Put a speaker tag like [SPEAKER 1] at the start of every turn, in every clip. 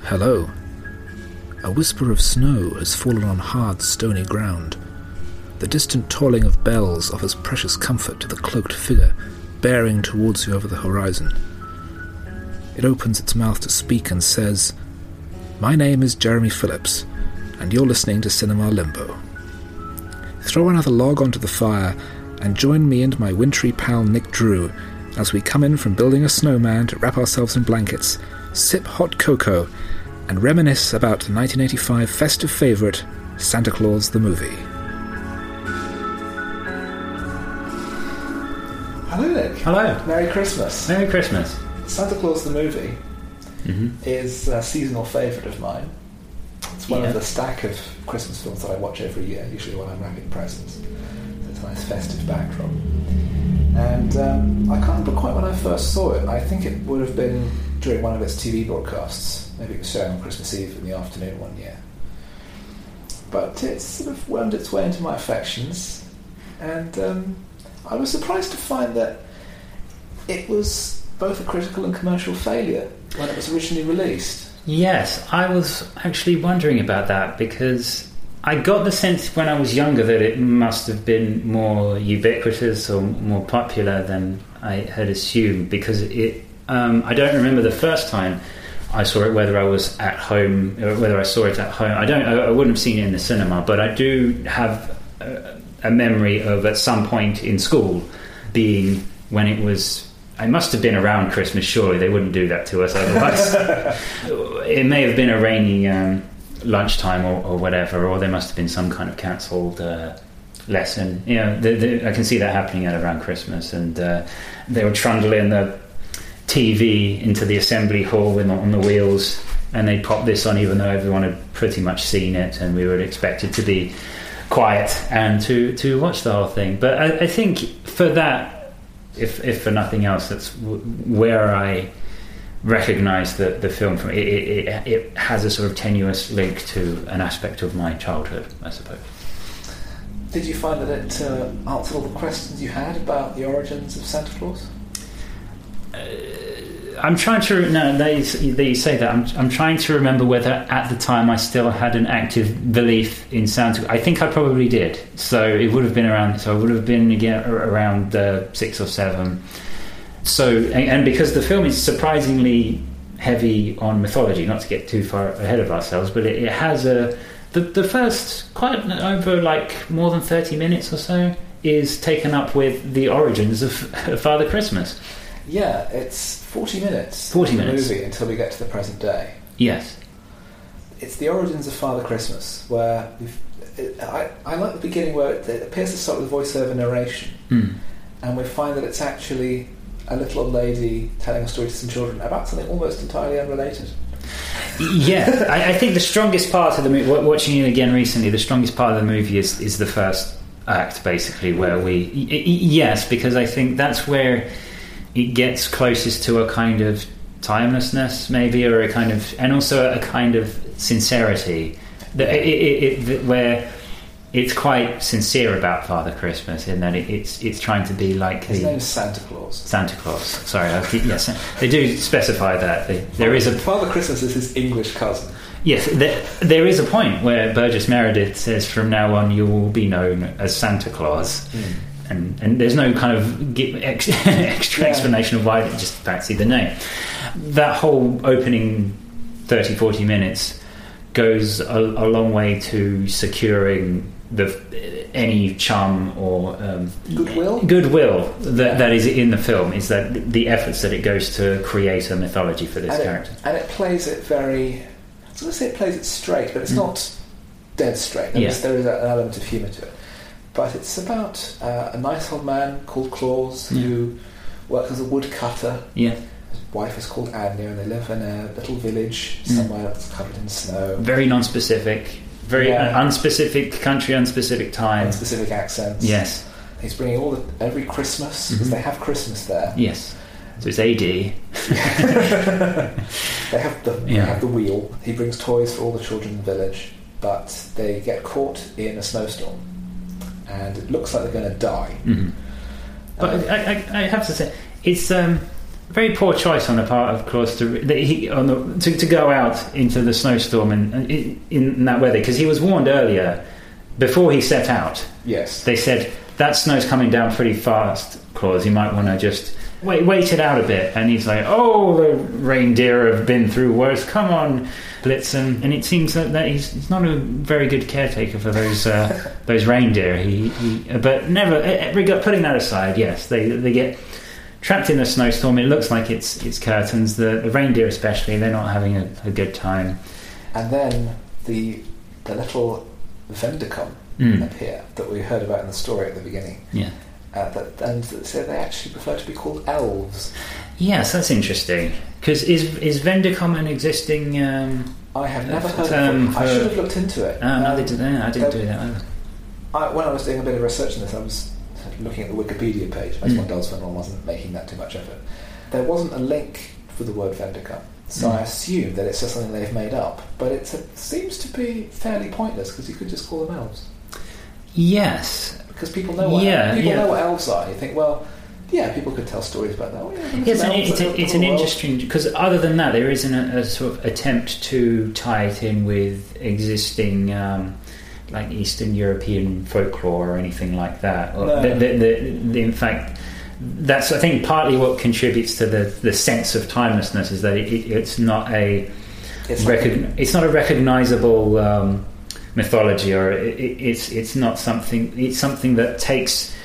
[SPEAKER 1] Hello. A whisper of snow has fallen on hard, stony ground. The distant tolling of bells offers precious comfort to the cloaked figure bearing towards you over the horizon. It opens its mouth to speak and says, My name is Jeremy Phillips, and you're listening to Cinema Limbo. Throw another log onto the fire and join me and my wintry pal Nick Drew as we come in from building a snowman to wrap ourselves in blankets, sip hot cocoa, and reminisce about the 1985 festive favourite, Santa Claus the Movie. Hello, Nick.
[SPEAKER 2] Hello.
[SPEAKER 1] Merry Christmas.
[SPEAKER 2] Merry Christmas.
[SPEAKER 1] Santa Claus the Movie is a seasonal favourite of mine. It's one
[SPEAKER 2] Yeah.
[SPEAKER 1] of the stack of Christmas films that I watch every year, usually when I'm wrapping presents. It's a nice festive backdrop. And um, I can't remember quite when I first saw it. I think it would have been during one of its TV broadcasts. Maybe it was shown on Christmas Eve in the afternoon one year. But it's sort of wormed its way into my affections. And um, I was surprised to find that it was both a critical and commercial failure when it was originally released.
[SPEAKER 2] Yes, I was actually wondering about that because I got the sense when I was younger that it must have been more ubiquitous or more popular than I had assumed because it. Um, I don't remember the first time I saw it, whether I was at home, or whether I saw it at home. I don't. I, I wouldn't have seen it in the cinema, but I do have a, a memory of at some point in school being when it was. It must have been around Christmas. Surely they wouldn't do that to us otherwise. it may have been a rainy um, lunchtime or, or whatever, or there must have been some kind of cancelled uh, lesson. You know, the, the, I can see that happening at around Christmas, and uh, they would trundle in the TV into the assembly hall with, on the wheels, and they'd pop this on, even though everyone had pretty much seen it, and we were expected to be quiet and to, to watch the whole thing. But I, I think for that, if, if for nothing else, that's w- where I recognize the, the film from it, it, it, it has a sort of tenuous link to an aspect of my childhood i suppose
[SPEAKER 1] Did you find that it uh, answered all the questions you had about the origins of Santa Claus?
[SPEAKER 2] i'm trying to no they, they say that I'm, I'm trying to remember whether at the time i still had an active belief in santa i think i probably did so it would have been around so i would have been again ar- around uh, six or seven so and, and because the film is surprisingly heavy on mythology not to get too far ahead of ourselves but it, it has a The, the first, quite over like more than 30 minutes or so, is taken up with the origins of Father Christmas.
[SPEAKER 1] Yeah, it's 40 minutes.
[SPEAKER 2] 40
[SPEAKER 1] of the
[SPEAKER 2] minutes.
[SPEAKER 1] movie until we get to the present day.
[SPEAKER 2] Yes.
[SPEAKER 1] It's the origins of Father Christmas, where we've, it, I, I like the beginning where it, it appears to start with voiceover narration,
[SPEAKER 2] Mm.
[SPEAKER 1] and we find that it's actually a little old lady telling a story to some children about something almost entirely unrelated.
[SPEAKER 2] Yeah, I, I think the strongest part of the movie, watching it again recently, the strongest part of the movie is, is the first act, basically, where we. y- y- yes, because I think that's where it gets closest to a kind of timelessness, maybe, or a kind of. and also a kind of sincerity. The, it, it, it, the, where it's quite sincere about Father Christmas in that it, it's it's trying to be like
[SPEAKER 1] His
[SPEAKER 2] the
[SPEAKER 1] name's Santa Claus.
[SPEAKER 2] Santa Claus. Sorry, I keep, yes, they do specify that. They, there is a
[SPEAKER 1] Father Christmas is his English cousin.
[SPEAKER 2] Yes, there, there is a point where Burgess Meredith says, "From now on, you will be known as Santa Claus," and and there's no kind of gi- ex- extra
[SPEAKER 1] Yeah.
[SPEAKER 2] explanation of why they just fancy the name. That whole opening 30, 40 minutes goes a, a long way to securing the any chum or um,
[SPEAKER 1] Goodwill?
[SPEAKER 2] goodwill that, that is in the film. Is that the efforts that it goes to create a mythology for this
[SPEAKER 1] and
[SPEAKER 2] character?
[SPEAKER 1] It, and it plays it very. I was going to say it plays it straight, but it's
[SPEAKER 2] Mm.
[SPEAKER 1] not dead straight. There
[SPEAKER 2] Yeah.
[SPEAKER 1] is- there is a- an element of humour to it. But it's about uh, a nice old man called Claus
[SPEAKER 2] Yeah.
[SPEAKER 1] who works as a woodcutter.
[SPEAKER 2] Yeah.
[SPEAKER 1] His wife is called Anya, and they live in a little village
[SPEAKER 2] Mm.
[SPEAKER 1] somewhere that's covered in snow.
[SPEAKER 2] very non-specific, very
[SPEAKER 1] Yeah.
[SPEAKER 2] unspecific country, unspecific time.
[SPEAKER 1] And specific accents.
[SPEAKER 2] Yes,
[SPEAKER 1] He's bringing all the every Christmas because
[SPEAKER 2] Mhm.
[SPEAKER 1] they have Christmas there.
[SPEAKER 2] yes. So it's AD.
[SPEAKER 1] They have the they
[SPEAKER 2] Yeah.
[SPEAKER 1] have the wheel. He brings toys for all the children in the village, but they get caught in a snowstorm, and it looks like they're going to die.
[SPEAKER 2] Mhm. Mm-hmm. But
[SPEAKER 1] Uh,
[SPEAKER 2] I, I, I have to say, it's um, very poor choice on the part of course to that he, on the, to, to go out into the snowstorm and, and in, in that weather because he was warned earlier before he set out.
[SPEAKER 1] Yes.
[SPEAKER 2] They said that snow's coming down pretty fast, Claus. You might want to just wait, wait it out a bit. And he's like, "Oh, the reindeer have been through worse. Come on, Blitzen." And it seems that, that he's, he's not a very good caretaker for those uh, those reindeer. He, he but never eh, eh, putting that aside. Yes, they they get trapped in a snowstorm. It looks like it's it's curtains. The, the reindeer, especially, they're not having a, a good time.
[SPEAKER 1] And then the the little vendicum
[SPEAKER 2] Mm.
[SPEAKER 1] appear that we heard about in the story at the beginning.
[SPEAKER 2] Yeah.
[SPEAKER 1] Uh, that, and so they actually prefer to be called elves.
[SPEAKER 2] Yes, that's interesting. Because is is Vendicom an existing? Um,
[SPEAKER 1] I have never
[SPEAKER 2] That's
[SPEAKER 1] heard
[SPEAKER 2] a term
[SPEAKER 1] of them. I
[SPEAKER 2] for-
[SPEAKER 1] should have looked into it. Um,
[SPEAKER 2] oh no, they did that. I didn't do that. Either.
[SPEAKER 1] I, when I was doing a bit of research on this, I was looking at the Wikipedia page, as
[SPEAKER 2] Mm.
[SPEAKER 1] one does when one wasn't making that too much effort. There wasn't a link for the word Vendicum, so I
[SPEAKER 2] Mm.
[SPEAKER 1] assume that it's just something they've made up. But it's- it seems to be fairly pointless because you could just call them elves
[SPEAKER 2] Yes,
[SPEAKER 1] because people know what
[SPEAKER 2] Yeah,
[SPEAKER 1] people
[SPEAKER 2] yeah.
[SPEAKER 1] know what elves are. You think, well, yeah, people could tell stories about that. Oh, yeah, there were
[SPEAKER 2] it's
[SPEAKER 1] some
[SPEAKER 2] an,
[SPEAKER 1] elves
[SPEAKER 2] it's,
[SPEAKER 1] that
[SPEAKER 2] a,
[SPEAKER 1] lived
[SPEAKER 2] it's
[SPEAKER 1] in
[SPEAKER 2] an
[SPEAKER 1] the world.
[SPEAKER 2] interesting because other than that, there isn't a, a sort of attempt to tie it in with existing. Um, like Eastern European folklore or anything like that. Or
[SPEAKER 1] No.
[SPEAKER 2] the, the, the, the, in fact, that's I think partly what contributes to the, the sense of timelessness is that it, it, it's not a
[SPEAKER 1] It's
[SPEAKER 2] it's,
[SPEAKER 1] like-
[SPEAKER 2] recogn- it's not a recognizable um, mythology, or i i it's it's not something. It's something that takes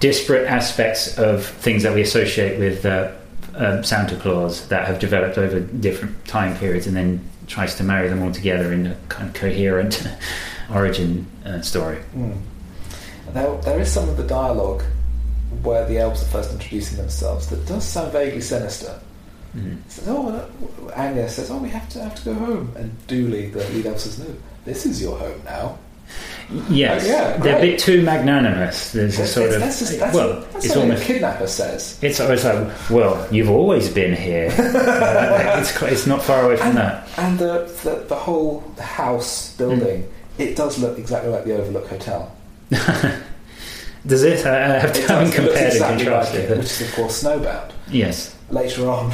[SPEAKER 2] disparate aspects of things that we associate with uh, um, Santa Claus that have developed over different time periods, and then tries to marry them all together in a kind of coherent origin uh, story.
[SPEAKER 1] Mm. There, there is some of the dialogue where the elves are first introducing themselves that does sound vaguely sinister.
[SPEAKER 2] Mm.
[SPEAKER 1] Says, oh, uh, Anya says, oh, we have to have to go home. And Dooley, the lead elf, says, no, this is your home now.
[SPEAKER 2] Yes,
[SPEAKER 1] Oh, yeah,
[SPEAKER 2] they're a
[SPEAKER 1] great.
[SPEAKER 2] bit too magnanimous. There's a
[SPEAKER 1] That's-
[SPEAKER 2] sort of
[SPEAKER 1] that's just, that's,
[SPEAKER 2] well,
[SPEAKER 1] that's
[SPEAKER 2] it's
[SPEAKER 1] something
[SPEAKER 2] almost
[SPEAKER 1] a kidnapper says.
[SPEAKER 2] It's always like, well, you've always been here. Uh, it's, quite- it's not far away from that.
[SPEAKER 1] And the, the, the whole house building, it does look exactly like the Overlook Hotel.
[SPEAKER 2] Does it? I I have to
[SPEAKER 1] It does,
[SPEAKER 2] haven't
[SPEAKER 1] it looks
[SPEAKER 2] compared and
[SPEAKER 1] exactly like
[SPEAKER 2] contrasted.
[SPEAKER 1] it, which is, of course, snowbound.
[SPEAKER 2] Yes.
[SPEAKER 1] Later on,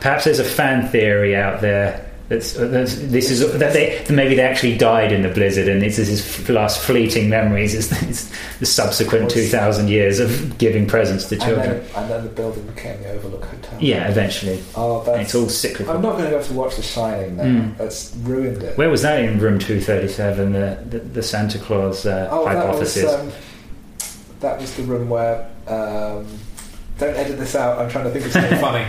[SPEAKER 2] Perhaps there's a fan theory out there that's, uh, that's this is that they that maybe they actually died in the blizzard and this is his last fleeting memories. It's, it's the subsequent
[SPEAKER 1] Well,
[SPEAKER 2] two thousand years of giving presents to
[SPEAKER 1] and
[SPEAKER 2] children.
[SPEAKER 1] then, and then the building became the Overlook Hotel.
[SPEAKER 2] Yeah, eventually.
[SPEAKER 1] Oh, that's,
[SPEAKER 2] It's all
[SPEAKER 1] I'm
[SPEAKER 2] cyclical.
[SPEAKER 1] not going to be able to watch The Shining now.
[SPEAKER 2] Mm.
[SPEAKER 1] That's ruined it.
[SPEAKER 2] Where was that in room 237, the, the, the Santa Claus uh,
[SPEAKER 1] oh,
[SPEAKER 2] hypothesis?
[SPEAKER 1] that was um, that was the room where. Um, don't edit this out. I'm trying to think of something funny.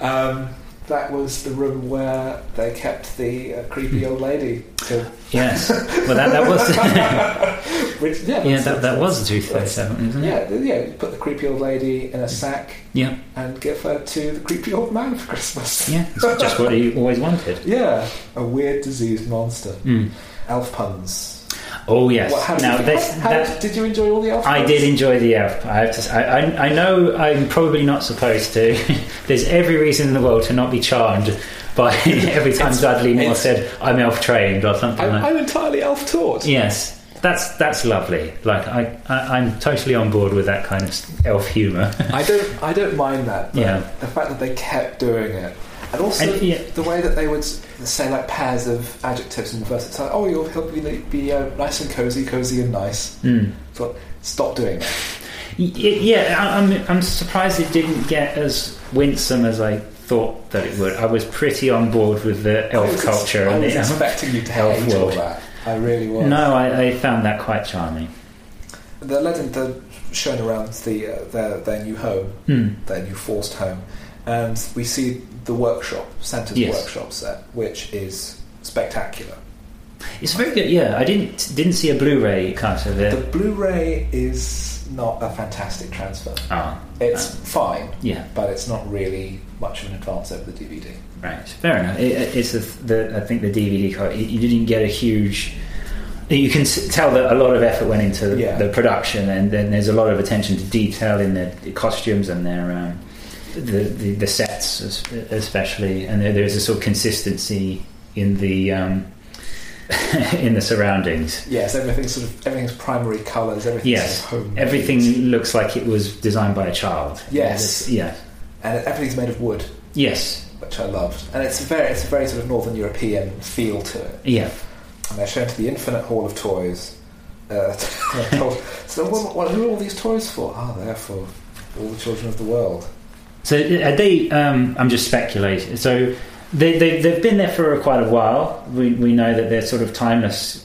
[SPEAKER 1] Um, that was the room where they kept the uh,
[SPEAKER 2] Hmm.
[SPEAKER 1] creepy old lady. To,
[SPEAKER 2] Yes. Well, that, that was
[SPEAKER 1] which, yeah,
[SPEAKER 2] yeah,
[SPEAKER 1] that's-
[SPEAKER 2] that, that was the 237, isn't it?
[SPEAKER 1] Yeah, th- yeah. Put the creepy old lady in a sack
[SPEAKER 2] Yeah.
[SPEAKER 1] and give her to the creepy old man for Christmas.
[SPEAKER 2] Yeah, it's just what he always wanted.
[SPEAKER 1] Yeah, a weird diseased monster.
[SPEAKER 2] Mm.
[SPEAKER 1] Elf puns.
[SPEAKER 2] Oh yes.
[SPEAKER 1] What- how did
[SPEAKER 2] now
[SPEAKER 1] you-
[SPEAKER 2] this
[SPEAKER 1] how- how
[SPEAKER 2] that
[SPEAKER 1] did you enjoy all the elf?
[SPEAKER 2] I
[SPEAKER 1] puns?
[SPEAKER 2] did enjoy the elf. I have to. s- I, I- I know I'm probably not supposed to. There's every reason in the world to not be charmed by every time Dudley Moore
[SPEAKER 1] it's-
[SPEAKER 2] said I'm elf trained or something
[SPEAKER 1] I'm,
[SPEAKER 2] like.
[SPEAKER 1] I'm entirely elf taught.
[SPEAKER 2] yes. That's that's lovely. Like I, I I'm totally on board with that kind of elf humor.
[SPEAKER 1] I don't I don't mind that. But
[SPEAKER 2] Yeah.
[SPEAKER 1] The fact that they kept doing it, and also
[SPEAKER 2] And, yeah.
[SPEAKER 1] the way that they would s- say like pairs of adjectives in reverse. It's like, oh, you'll help me be uh, nice and cozy, cozy and nice.
[SPEAKER 2] Mm.
[SPEAKER 1] So stop doing it.
[SPEAKER 2] Y- y- Yeah, I- I'm, I'm surprised it didn't get as winsome as I thought that it would. I was pretty on board with the
[SPEAKER 1] I
[SPEAKER 2] elf
[SPEAKER 1] was ex-
[SPEAKER 2] culture.
[SPEAKER 1] I
[SPEAKER 2] and
[SPEAKER 1] was
[SPEAKER 2] the elf-
[SPEAKER 1] expecting you to
[SPEAKER 2] elf
[SPEAKER 1] hate all
[SPEAKER 2] world.
[SPEAKER 1] that. I really was.
[SPEAKER 2] No, I, I found that quite charming.
[SPEAKER 1] They're letting the shown around the uh, their their new home,
[SPEAKER 2] Hmm.
[SPEAKER 1] their new forced home, and we see the workshop, Santa's
[SPEAKER 2] Yes.
[SPEAKER 1] workshop set, which is spectacular.
[SPEAKER 2] It's very good. Yeah, I didn't didn't see a Blu-ray cut of
[SPEAKER 1] The
[SPEAKER 2] it.
[SPEAKER 1] Blu-ray is not a fantastic transfer.
[SPEAKER 2] Ah,
[SPEAKER 1] It's fine,
[SPEAKER 2] yeah,
[SPEAKER 1] but it's not really much of an advance over the DVD.
[SPEAKER 2] right, fair enough. It, it's a, the I think the DVD cut. You, you didn't get a huge. You can s- tell that a lot of effort went into the,
[SPEAKER 1] Yeah.
[SPEAKER 2] the production, and then there's a lot of attention to detail in the costumes and their um, the, the the sets, es- especially, and there, there's a sort of consistency in the um, in the surroundings.
[SPEAKER 1] Yes, everything's sort of everything's primary colours. Everything's
[SPEAKER 2] Yes,
[SPEAKER 1] sort of homemade.
[SPEAKER 2] Everything looks like it was designed by a child.
[SPEAKER 1] Yes.
[SPEAKER 2] Yeah.
[SPEAKER 1] and everything's made of wood,
[SPEAKER 2] Yes.
[SPEAKER 1] which I loved. And it's very, it's a very sort of Northern European feel to it.
[SPEAKER 2] Yeah.
[SPEAKER 1] and they're shown to the infinite hall of toys. Uh, they're told- so what, what, who are all these toys for? Ah, they're for all the children of the world.
[SPEAKER 2] So are they? Um, I'm just speculating. So they, they they've been there for quite a while. We we know that they're sort of timeless.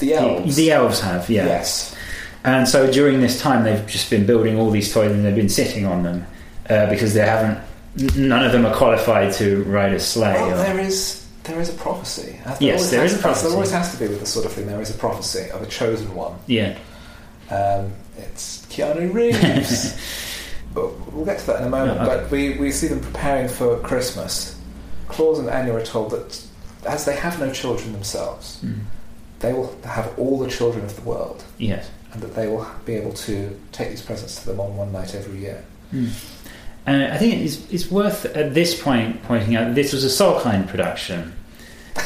[SPEAKER 1] The elves.
[SPEAKER 2] The elves have, yeah.
[SPEAKER 1] Yes.
[SPEAKER 2] And so during this time, they've just been building all these toys and they've been sitting on them uh, because they haven't. n- None of them are qualified to ride a sleigh.
[SPEAKER 1] Well,
[SPEAKER 2] or-
[SPEAKER 1] there is there is a prophecy. There
[SPEAKER 2] Uh, Yes,
[SPEAKER 1] always
[SPEAKER 2] there
[SPEAKER 1] has
[SPEAKER 2] is
[SPEAKER 1] to-
[SPEAKER 2] a prophecy.
[SPEAKER 1] There always has to be with this sort of thing. There is a prophecy of a chosen one.
[SPEAKER 2] yeah.
[SPEAKER 1] Um, it's Keanu Reeves. but we'll get to that in a moment.
[SPEAKER 2] Yeah, okay.
[SPEAKER 1] But we, we see them preparing for Christmas. Claus and Anya are told that as they have no children themselves,
[SPEAKER 2] Mm.
[SPEAKER 1] they will have all the children of the world.
[SPEAKER 2] Yes.
[SPEAKER 1] and that they will be able to take these presents to them on one night every year.
[SPEAKER 2] Mm. And I think it's, it's worth at this point pointing out this was a Solheim production.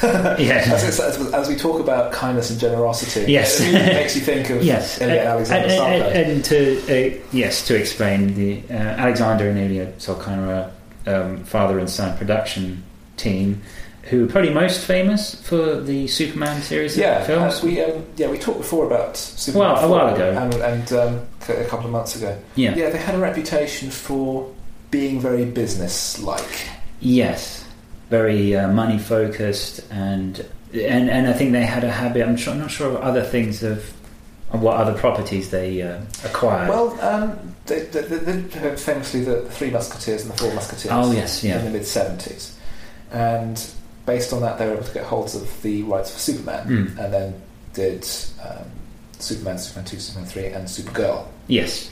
[SPEAKER 2] yeah.
[SPEAKER 1] As, as, as we talk about kindness and generosity,
[SPEAKER 2] Yes.
[SPEAKER 1] it really makes you think of
[SPEAKER 2] Yes,
[SPEAKER 1] Elliot
[SPEAKER 2] uh,
[SPEAKER 1] Alexander
[SPEAKER 2] and, and-
[SPEAKER 1] Sarko.
[SPEAKER 2] and to uh, yes, to explain the uh, Alexander and Ilya Solkhan are a um, father and son production team who are probably most famous for the Superman series
[SPEAKER 1] Yeah,
[SPEAKER 2] of films.
[SPEAKER 1] uh, we um, yeah we talked before about Superman
[SPEAKER 2] Well, a
[SPEAKER 1] four
[SPEAKER 2] while ago.
[SPEAKER 1] and, and um, c- a couple of months ago.
[SPEAKER 2] yeah.
[SPEAKER 1] they had a reputation for being very business-like.
[SPEAKER 2] Yes, very uh, money focused, and and and I think they had a habit. I'm, sure, I'm not sure of other things of of what other properties they uh, acquired.
[SPEAKER 1] Well, um, they, they, they, they- famously the Three Musketeers and the Four Musketeers.
[SPEAKER 2] oh yes, yeah.
[SPEAKER 1] in the mid '70s, and based on that, they were able to get hold of the rights for Superman,
[SPEAKER 2] Mm.
[SPEAKER 1] and then did um, Superman, Superman two, Superman three, and Supergirl.
[SPEAKER 2] Yes.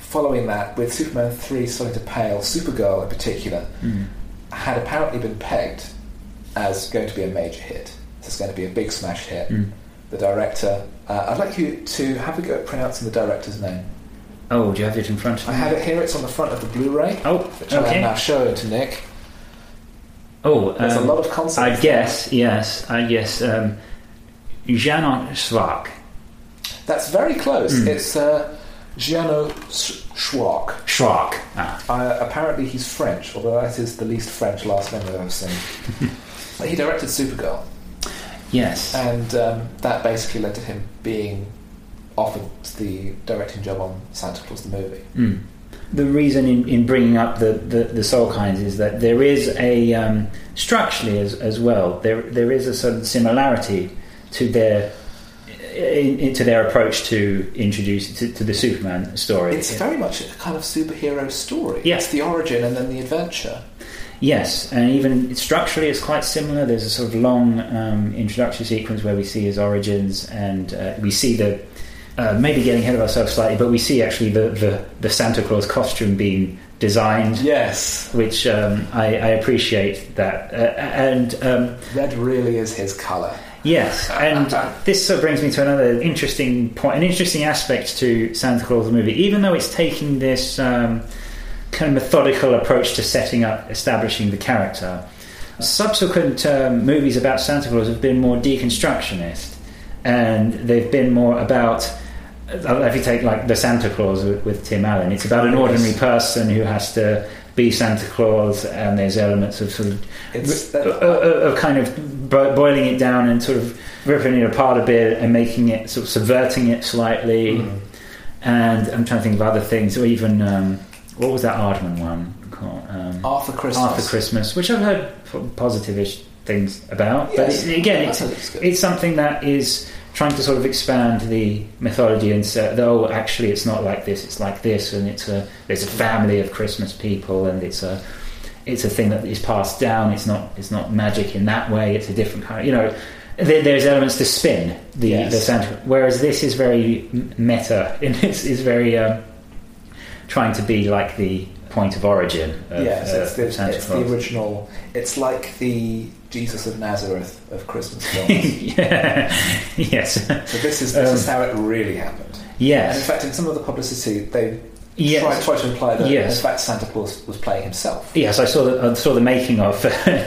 [SPEAKER 1] Following that, with Superman three starting to pale, Supergirl in particular
[SPEAKER 2] Mm.
[SPEAKER 1] had apparently been pegged as going to be a major hit. This is going to be a big smash hit.
[SPEAKER 2] Mm.
[SPEAKER 1] The director. Uh, I'd like you to have a go at pronouncing the director's name.
[SPEAKER 2] Oh, do you have it in front of you?
[SPEAKER 1] I have it here. It's on the front of the Blu-ray,
[SPEAKER 2] Oh,
[SPEAKER 1] which I am
[SPEAKER 2] okay.
[SPEAKER 1] now showing to Nick.
[SPEAKER 2] Oh,
[SPEAKER 1] There's a
[SPEAKER 2] um,
[SPEAKER 1] lot of concepts.
[SPEAKER 2] I guess, yes, I guess. Um, Janon Schwag.
[SPEAKER 1] That's very close.
[SPEAKER 2] Mm.
[SPEAKER 1] It's uh, Giano Sch- Schwark.
[SPEAKER 2] Schwag. Ah,
[SPEAKER 1] Uh, apparently, he's French, although that is the least French last name I've ever seen. he directed Supergirl,
[SPEAKER 2] yes.
[SPEAKER 1] and um, that basically led to him being offered the directing job on Santa Claus the movie.
[SPEAKER 2] Mm. The reason in, in bringing up the, the, the soul kinds is that there is a, um, structurally as, as well, there, there is a sort of similarity to their. In, in, to their approach to introduce to, to the Superman story.
[SPEAKER 1] It's very much a kind of superhero story.
[SPEAKER 2] Yeah.
[SPEAKER 1] It's the origin and then the adventure.
[SPEAKER 2] Yes, and even structurally, it's quite similar. There's a sort of long um, introduction sequence where we see his origins, and uh, we see the uh, maybe getting ahead of ourselves slightly, but we see actually the the, the Santa Claus costume being designed,
[SPEAKER 1] Yes,
[SPEAKER 2] which um, I, I appreciate that. Uh, and um,
[SPEAKER 1] red really is his colour.
[SPEAKER 2] yes, and this sort of brings me to another interesting point, an interesting aspect to Santa Claus the movie, even though it's taking this. Um, kind of methodical approach to setting up, establishing the character. Subsequent um, movies about Santa Claus have been more deconstructionist, and they've been more about. uh, If you take like the Santa Claus with, with Tim Allen, it's about an ordinary person who has to be Santa Claus, and there's elements of sort of
[SPEAKER 1] It's
[SPEAKER 2] uh, uh, uh, of kind of bo- boiling it down and sort of ripping it apart a bit and making it sort of subverting it slightly
[SPEAKER 1] Mm.
[SPEAKER 2] and I'm trying to think of other things, or even um, what was that Aardman one called? Um,
[SPEAKER 1] Arthur Christmas.
[SPEAKER 2] After Christmas, which I've heard p- positive-ish things about,
[SPEAKER 1] Yes.
[SPEAKER 2] but it, again,
[SPEAKER 1] I
[SPEAKER 2] it's
[SPEAKER 1] think it's good.
[SPEAKER 2] it's something that is trying to sort of expand the mythology and say, oh, actually, it's not like this; it's like this, and it's a there's a family of Christmas people, and it's a it's a thing that is passed down. It's not it's not magic in that way. It's a different kind. Of, you know, there, there's elements to spin the
[SPEAKER 1] Yes.
[SPEAKER 2] the Santa. Whereas this is very m- meta. and It's is very um, trying to be like the point of origin. Of,
[SPEAKER 1] yes,
[SPEAKER 2] uh,
[SPEAKER 1] it's, the,
[SPEAKER 2] of Santa
[SPEAKER 1] it's
[SPEAKER 2] Claus.
[SPEAKER 1] the original. It's like the Jesus of Nazareth of Christmas films.
[SPEAKER 2] yeah. Yes.
[SPEAKER 1] so this is this
[SPEAKER 2] Um,
[SPEAKER 1] is how it really happened. And in
[SPEAKER 2] Yes.
[SPEAKER 1] fact, in some of the publicity, they
[SPEAKER 2] Yes.
[SPEAKER 1] tried, tried to imply that
[SPEAKER 2] Yes.
[SPEAKER 1] in fact Santa Claus was playing himself.
[SPEAKER 2] Yes, I saw the, I saw the making of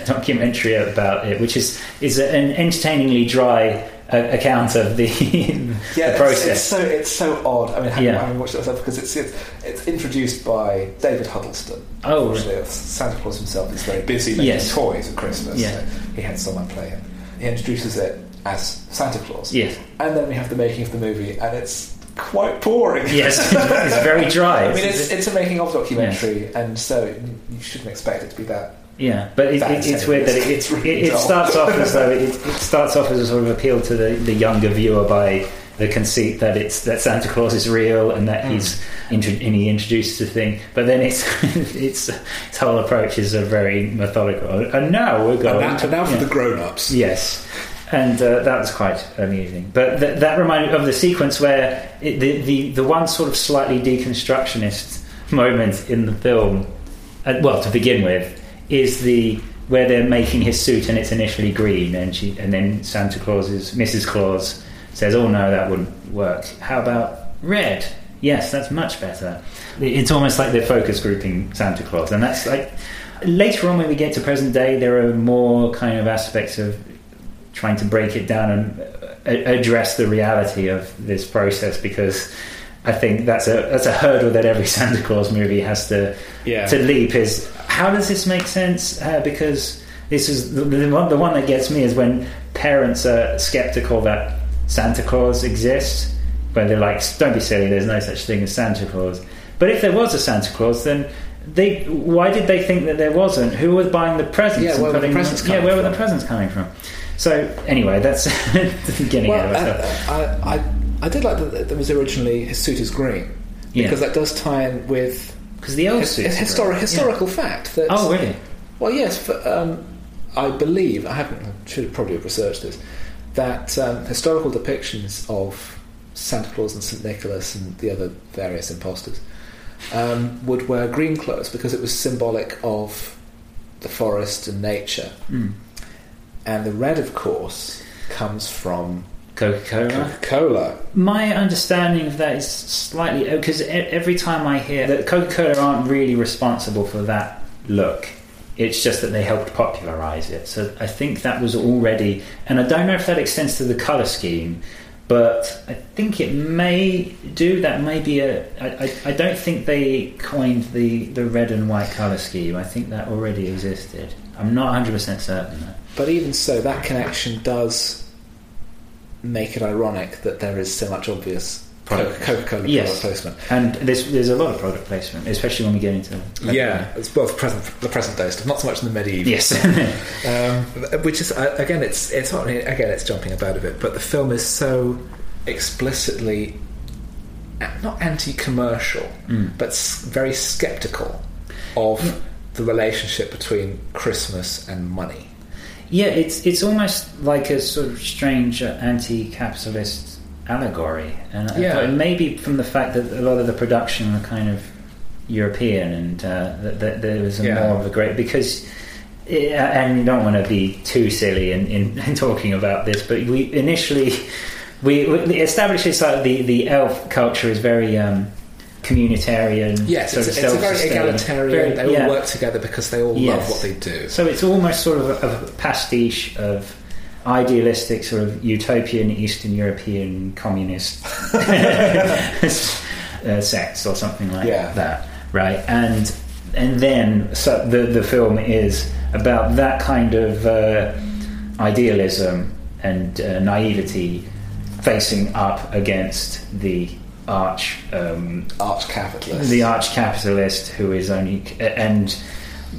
[SPEAKER 2] documentary about it, which is is an entertainingly dry a- account of the,
[SPEAKER 1] yeah,
[SPEAKER 2] the
[SPEAKER 1] it's, it's
[SPEAKER 2] process.
[SPEAKER 1] so it's so odd. I mean, having,
[SPEAKER 2] Yeah.
[SPEAKER 1] having watched it myself, because it's, it's it's introduced by David Huddleston.
[SPEAKER 2] Oh,
[SPEAKER 1] Actually, of Santa Claus himself is very busy making
[SPEAKER 2] Yes.
[SPEAKER 1] toys at Christmas.
[SPEAKER 2] Yeah.
[SPEAKER 1] So he had someone play him. He introduces it as Santa Claus,
[SPEAKER 2] yes,
[SPEAKER 1] and then we have the making of the movie, and it's quite boring.
[SPEAKER 2] yes, it's very dry.
[SPEAKER 1] I mean,
[SPEAKER 2] It's-
[SPEAKER 1] it's, it's a making of documentary, and so you shouldn't expect it to be that.
[SPEAKER 2] Yeah, but it,
[SPEAKER 1] That's
[SPEAKER 2] it, it's
[SPEAKER 1] it.
[SPEAKER 2] weird that it,
[SPEAKER 1] It's
[SPEAKER 2] it,
[SPEAKER 1] really
[SPEAKER 2] it
[SPEAKER 1] dull.
[SPEAKER 2] starts off as though it, it starts off as a sort of appeal to the, the younger viewer by the conceit that it's that Santa Claus is real and that
[SPEAKER 1] Mm.
[SPEAKER 2] he's intro- and he introduces the thing. But then it's it's its whole approach is a very methodical. And now we're going to yeah.
[SPEAKER 1] grown-ups.
[SPEAKER 2] Yes, and uh, that was quite amusing. But th- that reminded of the sequence where it, the, the the one sort of slightly deconstructionist moment in the film, uh, well, to begin with, is the where they're making his suit and it's initially green, and she and then Santa Claus's Mrs. Claus says, "Oh no, that wouldn't work. How about red?" Yes, that's much better. It's almost like they're focus grouping Santa Claus, and that's like later on when we get to present day there are more kind of aspects of trying to break it down and uh, a- address the reality of this process because I think that's a that's a hurdle that every Santa Claus movie has to
[SPEAKER 1] Yeah.
[SPEAKER 2] to leap is how does this make sense uh, because this is the, the one the one that gets me is when parents are skeptical that Santa Claus exists where they're like don't be silly there's no such thing as Santa Claus but if there was a Santa Claus then they why did they think that there wasn't who was buying the presents
[SPEAKER 1] Yeah,
[SPEAKER 2] and
[SPEAKER 1] where were the
[SPEAKER 2] putting-
[SPEAKER 1] presents
[SPEAKER 2] yeah
[SPEAKER 1] coming
[SPEAKER 2] where were the
[SPEAKER 1] from?
[SPEAKER 2] presents coming from so anyway that's the beginning
[SPEAKER 1] Well,
[SPEAKER 2] of it
[SPEAKER 1] uh, I, I, I did like that there was originally his suit is green because
[SPEAKER 2] yeah Oh,
[SPEAKER 1] that does tie in with
[SPEAKER 2] because the old
[SPEAKER 1] his,
[SPEAKER 2] suits are
[SPEAKER 1] historic,
[SPEAKER 2] great.
[SPEAKER 1] historical fact. That,
[SPEAKER 2] yeah. oh really
[SPEAKER 1] Well, yes, for, um, I believe I haven't I should have probably have researched this that um, historical depictions of Santa Claus and Saint Nicholas and the other various imposters um, would wear green clothes because it was symbolic of the forest and nature,
[SPEAKER 2] mm.
[SPEAKER 1] and the red, of course, comes from
[SPEAKER 2] Coca Cola
[SPEAKER 1] Coca Cola.
[SPEAKER 2] My understanding of that is slightly because every time I hear that Coca Cola aren't really responsible for that look, it's just that they helped popularize it. So I think that was already, and I don't know if that extends to the color scheme, but I think it may do. That may be a. I, I, I don't think they coined the, the red and white color scheme. I think that already existed. I'm not 100% certain. though.
[SPEAKER 1] But even so, that connection does make it ironic that there is so much obvious
[SPEAKER 2] Product
[SPEAKER 1] Coca Cola product
[SPEAKER 2] Yes.
[SPEAKER 1] placement.
[SPEAKER 2] And there's there's a lot of product placement, especially when we get into
[SPEAKER 1] Yeah, uh, it's well the present the present day stuff, not so much the medieval.
[SPEAKER 2] Yes.
[SPEAKER 1] Um, which is uh, again, it's it's not again it's jumping about a bit, but the film is so explicitly a- not anti-commercial,
[SPEAKER 2] Mm.
[SPEAKER 1] but s- very sceptical of the relationship between Christmas and money.
[SPEAKER 2] Yeah, it's it's almost like a sort of strange uh, anti-capitalist allegory, and I
[SPEAKER 1] Yeah.
[SPEAKER 2] thought maybe from the fact that a lot of the production were kind of European, and uh, that, that there was a
[SPEAKER 1] Yeah.
[SPEAKER 2] more of a great because. yeah, And you don't want to be too silly in, in, in talking about this, but we initially we, we established this like the, the elf culture is very um, communitarian.
[SPEAKER 1] Yes,
[SPEAKER 2] sort
[SPEAKER 1] it's,
[SPEAKER 2] of
[SPEAKER 1] it's a very
[SPEAKER 2] Mm-hmm. self-sustaining,
[SPEAKER 1] egalitarian.
[SPEAKER 2] very-
[SPEAKER 1] they all
[SPEAKER 2] yeah.
[SPEAKER 1] work together because they all love
[SPEAKER 2] Yes.
[SPEAKER 1] what they do.
[SPEAKER 2] So it's almost sort of a, a pastiche of idealistic, sort of utopian Eastern European communist uh, sects or something like
[SPEAKER 1] Yeah.
[SPEAKER 2] that, right? And and then so the the film is about that kind of uh, idealism and uh, naivety facing up against the arch um,
[SPEAKER 1] Arch capitalists.
[SPEAKER 2] the arch capitalist who is only and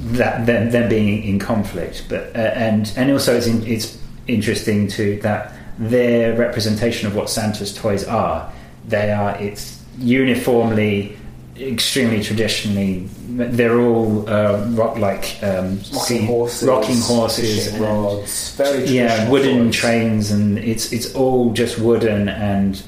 [SPEAKER 2] that them, them being in conflict but uh, and and also it's in, it's interesting too that their representation of what Santa's toys are they are it's uniformly extremely traditionally they're all uh, rock like um,
[SPEAKER 1] Rocking
[SPEAKER 2] sea-
[SPEAKER 1] horses,
[SPEAKER 2] rocking horses
[SPEAKER 1] fishing
[SPEAKER 2] and-
[SPEAKER 1] rods, very
[SPEAKER 2] yeah
[SPEAKER 1] traditional
[SPEAKER 2] wooden
[SPEAKER 1] toys.
[SPEAKER 2] trains and it's it's all just wooden and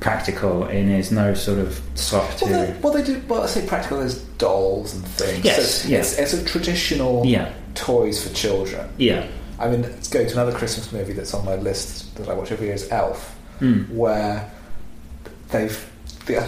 [SPEAKER 2] practical and there's no sort of soft
[SPEAKER 1] Well, they, well, they do. Well, I say practical. There's dolls and things.
[SPEAKER 2] Yes,
[SPEAKER 1] it's,
[SPEAKER 2] yeah.
[SPEAKER 1] it's, it's a traditional
[SPEAKER 2] yeah
[SPEAKER 1] toys for children.
[SPEAKER 2] yeah
[SPEAKER 1] I mean, let's go to another Christmas movie that's on my list that I watch every year is Elf,
[SPEAKER 2] Mm.
[SPEAKER 1] where they've. The,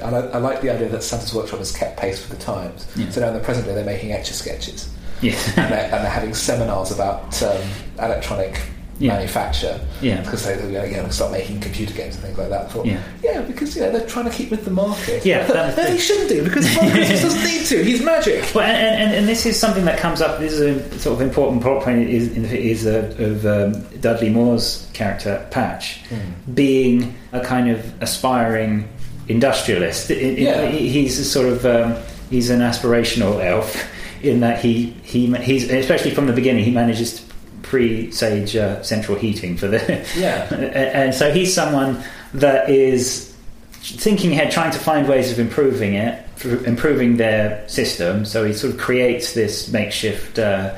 [SPEAKER 1] and I, I like the idea that Santa's Workshop has kept pace with the times.
[SPEAKER 2] Yeah.
[SPEAKER 1] So now in the present day, they're making etch a sketches
[SPEAKER 2] Yes.
[SPEAKER 1] and, they're- and they're having seminars about um, electronic
[SPEAKER 2] yeah,
[SPEAKER 1] manufacture
[SPEAKER 2] yeah,
[SPEAKER 1] because they they were going to start making computer games and things like that. I thought, yeah.
[SPEAKER 2] yeah.
[SPEAKER 1] because you know they're trying to keep with the market.
[SPEAKER 2] Yeah,
[SPEAKER 1] I thought,
[SPEAKER 2] that-
[SPEAKER 1] no, they shouldn't do because Mark Christmas doesn't need to. He's magic.
[SPEAKER 2] Well, and, and, and- and this is something that comes up. This is a sort of important plot point is is uh, of um, Dudley Moore's character Patch being a kind of aspiring industrialist. I- I-
[SPEAKER 1] Yeah.
[SPEAKER 2] he- he's a sort of um, he's an aspirational elf in that he he ma- he's especially from the beginning he manages to pre-sage uh, central heating for the
[SPEAKER 1] Yeah,
[SPEAKER 2] and so he's someone that is thinking ahead, trying to find ways of improving it, for improving their system. So he sort of creates this makeshift uh,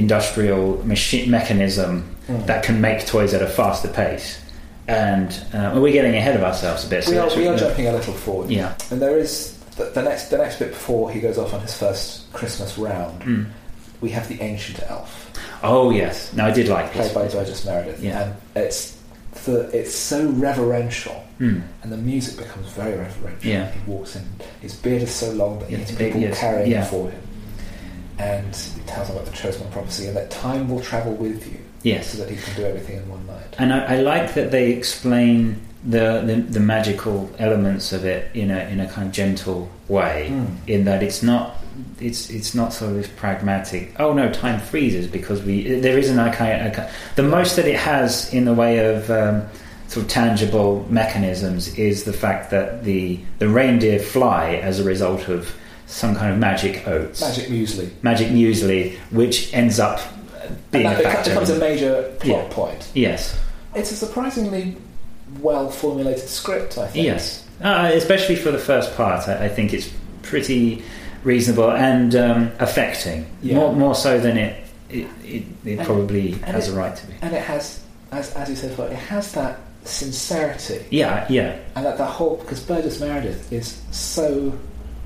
[SPEAKER 2] industrial machine mechanism
[SPEAKER 1] Mm.
[SPEAKER 2] that can make toys at a faster pace. And uh, we're getting ahead of ourselves a bit.
[SPEAKER 1] we
[SPEAKER 2] that's
[SPEAKER 1] are, we
[SPEAKER 2] what-
[SPEAKER 1] are jumping a little forward.
[SPEAKER 2] Yeah.
[SPEAKER 1] And there is the, the next the next bit before he goes off on his first Christmas round.
[SPEAKER 2] Mm.
[SPEAKER 1] We have the ancient elf
[SPEAKER 2] Oh yes. No, I did like
[SPEAKER 1] played
[SPEAKER 2] this.
[SPEAKER 1] by Burgess Meredith,
[SPEAKER 2] Yeah.
[SPEAKER 1] and it's the, it's so reverential,
[SPEAKER 2] Mm.
[SPEAKER 1] and the music becomes very reverential.
[SPEAKER 2] Yeah.
[SPEAKER 1] He walks in. His beard is so long that he
[SPEAKER 2] Yeah,
[SPEAKER 1] needs
[SPEAKER 2] it's big,
[SPEAKER 1] people
[SPEAKER 2] yes.
[SPEAKER 1] carrying
[SPEAKER 2] Yeah.
[SPEAKER 1] it for him, and he tells him about the chosen prophecy and that time will travel with you,
[SPEAKER 2] Yes.
[SPEAKER 1] so that he can do everything in one night.
[SPEAKER 2] And I, I like that they explain the, the the magical elements of it in a in a kind of gentle way.
[SPEAKER 1] Mm.
[SPEAKER 2] in that it's not it's it's not sort of this pragmatic oh no time freezes because we there is an archaic archi- the most that it has in the way of um, sort of tangible mechanisms is the fact that the the reindeer fly as a result of some kind of magic oats
[SPEAKER 1] Magic muesli.
[SPEAKER 2] magic muesli which ends up being
[SPEAKER 1] and
[SPEAKER 2] a
[SPEAKER 1] that beco-
[SPEAKER 2] factor
[SPEAKER 1] becomes a
[SPEAKER 2] in- um,
[SPEAKER 1] major plot
[SPEAKER 2] Yeah.
[SPEAKER 1] point.
[SPEAKER 2] yes
[SPEAKER 1] It's a surprisingly well formulated script, I think.
[SPEAKER 2] Yes, uh, especially for the first part, I, I think it's pretty reasonable and um, affecting.
[SPEAKER 1] Yeah.
[SPEAKER 2] More, more so than it it, it, it
[SPEAKER 1] And-
[SPEAKER 2] probably
[SPEAKER 1] and
[SPEAKER 2] has
[SPEAKER 1] it-
[SPEAKER 2] a right to be.
[SPEAKER 1] And it has, as, as you said, before, it has that sincerity
[SPEAKER 2] Yeah, yeah,
[SPEAKER 1] and that, that whole because Burgess Meredith is so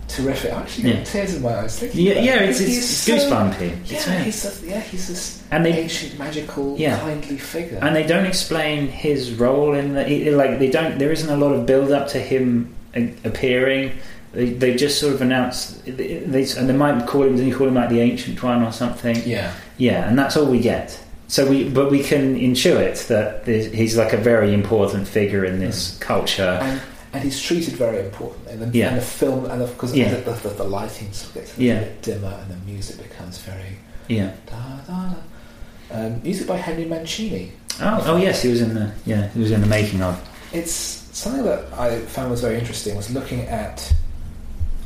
[SPEAKER 1] terrific. I actually got
[SPEAKER 2] Yeah.
[SPEAKER 1] tears in my eyes. Thinking
[SPEAKER 2] yeah,
[SPEAKER 1] about
[SPEAKER 2] yeah.
[SPEAKER 1] it.
[SPEAKER 2] It's,
[SPEAKER 1] He's
[SPEAKER 2] it's
[SPEAKER 1] so-
[SPEAKER 2] goosebumpy. It's
[SPEAKER 1] Yeah, he's a, yeah, he's this
[SPEAKER 2] and they
[SPEAKER 1] ancient, magical,
[SPEAKER 2] Yeah.
[SPEAKER 1] kindly figure.
[SPEAKER 2] and they don't explain his role in the it- it- like they don't. There isn't a lot of build up to him a- appearing. They, they just sort of announce, they, they- and they might call him. They call him like the ancient one or something.
[SPEAKER 1] yeah,
[SPEAKER 2] Yeah, and that's all we get. So we, but we can intuit that th- he's like a very important figure in
[SPEAKER 1] Hmm.
[SPEAKER 2] this culture.
[SPEAKER 1] and and he's treated very important in the,
[SPEAKER 2] Yeah.
[SPEAKER 1] in the film, and of course
[SPEAKER 2] Yeah.
[SPEAKER 1] the, the, the lighting sort of gets a
[SPEAKER 2] Yeah.
[SPEAKER 1] little bit dimmer, and the music becomes very
[SPEAKER 2] Yeah.
[SPEAKER 1] da da da. Um, music by Henry Mancini.
[SPEAKER 2] Oh, oh yes, he was in the yeah, he was in the making of.
[SPEAKER 1] It's something that I found was very interesting was looking at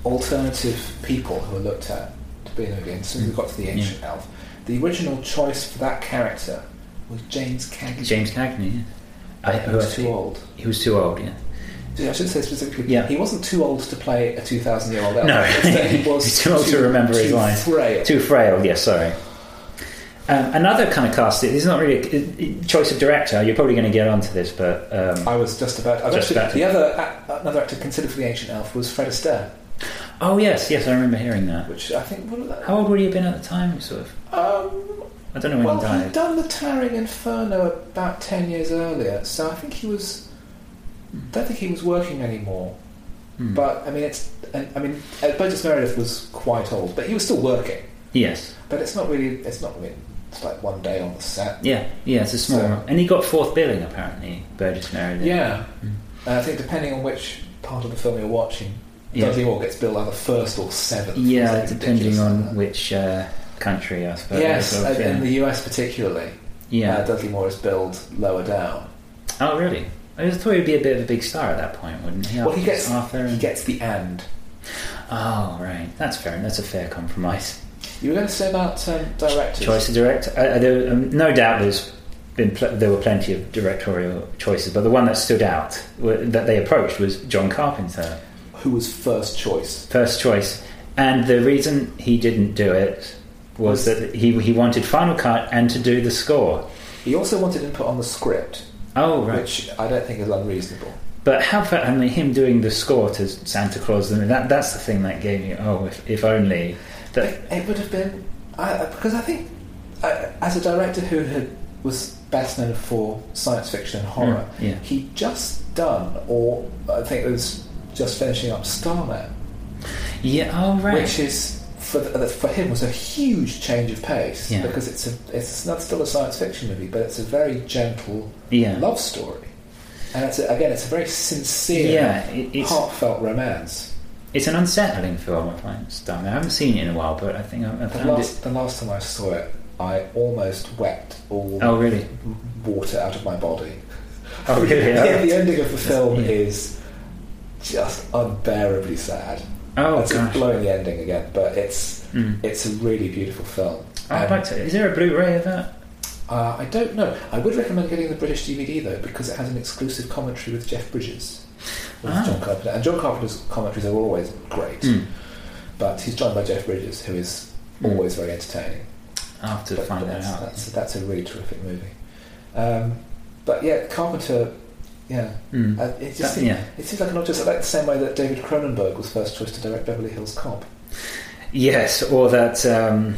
[SPEAKER 1] alternative people who were looked at to be in the game. As soon as we got to
[SPEAKER 2] Mm.
[SPEAKER 1] the ancient elf, the original choice for that character was James Cagney.
[SPEAKER 2] James Cagney. Yeah. I,
[SPEAKER 1] he
[SPEAKER 2] who
[SPEAKER 1] was
[SPEAKER 2] I-
[SPEAKER 1] too old.
[SPEAKER 2] He was too old. Yeah.
[SPEAKER 1] Yeah, I should say specifically,
[SPEAKER 2] Yeah.
[SPEAKER 1] he wasn't too old to play a two thousand year old elf.
[SPEAKER 2] No.
[SPEAKER 1] It's that he was
[SPEAKER 2] He's too old to remember his
[SPEAKER 1] too
[SPEAKER 2] lines.
[SPEAKER 1] frail.
[SPEAKER 2] Too frail. Yeah. Sorry. Um, another kind of cast. It's not really a it- it- choice of director. You're probably going to get onto this, but um,
[SPEAKER 1] I was just about. I've
[SPEAKER 2] Just
[SPEAKER 1] actually,
[SPEAKER 2] about to-
[SPEAKER 1] the other another actor considered for the ancient elf was Fred Astaire,
[SPEAKER 2] oh yes, yes, I remember hearing that.
[SPEAKER 1] which I think what was that?
[SPEAKER 2] How old would he have been at the time? Sort of.
[SPEAKER 1] Um,
[SPEAKER 2] I don't know when
[SPEAKER 1] well,
[SPEAKER 2] he
[SPEAKER 1] he'd
[SPEAKER 2] died.
[SPEAKER 1] done the Towering Inferno about ten years earlier, so I think he was. Don't think he was working anymore.
[SPEAKER 2] Hmm.
[SPEAKER 1] But I mean, it's. and- I mean, uh, Burgess Meredith was quite old, but he was still working.
[SPEAKER 2] yes.
[SPEAKER 1] But it's not really. It's not. I mean, it's like one day on the set.
[SPEAKER 2] Yeah, yeah, it's a small
[SPEAKER 1] So-
[SPEAKER 2] one. And he got fourth billing apparently, Burgess Meredith.
[SPEAKER 1] Yeah.
[SPEAKER 2] Mm.
[SPEAKER 1] And I think depending on which part of the film you're watching,
[SPEAKER 2] Yeah.
[SPEAKER 1] Dudley Moore gets billed either first or seventh.
[SPEAKER 2] Yeah,
[SPEAKER 1] It's
[SPEAKER 2] depending
[SPEAKER 1] ridiculous.
[SPEAKER 2] on which uh, country, I suppose.
[SPEAKER 1] Yes,
[SPEAKER 2] Sort of,
[SPEAKER 1] and
[SPEAKER 2] yeah.
[SPEAKER 1] in the US particularly,
[SPEAKER 2] yeah.
[SPEAKER 1] uh, Dudley Moore is billed lower down.
[SPEAKER 2] oh, really? I just thought he'd be a bit of a big star at that point, wouldn't he?
[SPEAKER 1] Well,
[SPEAKER 2] After
[SPEAKER 1] he gets-
[SPEAKER 2] Arthur.
[SPEAKER 1] He
[SPEAKER 2] And...
[SPEAKER 1] gets the and.
[SPEAKER 2] Oh, right. That's fair. and That's a fair compromise.
[SPEAKER 1] You were going to say about um, directors.
[SPEAKER 2] Choice of director. Uh, uh, there, um, no doubt, there's been pl- there were plenty of directorial choices, but the one that stood out were, that they approached was John Carpenter.
[SPEAKER 1] Who was first choice?
[SPEAKER 2] first choice. And the reason he didn't do it was that he, he wanted Final Cut and to do the score.
[SPEAKER 1] He also wanted input on the script,
[SPEAKER 2] Oh, right.
[SPEAKER 1] which I don't think is unreasonable.
[SPEAKER 2] But how fa I mean, him doing the score to Santa Claus, I mean, that, that's the thing that gave me, oh, if, if only. That,
[SPEAKER 1] It, it would have been. I, because I think, uh, as a director who had, was best known for science fiction and horror,
[SPEAKER 2] Yeah.
[SPEAKER 1] He'd just done, or I think it was just finishing up Starman,
[SPEAKER 2] Yeah, oh, right.
[SPEAKER 1] which is for, the, for him was a huge change of pace
[SPEAKER 2] Yeah.
[SPEAKER 1] because it's a, it's not still a science fiction movie, but it's a very gentle
[SPEAKER 2] yeah,
[SPEAKER 1] love story, and it's a, again it's a very sincere,
[SPEAKER 2] yeah. It, it's
[SPEAKER 1] heartfelt romance.
[SPEAKER 2] it's an unsettling film. I find Starman. I haven't seen it in a while, but I think I, I
[SPEAKER 1] The
[SPEAKER 2] found
[SPEAKER 1] last
[SPEAKER 2] it.
[SPEAKER 1] the last time I saw it, I almost wept all
[SPEAKER 2] Oh really?
[SPEAKER 1] water out of my body.
[SPEAKER 2] Oh really?
[SPEAKER 1] Yeah, the ending of the film
[SPEAKER 2] Yeah.
[SPEAKER 1] is just unbearably sad.
[SPEAKER 2] Oh
[SPEAKER 1] it's a
[SPEAKER 2] gosh.
[SPEAKER 1] blowing the ending again, but it's
[SPEAKER 2] Mm.
[SPEAKER 1] it's a really beautiful film.
[SPEAKER 2] I'd
[SPEAKER 1] And,
[SPEAKER 2] like to. Is there a Blu-ray of that?
[SPEAKER 1] uh, I don't know. I would recommend getting the British DVD though, because it has an exclusive commentary with Jeff Bridges, with
[SPEAKER 2] Ah.
[SPEAKER 1] John Carpenter, and John Carpenter's commentaries are always great.
[SPEAKER 2] Mm.
[SPEAKER 1] But he's joined by Jeff Bridges, who is
[SPEAKER 2] Mm.
[SPEAKER 1] always very entertaining.
[SPEAKER 2] I'll have to
[SPEAKER 1] But-
[SPEAKER 2] find
[SPEAKER 1] but
[SPEAKER 2] that
[SPEAKER 1] that's,
[SPEAKER 2] out.
[SPEAKER 1] That's, that's a really terrific movie. Um, but yeah, Carpenter, yeah,
[SPEAKER 2] Mm.
[SPEAKER 1] uh, it just
[SPEAKER 2] That- yeah,
[SPEAKER 1] It seems like an object like the same way that David Cronenberg was first choice to direct Beverly Hills Cop.
[SPEAKER 2] yes, or that. Um,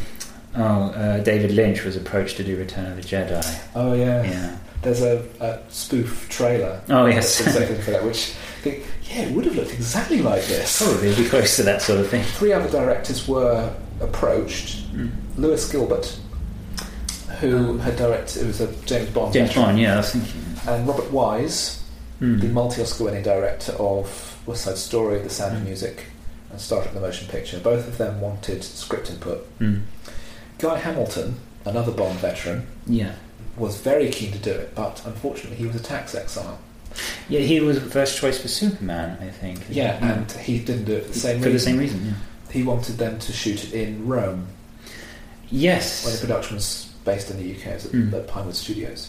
[SPEAKER 2] oh, uh, David Lynch was approached to do Return of the Jedi.
[SPEAKER 1] Oh yeah,
[SPEAKER 2] Yeah.
[SPEAKER 1] there's a, a spoof trailer.
[SPEAKER 2] Oh yes.
[SPEAKER 1] that's exactly for that, which I think yeah, it would have looked exactly like this.
[SPEAKER 2] Probably be close to that sort of thing.
[SPEAKER 1] Three other directors were approached.
[SPEAKER 2] Mm.
[SPEAKER 1] Lewis Gilbert, who had directed, it was a James Bond,
[SPEAKER 2] Mm. James Bond. Yeah, I was thinking.
[SPEAKER 1] and Robert Wise, the
[SPEAKER 2] Mm.
[SPEAKER 1] multi-Oscar-winning director of West Side Story, The Sound of
[SPEAKER 2] Mm.
[SPEAKER 1] Music, and Star Trek: The Motion Picture. Both of them wanted script input.
[SPEAKER 2] Mm.
[SPEAKER 1] Guy Hamilton, another Bond veteran.
[SPEAKER 2] Yeah.
[SPEAKER 1] was very keen to do it, but unfortunately he was a tax exile.
[SPEAKER 2] Yeah, he was first choice for Superman, I think. Mm.
[SPEAKER 1] Yeah, and he didn't do it for the same
[SPEAKER 2] for the
[SPEAKER 1] reason.
[SPEAKER 2] same reason. Yeah.
[SPEAKER 1] He wanted them to shoot it in Rome when the
[SPEAKER 2] Yes.
[SPEAKER 1] production was based in the UK, it was at,
[SPEAKER 2] Mm.
[SPEAKER 1] at Pinewood Studios.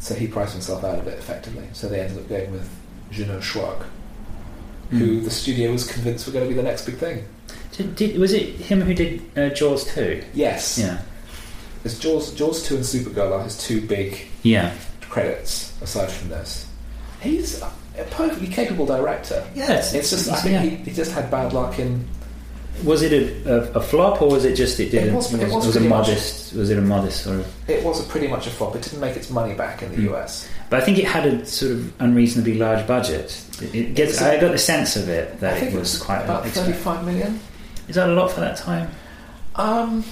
[SPEAKER 1] So he priced himself out of it effectively. So they ended up going with Junot Schwag,
[SPEAKER 2] Hmm.
[SPEAKER 1] who the studio was convinced were going to be the next big thing.
[SPEAKER 2] Mm. Did, did, was it him who did uh, Jaws two?
[SPEAKER 1] Yes,
[SPEAKER 2] Yeah.
[SPEAKER 1] there's Jaws, Jaws 2 and Supergirl are his two big
[SPEAKER 2] Yeah.
[SPEAKER 1] credits aside from this. He's a a perfectly capable director.
[SPEAKER 2] Yeah. It's,
[SPEAKER 1] It's just, I think
[SPEAKER 2] yeah.
[SPEAKER 1] he, he just had bad luck in
[SPEAKER 2] was it a, a, a flop or was it just it didn't?
[SPEAKER 1] It was- it was
[SPEAKER 2] a
[SPEAKER 1] pretty much-
[SPEAKER 2] modest. Was it a modest sort of?
[SPEAKER 1] It was a pretty much a flop. It didn't make its money back in the
[SPEAKER 2] Mm.
[SPEAKER 1] US.
[SPEAKER 2] But I think it had a sort of unreasonably large budget. It, it gets.
[SPEAKER 1] It's a-
[SPEAKER 2] I got the sense of it
[SPEAKER 1] I
[SPEAKER 2] that
[SPEAKER 1] think
[SPEAKER 2] it was quite.
[SPEAKER 1] about
[SPEAKER 2] expensive.
[SPEAKER 1] thirty-five million.
[SPEAKER 2] Is that a lot for that time?
[SPEAKER 1] Um,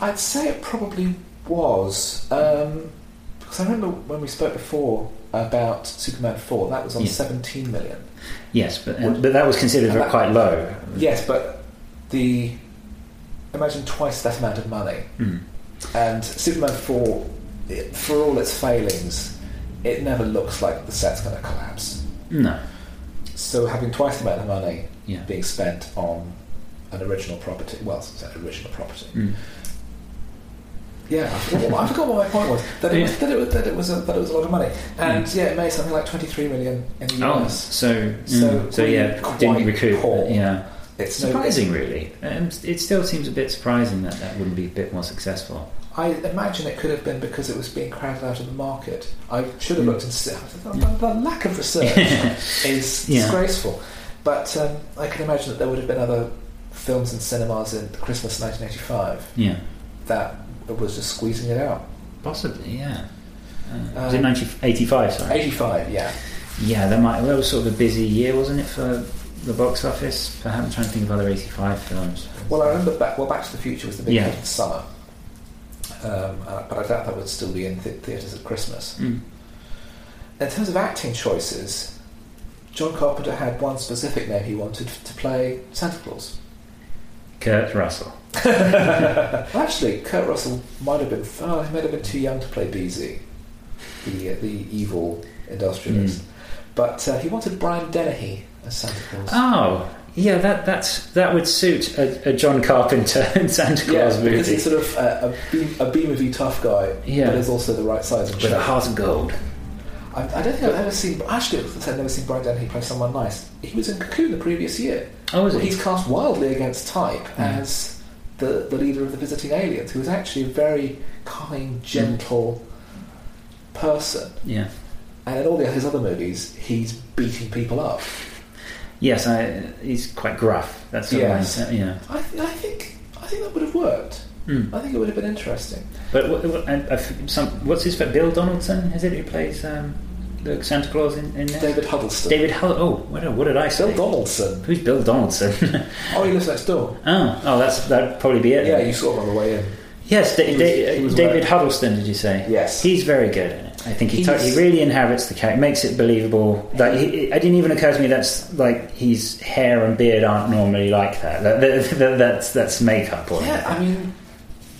[SPEAKER 1] I'd say it probably was um, because I remember when we spoke before about Superman Four. That was on
[SPEAKER 2] Yeah.
[SPEAKER 1] seventeen million.
[SPEAKER 2] Yes, but
[SPEAKER 1] Well-
[SPEAKER 2] but that was considered
[SPEAKER 1] And that-
[SPEAKER 2] quite low.
[SPEAKER 1] Yes, but the imagine twice that amount of money
[SPEAKER 2] Mm.
[SPEAKER 1] and Superman Four. It, for all its failings, it never looks like the set's going to collapse.
[SPEAKER 2] No.
[SPEAKER 1] So having twice the amount of money
[SPEAKER 2] Yeah.
[SPEAKER 1] being spent on an original property. Well, it's an original property.
[SPEAKER 2] Mm.
[SPEAKER 1] Yeah, I forgot, what, I forgot what my point was. That it was
[SPEAKER 2] Yeah. Mm.
[SPEAKER 1] that it was that it was a, that it was a lot of money, and yeah, it made something like twenty three million in the
[SPEAKER 2] Oh,
[SPEAKER 1] US.
[SPEAKER 2] so mm,
[SPEAKER 1] So
[SPEAKER 2] so,
[SPEAKER 1] we
[SPEAKER 2] yeah,
[SPEAKER 1] quite
[SPEAKER 2] didn't recoup.
[SPEAKER 1] poor.
[SPEAKER 2] Yeah,
[SPEAKER 1] It's no-
[SPEAKER 2] surprising, really. Um, it still seems a bit surprising that that wouldn't be a bit more successful.
[SPEAKER 1] I imagine it could have been because it was being crowded out of the market. I should have
[SPEAKER 2] Mm.
[SPEAKER 1] looked and said the, the lack of research is
[SPEAKER 2] Yeah.
[SPEAKER 1] disgraceful. But um, I can imagine that there would have been other films and cinemas in Christmas nineteen eighty five
[SPEAKER 2] Yeah,
[SPEAKER 1] that was just squeezing it out.
[SPEAKER 2] possibly. Yeah. Uh, was
[SPEAKER 1] Um,
[SPEAKER 2] it 1985? Sorry.
[SPEAKER 1] Eighty five, yeah.
[SPEAKER 2] Yeah, that might. That was sort of a busy year, wasn't it, for the box office? Perhaps I'm trying to think of other 85 films.
[SPEAKER 1] Well, I remember back. Well, Back to the Future was the big
[SPEAKER 2] Yeah.
[SPEAKER 1] hit in summer, um, uh, but I doubt that would still be in th- theatres at Christmas.
[SPEAKER 2] Mm.
[SPEAKER 1] In terms of acting choices, John Carpenter had one specific name he wanted f- to play Santa Claus.
[SPEAKER 2] Kurt Russell.
[SPEAKER 1] Well, actually, Kurt Russell might have been. Oh, he might have been too young to play BZ, the uh, the evil industrialist.
[SPEAKER 2] Hmm.
[SPEAKER 1] But uh, he wanted Brian Dennehy as Santa Claus.
[SPEAKER 2] Oh, yeah, that that's that would suit a, a John Carpenter and Santa Claus
[SPEAKER 1] because
[SPEAKER 2] movie
[SPEAKER 1] he's sort of uh, a, beam, a beam of you tough guy,
[SPEAKER 2] Yeah.
[SPEAKER 1] but is also the right size and
[SPEAKER 2] with a
[SPEAKER 1] shape.
[SPEAKER 2] heart of gold.
[SPEAKER 1] I, I don't think I've ever seen. Actually, I've never seen Brian Dennehy play someone nice. He was in Cocoon the previous year.
[SPEAKER 2] Oh, is
[SPEAKER 1] Well,
[SPEAKER 2] it?
[SPEAKER 1] he's cast wildly against type
[SPEAKER 2] Mm.
[SPEAKER 1] as the the leader of the visiting aliens, who is actually a very kind, gentle person.
[SPEAKER 2] Yeah.
[SPEAKER 1] And in all the, his other movies, he's beating people up.
[SPEAKER 2] Yes, I, he's quite gruff. That's sort
[SPEAKER 1] Yes.
[SPEAKER 2] of mindset. Yeah.
[SPEAKER 1] I, th- I think I think that would have worked.
[SPEAKER 2] Mm.
[SPEAKER 1] I think it would have been interesting.
[SPEAKER 2] But what, what, and, uh, some, what's his fa- Bill Donaldson? Is it who plays um, the Santa Claus in, in there?
[SPEAKER 1] David Huddleston.
[SPEAKER 2] David Hull. Oh, what, what did I say?
[SPEAKER 1] Bill Donaldson.
[SPEAKER 2] Who's Bill Donaldson?
[SPEAKER 1] Oh, he lives next door.
[SPEAKER 2] oh, oh, that's that'd probably be it.
[SPEAKER 1] Yeah,
[SPEAKER 2] then.
[SPEAKER 1] you saw him on the way in.
[SPEAKER 2] Yes, da-
[SPEAKER 1] He was-
[SPEAKER 2] da-
[SPEAKER 1] he was
[SPEAKER 2] David
[SPEAKER 1] right.
[SPEAKER 2] Huddleston. Did you say?
[SPEAKER 1] Yes.
[SPEAKER 2] he's very good in it. I think he, to-
[SPEAKER 1] He's-
[SPEAKER 2] he really inhabits the character, makes it believable. Like he, it didn't even occur to me that's like his hair and beard aren't normally like that. That, that, that- that's that's makeup or
[SPEAKER 1] Yeah, I mean,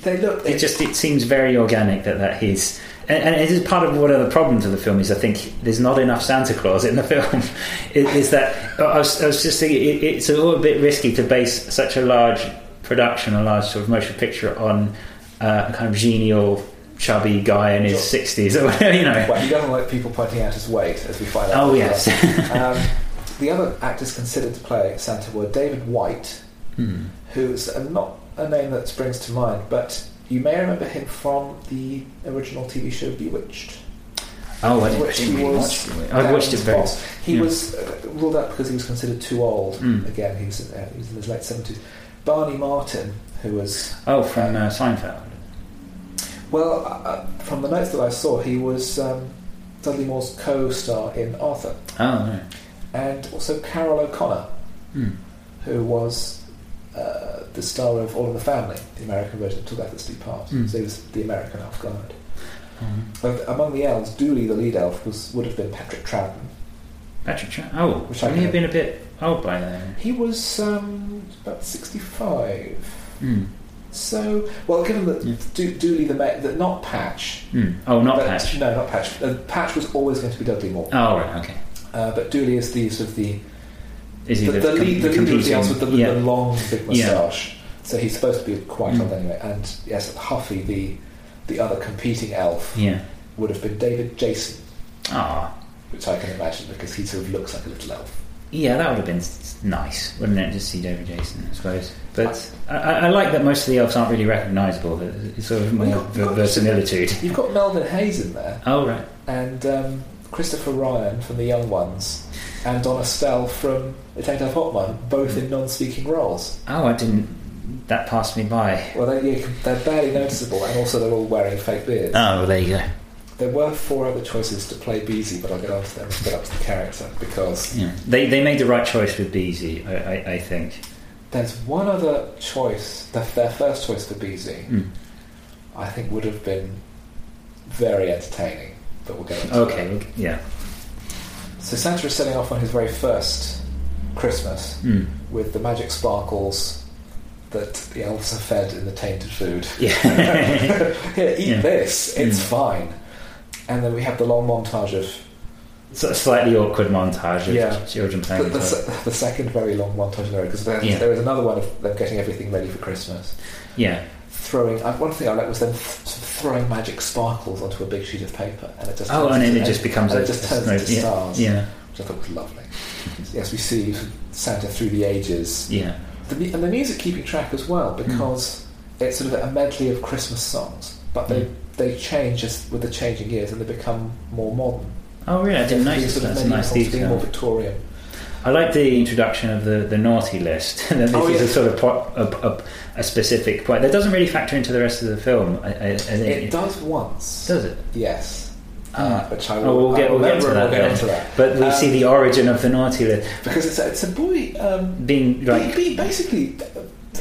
[SPEAKER 1] they look.
[SPEAKER 2] it just it seems very organic that that he's and, and it is part of one of the problems of the film is I think there's not enough Santa Claus in the film. It is that I was, I was just thinking it, it's a little bit risky to base such a large production, a large sort of motion picture on uh, a kind of genial, chubby guy in his
[SPEAKER 1] Sure.
[SPEAKER 2] sixties or whatever, you know.
[SPEAKER 1] Well, he doesn't like people pointing out his weight, as we find out.
[SPEAKER 2] Oh
[SPEAKER 1] later.
[SPEAKER 2] yes,
[SPEAKER 1] um, the other actors considered to play Santa were David White,
[SPEAKER 2] Hmm.
[SPEAKER 1] who's uh, not a name that springs to mind, but you may remember him from the original TV show Bewitched.
[SPEAKER 2] oh I didn't,
[SPEAKER 1] Which
[SPEAKER 2] didn't
[SPEAKER 1] he
[SPEAKER 2] really
[SPEAKER 1] was
[SPEAKER 2] watch. it. I watched it
[SPEAKER 1] Darren's
[SPEAKER 2] very.
[SPEAKER 1] boss. He
[SPEAKER 2] yeah.
[SPEAKER 1] was uh, ruled out because he was considered too old.
[SPEAKER 2] Mm.
[SPEAKER 1] Again, he was, in, uh, he was in his late seventies. Barney Martin, who was
[SPEAKER 2] Oh, from uh, Seinfeld.
[SPEAKER 1] well, uh, from the notes that I saw, he was um, Dudley Moore's co-star in Arthur,
[SPEAKER 2] Oh no.
[SPEAKER 1] and also Carol O'Connor,
[SPEAKER 2] Hmm.
[SPEAKER 1] who was uh, the star of All in the Family, the American version of Took That Steve Part.
[SPEAKER 2] Mm.
[SPEAKER 1] So he was the American elf guard.
[SPEAKER 2] Um,
[SPEAKER 1] But among the elves, Dooley, the lead elf, was would have been Patrick Troughton.
[SPEAKER 2] Patrick. Chan- oh,
[SPEAKER 1] Which I
[SPEAKER 2] wouldn't he have
[SPEAKER 1] know.
[SPEAKER 2] been a bit old by then?
[SPEAKER 1] He was um, about sixty-five.
[SPEAKER 2] Hmm.
[SPEAKER 1] So, well, given that
[SPEAKER 2] Yeah.
[SPEAKER 1] Do- Dooley the ma- that not Patch,
[SPEAKER 2] Mm. Oh, Hmm. not
[SPEAKER 1] but-
[SPEAKER 2] patch.
[SPEAKER 1] no, not Patch. Uh, Patch was always going to be Dudley Moore,
[SPEAKER 2] Oh, right, okay.
[SPEAKER 1] uh, but Dooley is the sort of the
[SPEAKER 2] Is
[SPEAKER 1] the,
[SPEAKER 2] he
[SPEAKER 1] the,
[SPEAKER 2] the, com-
[SPEAKER 1] lead, the leader of
[SPEAKER 2] competing?
[SPEAKER 1] the elves with the, with
[SPEAKER 2] yeah.
[SPEAKER 1] the long big
[SPEAKER 2] Yeah.
[SPEAKER 1] moustache. So he's supposed to be quite
[SPEAKER 2] Mm.
[SPEAKER 1] old anyway. And yes, Huffy, the the other competing elf,
[SPEAKER 2] yeah.
[SPEAKER 1] would have been David Jason,
[SPEAKER 2] Ah,
[SPEAKER 1] which I can imagine because he sort of looks like a little elf.
[SPEAKER 2] yeah, that would have been s- nice, wouldn't it? Just see David Jason, I suppose. But I, I, I like that most of the elves aren't really recognisable. that It's sort of more
[SPEAKER 1] Yeah.
[SPEAKER 2] ver- verisimilitude.
[SPEAKER 1] You've got Melvin Hayes in there.
[SPEAKER 2] Oh right.
[SPEAKER 1] and um, Christopher Ryan from The Young Ones, and Don Estelle from Detective Hotman, both
[SPEAKER 2] Hmm.
[SPEAKER 1] in non-speaking roles.
[SPEAKER 2] Oh, I didn't. That passed me by.
[SPEAKER 1] Well, they, yeah, they're barely noticeable, and also they're all wearing fake beards.
[SPEAKER 2] Oh, well, there you go.
[SPEAKER 1] There were four other choices to play Beezy, but I'll get onto them and get up to the character because
[SPEAKER 2] Yeah. They they made the right choice with Beezy, I, I, I think.
[SPEAKER 1] there's one other choice. The, their first choice for Beezy,
[SPEAKER 2] Mm.
[SPEAKER 1] I think, would have been very entertaining, but we'll get onto
[SPEAKER 2] Okay. well, Yeah.
[SPEAKER 1] that. So Santa is setting off on his very first Christmas.
[SPEAKER 2] Mm.
[SPEAKER 1] with the magic sparkles that the elves are fed in the tainted food.
[SPEAKER 2] Yeah.
[SPEAKER 1] Here, eat
[SPEAKER 2] Yeah.
[SPEAKER 1] this, it's
[SPEAKER 2] Mm.
[SPEAKER 1] fine. And then we have the long montage of
[SPEAKER 2] Sort of slightly awkward montage of
[SPEAKER 1] Yeah.
[SPEAKER 2] children
[SPEAKER 1] the,
[SPEAKER 2] playing.
[SPEAKER 1] the,
[SPEAKER 2] with
[SPEAKER 1] se- the second very long montage there because there,
[SPEAKER 2] Yeah.
[SPEAKER 1] there is another one of them getting everything ready for Christmas.
[SPEAKER 2] it. Yeah.
[SPEAKER 1] Throwing I, one thing I like was them th- sort of throwing magic sparkles onto a big sheet of paper, and it just
[SPEAKER 2] Oh,
[SPEAKER 1] turns
[SPEAKER 2] and then
[SPEAKER 1] into-
[SPEAKER 2] it just becomes
[SPEAKER 1] and
[SPEAKER 2] a,
[SPEAKER 1] it just
[SPEAKER 2] a
[SPEAKER 1] turns into
[SPEAKER 2] yeah.
[SPEAKER 1] stars,
[SPEAKER 2] Yeah.
[SPEAKER 1] which I thought was lovely. Yes, we see Santa through the ages
[SPEAKER 2] Yeah.
[SPEAKER 1] The, mu- and the music keeping track as well
[SPEAKER 2] Hmm.
[SPEAKER 1] because it's sort of a medley of Christmas songs, but they,
[SPEAKER 2] Mm.
[SPEAKER 1] they change as, with the changing years and they become more modern.
[SPEAKER 2] Oh, really? I didn't
[SPEAKER 1] These
[SPEAKER 2] notice that.
[SPEAKER 1] sort of
[SPEAKER 2] That's a
[SPEAKER 1] medieval
[SPEAKER 2] nice
[SPEAKER 1] songs being more
[SPEAKER 2] detail.
[SPEAKER 1] Victorian.
[SPEAKER 2] I like the introduction of the, the naughty list. And then this
[SPEAKER 1] Oh,
[SPEAKER 2] is a
[SPEAKER 1] yeah.
[SPEAKER 2] sort of po- a, a, a specific point that doesn't really factor into the rest of the film. I, I, I
[SPEAKER 1] It,
[SPEAKER 2] think
[SPEAKER 1] does once,
[SPEAKER 2] does it?
[SPEAKER 1] yes.
[SPEAKER 2] Ah.
[SPEAKER 1] Uh, which I
[SPEAKER 2] Oh,
[SPEAKER 1] will,
[SPEAKER 2] we'll get-
[SPEAKER 1] I will
[SPEAKER 2] we'll get to
[SPEAKER 1] remember
[SPEAKER 2] that
[SPEAKER 1] and we'll get
[SPEAKER 2] then.
[SPEAKER 1] onto that
[SPEAKER 2] But we
[SPEAKER 1] Um,
[SPEAKER 2] see the origin of the naughty list
[SPEAKER 1] because it's a, it's a boy um,
[SPEAKER 2] being like.
[SPEAKER 1] be, be basically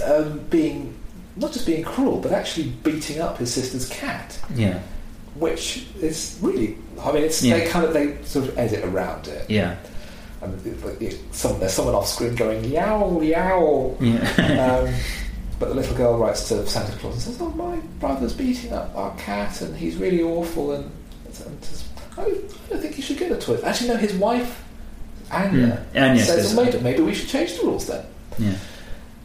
[SPEAKER 1] uh, um, being not just being cruel but actually beating up his sister's cat,
[SPEAKER 2] Yeah,
[SPEAKER 1] which is really I mean it's
[SPEAKER 2] Yeah.
[SPEAKER 1] they kind of they sort of edit around it.
[SPEAKER 2] yeah,
[SPEAKER 1] and it's like, it's some, there's someone off screen going yowl yowl.
[SPEAKER 2] yeah.
[SPEAKER 1] Um, but the little girl writes to Santa Claus and says, "Oh, my brother's beating up our cat, and he's really awful." And, and says, I, don't, "I don't think you should get a toy." Actually, no, his wife Anya
[SPEAKER 2] Mm. Anya
[SPEAKER 1] says,
[SPEAKER 2] says-
[SPEAKER 1] well, maybe, maybe we should change the rules then."
[SPEAKER 2] yeah.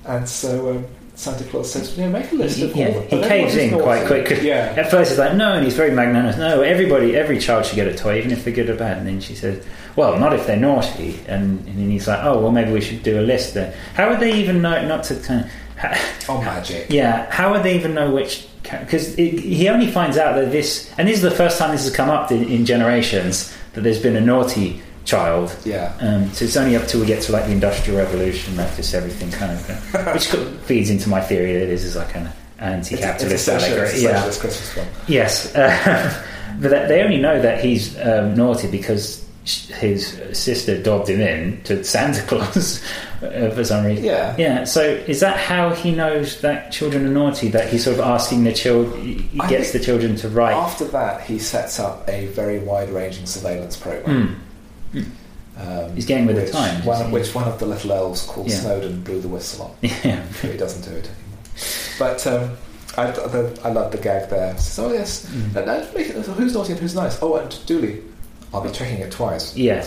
[SPEAKER 1] And so um, Santa Claus says, "You know, make a list of
[SPEAKER 2] He- yeah,
[SPEAKER 1] all."
[SPEAKER 2] he
[SPEAKER 1] of
[SPEAKER 2] caves
[SPEAKER 1] everyone's
[SPEAKER 2] in quite
[SPEAKER 1] naughty."
[SPEAKER 2] quickly.
[SPEAKER 1] Yeah.
[SPEAKER 2] At first, it's like no, and he's very magnanimous. No, everybody, every child should get a toy, even if they're good or bad. And then she says, "Well, not if they're naughty." And, and then he's like, "Oh, well, maybe we should do a list then." How would they even know not to kind of?
[SPEAKER 1] Oh, magic.
[SPEAKER 2] Yeah, how would they even know which? Because he only finds out that this, and this is the first time this has come up in, in generations that there's been a naughty child.
[SPEAKER 1] Yeah.
[SPEAKER 2] Um, so it's only up till we get to like the Industrial Revolution that just everything kind of, uh, which co- feeds into my theory that this is like an
[SPEAKER 1] It's a, it's a
[SPEAKER 2] anti-capitalist
[SPEAKER 1] socialist,
[SPEAKER 2] allegory.
[SPEAKER 1] socialist
[SPEAKER 2] Yeah.
[SPEAKER 1] Christmas film.
[SPEAKER 2] Yes. Uh, But they- they only know that he's um, naughty because sh- his sister dobbed him in to Santa Claus uh, for some reason.
[SPEAKER 1] Yeah.
[SPEAKER 2] Yeah, so is that how he knows that children are naughty? That he's sort of asking the child, he
[SPEAKER 1] I
[SPEAKER 2] gets the
[SPEAKER 1] think-
[SPEAKER 2] children to write.
[SPEAKER 1] After that, he sets up a very wide-ranging surveillance program.
[SPEAKER 2] Hmm.
[SPEAKER 1] Um,
[SPEAKER 2] He's getting with the
[SPEAKER 1] which
[SPEAKER 2] times,
[SPEAKER 1] One,
[SPEAKER 2] isn't he?
[SPEAKER 1] which one of the little elves called
[SPEAKER 2] Yeah.
[SPEAKER 1] Snowden blew the whistle on.
[SPEAKER 2] Yeah.
[SPEAKER 1] But he doesn't do it anymore. But um, I, the, I love the gag there. Says, oh yes,
[SPEAKER 2] Mm.
[SPEAKER 1] And that's making- so who's naughty and who's nice? Oh, and Dooley. I'll be checking it twice.
[SPEAKER 2] Yeah.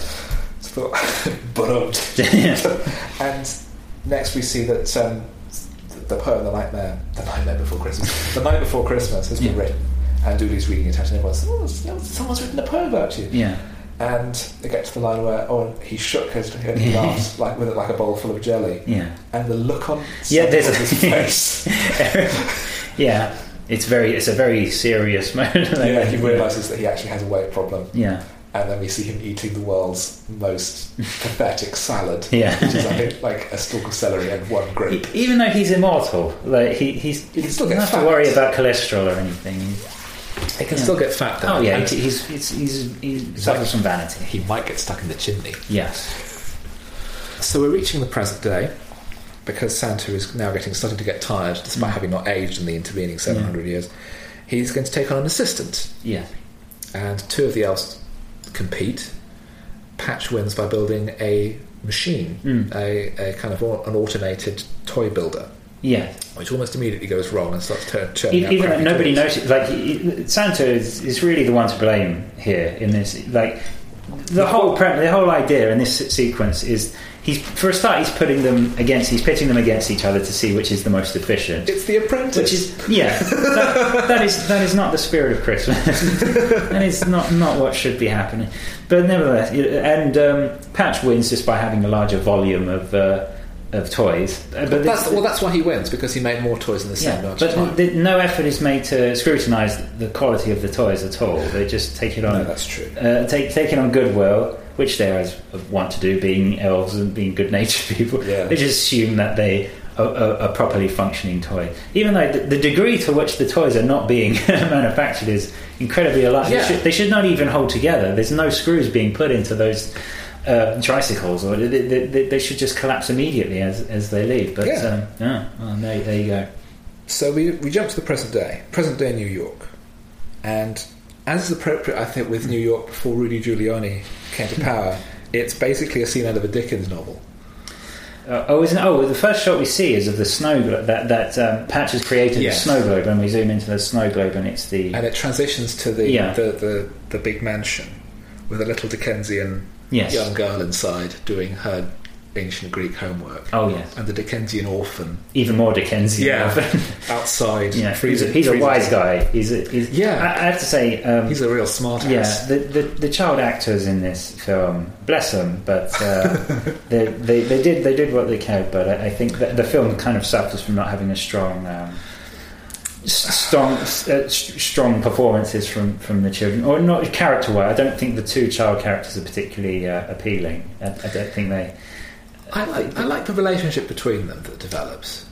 [SPEAKER 1] So thought, but um, and next we see that um, the poem, the nightmare, the nightmare before Christmas, the night before Christmas has been
[SPEAKER 2] Yeah.
[SPEAKER 1] written, and Dooley's reading it out, and everyone's oh, someone's written a poem about you.
[SPEAKER 2] yeah.
[SPEAKER 1] And they get to the line where oh, he shook his head, and laughed like with it like a bowl full of jelly,
[SPEAKER 2] Yeah.
[SPEAKER 1] and the look on
[SPEAKER 2] Yeah, there's a-
[SPEAKER 1] his face.
[SPEAKER 2] yeah. It's very. It's a very serious moment.
[SPEAKER 1] yeah, he realizes that he actually has a weight problem.
[SPEAKER 2] Yeah.
[SPEAKER 1] and then we see him eating the world's most pathetic salad, which is
[SPEAKER 2] Yeah.
[SPEAKER 1] I think like a stalk of celery and one
[SPEAKER 2] E-
[SPEAKER 1] grape.
[SPEAKER 2] Even though he's immortal, like he, he's
[SPEAKER 1] He
[SPEAKER 2] he
[SPEAKER 1] can still
[SPEAKER 2] doesn't
[SPEAKER 1] get
[SPEAKER 2] have
[SPEAKER 1] fat.
[SPEAKER 2] to worry about cholesterol or anything. He's-
[SPEAKER 1] He can
[SPEAKER 2] Yeah.
[SPEAKER 1] still get fat
[SPEAKER 2] oh yeah,
[SPEAKER 1] and
[SPEAKER 2] he, he's, he's, he's, he
[SPEAKER 1] He's
[SPEAKER 2] suffers
[SPEAKER 1] like-
[SPEAKER 2] from vanity.
[SPEAKER 1] he might get stuck in the chimney.
[SPEAKER 2] Yes.
[SPEAKER 1] So we're reaching the present day because Santa is now getting starting to get tired, despite having not aged in the intervening seven hundred years. He's going to take on an assistant,
[SPEAKER 2] Yeah.
[SPEAKER 1] and two of the elves compete. Patch wins by building a machine,
[SPEAKER 2] Mm.
[SPEAKER 1] a, a kind of au- an automated toy builder.
[SPEAKER 2] Yeah.
[SPEAKER 1] which almost immediately goes wrong and starts turn, churning
[SPEAKER 2] E-
[SPEAKER 1] out
[SPEAKER 2] Even though
[SPEAKER 1] crappy
[SPEAKER 2] nobody
[SPEAKER 1] toys.
[SPEAKER 2] noticed, like he- he- Santa is, is really the one to blame here in this. Like the whole pre- the whole idea in this se- sequence is he's for a start he's putting them against he's pitching them against each other to see which is the most efficient.
[SPEAKER 1] It's the apprentice.
[SPEAKER 2] Which is yeah, that, that is that is not the spirit of Christmas, and it's not not what should be happening. But nevertheless, you- and um, Patch wins just by having a larger volume of uh, of toys. Uh, But
[SPEAKER 1] that's,
[SPEAKER 2] this-
[SPEAKER 1] well, that's why he wins because he made more toys in the same
[SPEAKER 2] yeah,
[SPEAKER 1] amount of
[SPEAKER 2] but
[SPEAKER 1] time.
[SPEAKER 2] the, no effort is made to scrutinise the quality of the toys at all. They just take it
[SPEAKER 1] no,
[SPEAKER 2] on
[SPEAKER 1] that's true.
[SPEAKER 2] uh, take take it on goodwill, which they always want to do, being elves and being good-natured people.
[SPEAKER 1] Yeah.
[SPEAKER 2] They just assume that they are, are, are properly functioning toy, even though the, the degree to which the toys are not being manufactured is incredibly alarming.
[SPEAKER 1] Yeah.
[SPEAKER 2] They, should, they should not even hold together. There's no screws being put into those. Uh, tricycles, or they, they- they, they should just collapse immediately as, as they leave. But
[SPEAKER 1] Yeah.
[SPEAKER 2] um, yeah, well, there, there you go.
[SPEAKER 1] So we, we jump to the present day, present day New York, and as is appropriate, I think, with New York before Rudy Giuliani came to power, it's basically a scene out of a Dickens novel.
[SPEAKER 2] Uh, oh, isn't oh the first shot we see is of the snow glo- that that um, Patch has created
[SPEAKER 1] Yes.
[SPEAKER 2] the snow globe, and we zoom into the snow globe, and it's the
[SPEAKER 1] And it transitions to the,
[SPEAKER 2] Yeah.
[SPEAKER 1] the, the, the big mansion with a little Dickensian
[SPEAKER 2] yes,
[SPEAKER 1] young girl inside doing her ancient Greek homework.
[SPEAKER 2] oh yes,
[SPEAKER 1] And the Dickensian orphan
[SPEAKER 2] even more Dickensian.
[SPEAKER 1] Yeah. outside.
[SPEAKER 2] yeah. He's a,
[SPEAKER 1] freezing-
[SPEAKER 2] he's a
[SPEAKER 1] freezing
[SPEAKER 2] wise guy. He's, a, he's
[SPEAKER 1] Yeah.
[SPEAKER 2] I, I have to say, um,
[SPEAKER 1] He's a real smart
[SPEAKER 2] yeah,
[SPEAKER 1] ass.
[SPEAKER 2] the, the the child actors in this film, bless them, but uh, they, they they did they did what they could. But I, I think that the film kind of suffers from not having a strong. Um, s- Strong, s- uh, s- strong performances from, from the children, or not character wise. I don't think the two child characters are particularly uh, appealing. I, I don't think they.
[SPEAKER 1] I like I like the relationship between them that develops.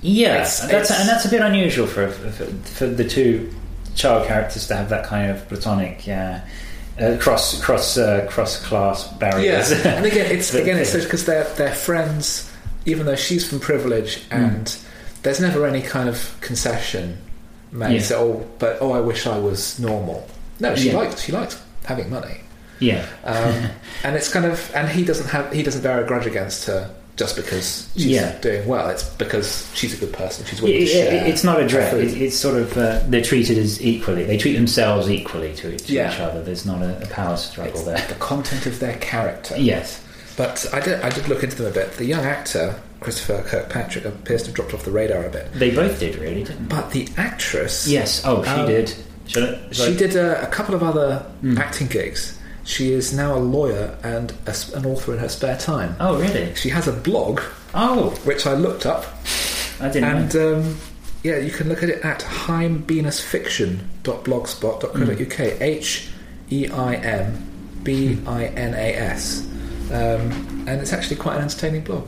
[SPEAKER 1] It's-
[SPEAKER 2] Yes, and that's
[SPEAKER 1] it's-
[SPEAKER 2] and that's a bit unusual for, for for the two child characters to have that kind of platonic, yeah, uh, cross cross uh, cross class barriers.
[SPEAKER 1] and again, it's
[SPEAKER 2] But-
[SPEAKER 1] again it's because they're they're friends, even though she's from privilege,
[SPEAKER 2] Mm.
[SPEAKER 1] and there's never any kind of concession made.
[SPEAKER 2] Yeah.
[SPEAKER 1] So, oh, but oh, I wish I was normal. No, she
[SPEAKER 2] Yeah.
[SPEAKER 1] likes she likes having money,
[SPEAKER 2] yeah,
[SPEAKER 1] um, and it's kind of and he doesn't have he doesn't bear a grudge against her just because she's
[SPEAKER 2] Yeah.
[SPEAKER 1] doing well. It's because she's a good person. She's
[SPEAKER 2] It-
[SPEAKER 1] willing to
[SPEAKER 2] it-
[SPEAKER 1] share.
[SPEAKER 2] it's not a dread.
[SPEAKER 1] food.
[SPEAKER 2] It, it's sort of uh, they're treated as equally. They treat themselves equally to, to
[SPEAKER 1] Yeah.
[SPEAKER 2] each other. There's not a, a power struggle
[SPEAKER 1] It's
[SPEAKER 2] there.
[SPEAKER 1] the content of their character.
[SPEAKER 2] Yes.
[SPEAKER 1] But I did, I did look into them a bit. The young actor, Christopher Kirkpatrick, appears to have dropped off the radar a bit.
[SPEAKER 2] They both did really, didn't they?
[SPEAKER 1] But the actress,
[SPEAKER 2] Yes. Oh, she
[SPEAKER 1] Um,
[SPEAKER 2] did. Shall I, shall
[SPEAKER 1] she
[SPEAKER 2] I-
[SPEAKER 1] did a, a couple of other
[SPEAKER 2] Hmm.
[SPEAKER 1] acting gigs. She is now a lawyer and a s an author in her spare time.
[SPEAKER 2] Oh, really?
[SPEAKER 1] She has a blog,
[SPEAKER 2] Oh,
[SPEAKER 1] which I looked up,
[SPEAKER 2] I didn't. know.
[SPEAKER 1] and um, yeah, you can look at it at
[SPEAKER 2] Hmm.
[SPEAKER 1] heimbenasfiction.blogspot.co.uk. H E I M B I N A S. Um, and it's actually quite an entertaining blog.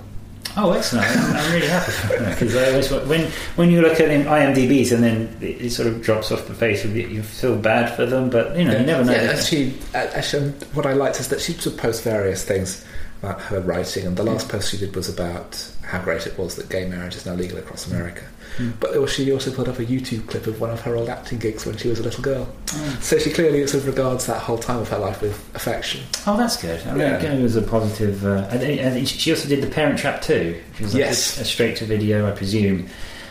[SPEAKER 2] Oh, excellent! I'm, I'm really happy because I always when when you look at in IMDb's and then it, it sort of drops off the face, you, you feel bad for them, but you know you never know.
[SPEAKER 3] Yeah, and she, uh, actually, um, what I liked is that she would post various things about her writing, and the
[SPEAKER 2] Mm.
[SPEAKER 3] last post she did was about how great it was that gay marriage is now legal across America.
[SPEAKER 2] Mm.
[SPEAKER 3] But there was- she also put up a YouTube clip of one of her old acting gigs when she was a little girl.
[SPEAKER 2] Oh.
[SPEAKER 3] So she clearly sort of regards that whole time of her life with affection.
[SPEAKER 2] Oh, that's good. I mean,
[SPEAKER 1] Yeah.
[SPEAKER 2] again, it was a positive. Uh, I think, I think she also did the Parent Trap too, which was like
[SPEAKER 3] Yes.
[SPEAKER 2] a, a straight to video, I presume,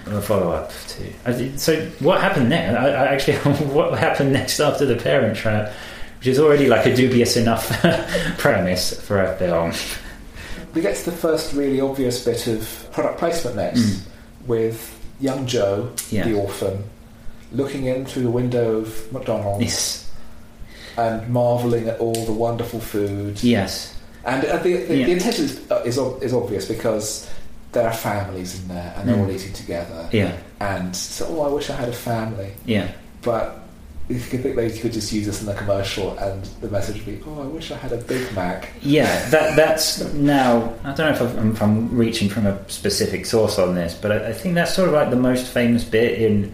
[SPEAKER 2] or a follow up too. I thi- so, what happened there? I, I actually, what happened next after the Parent Trap, which is already like a dubious enough premise for a film?
[SPEAKER 1] We get to the first really obvious bit of product placement next
[SPEAKER 2] Mm.
[SPEAKER 1] with young Joe,
[SPEAKER 2] Yeah.
[SPEAKER 1] the orphan, looking in through the window of McDonald's
[SPEAKER 2] Yes.
[SPEAKER 1] and marvelling at all the wonderful food.
[SPEAKER 2] Yes.
[SPEAKER 1] And uh, the, the,
[SPEAKER 2] Yeah.
[SPEAKER 1] the intention is, uh, is, ob- is obvious because there are families in there and they're
[SPEAKER 2] Mm.
[SPEAKER 1] all eating together.
[SPEAKER 2] Yeah.
[SPEAKER 1] And so, oh, I wish I had a family.
[SPEAKER 2] Yeah.
[SPEAKER 1] But if you could think they could just use this in the commercial and the message would be, oh, I wish I had a Big Mac.
[SPEAKER 2] Yeah, that that's now. I don't know if I've- I'm, if I'm reaching from a specific source on this, but I, I think that's sort of like the most famous bit in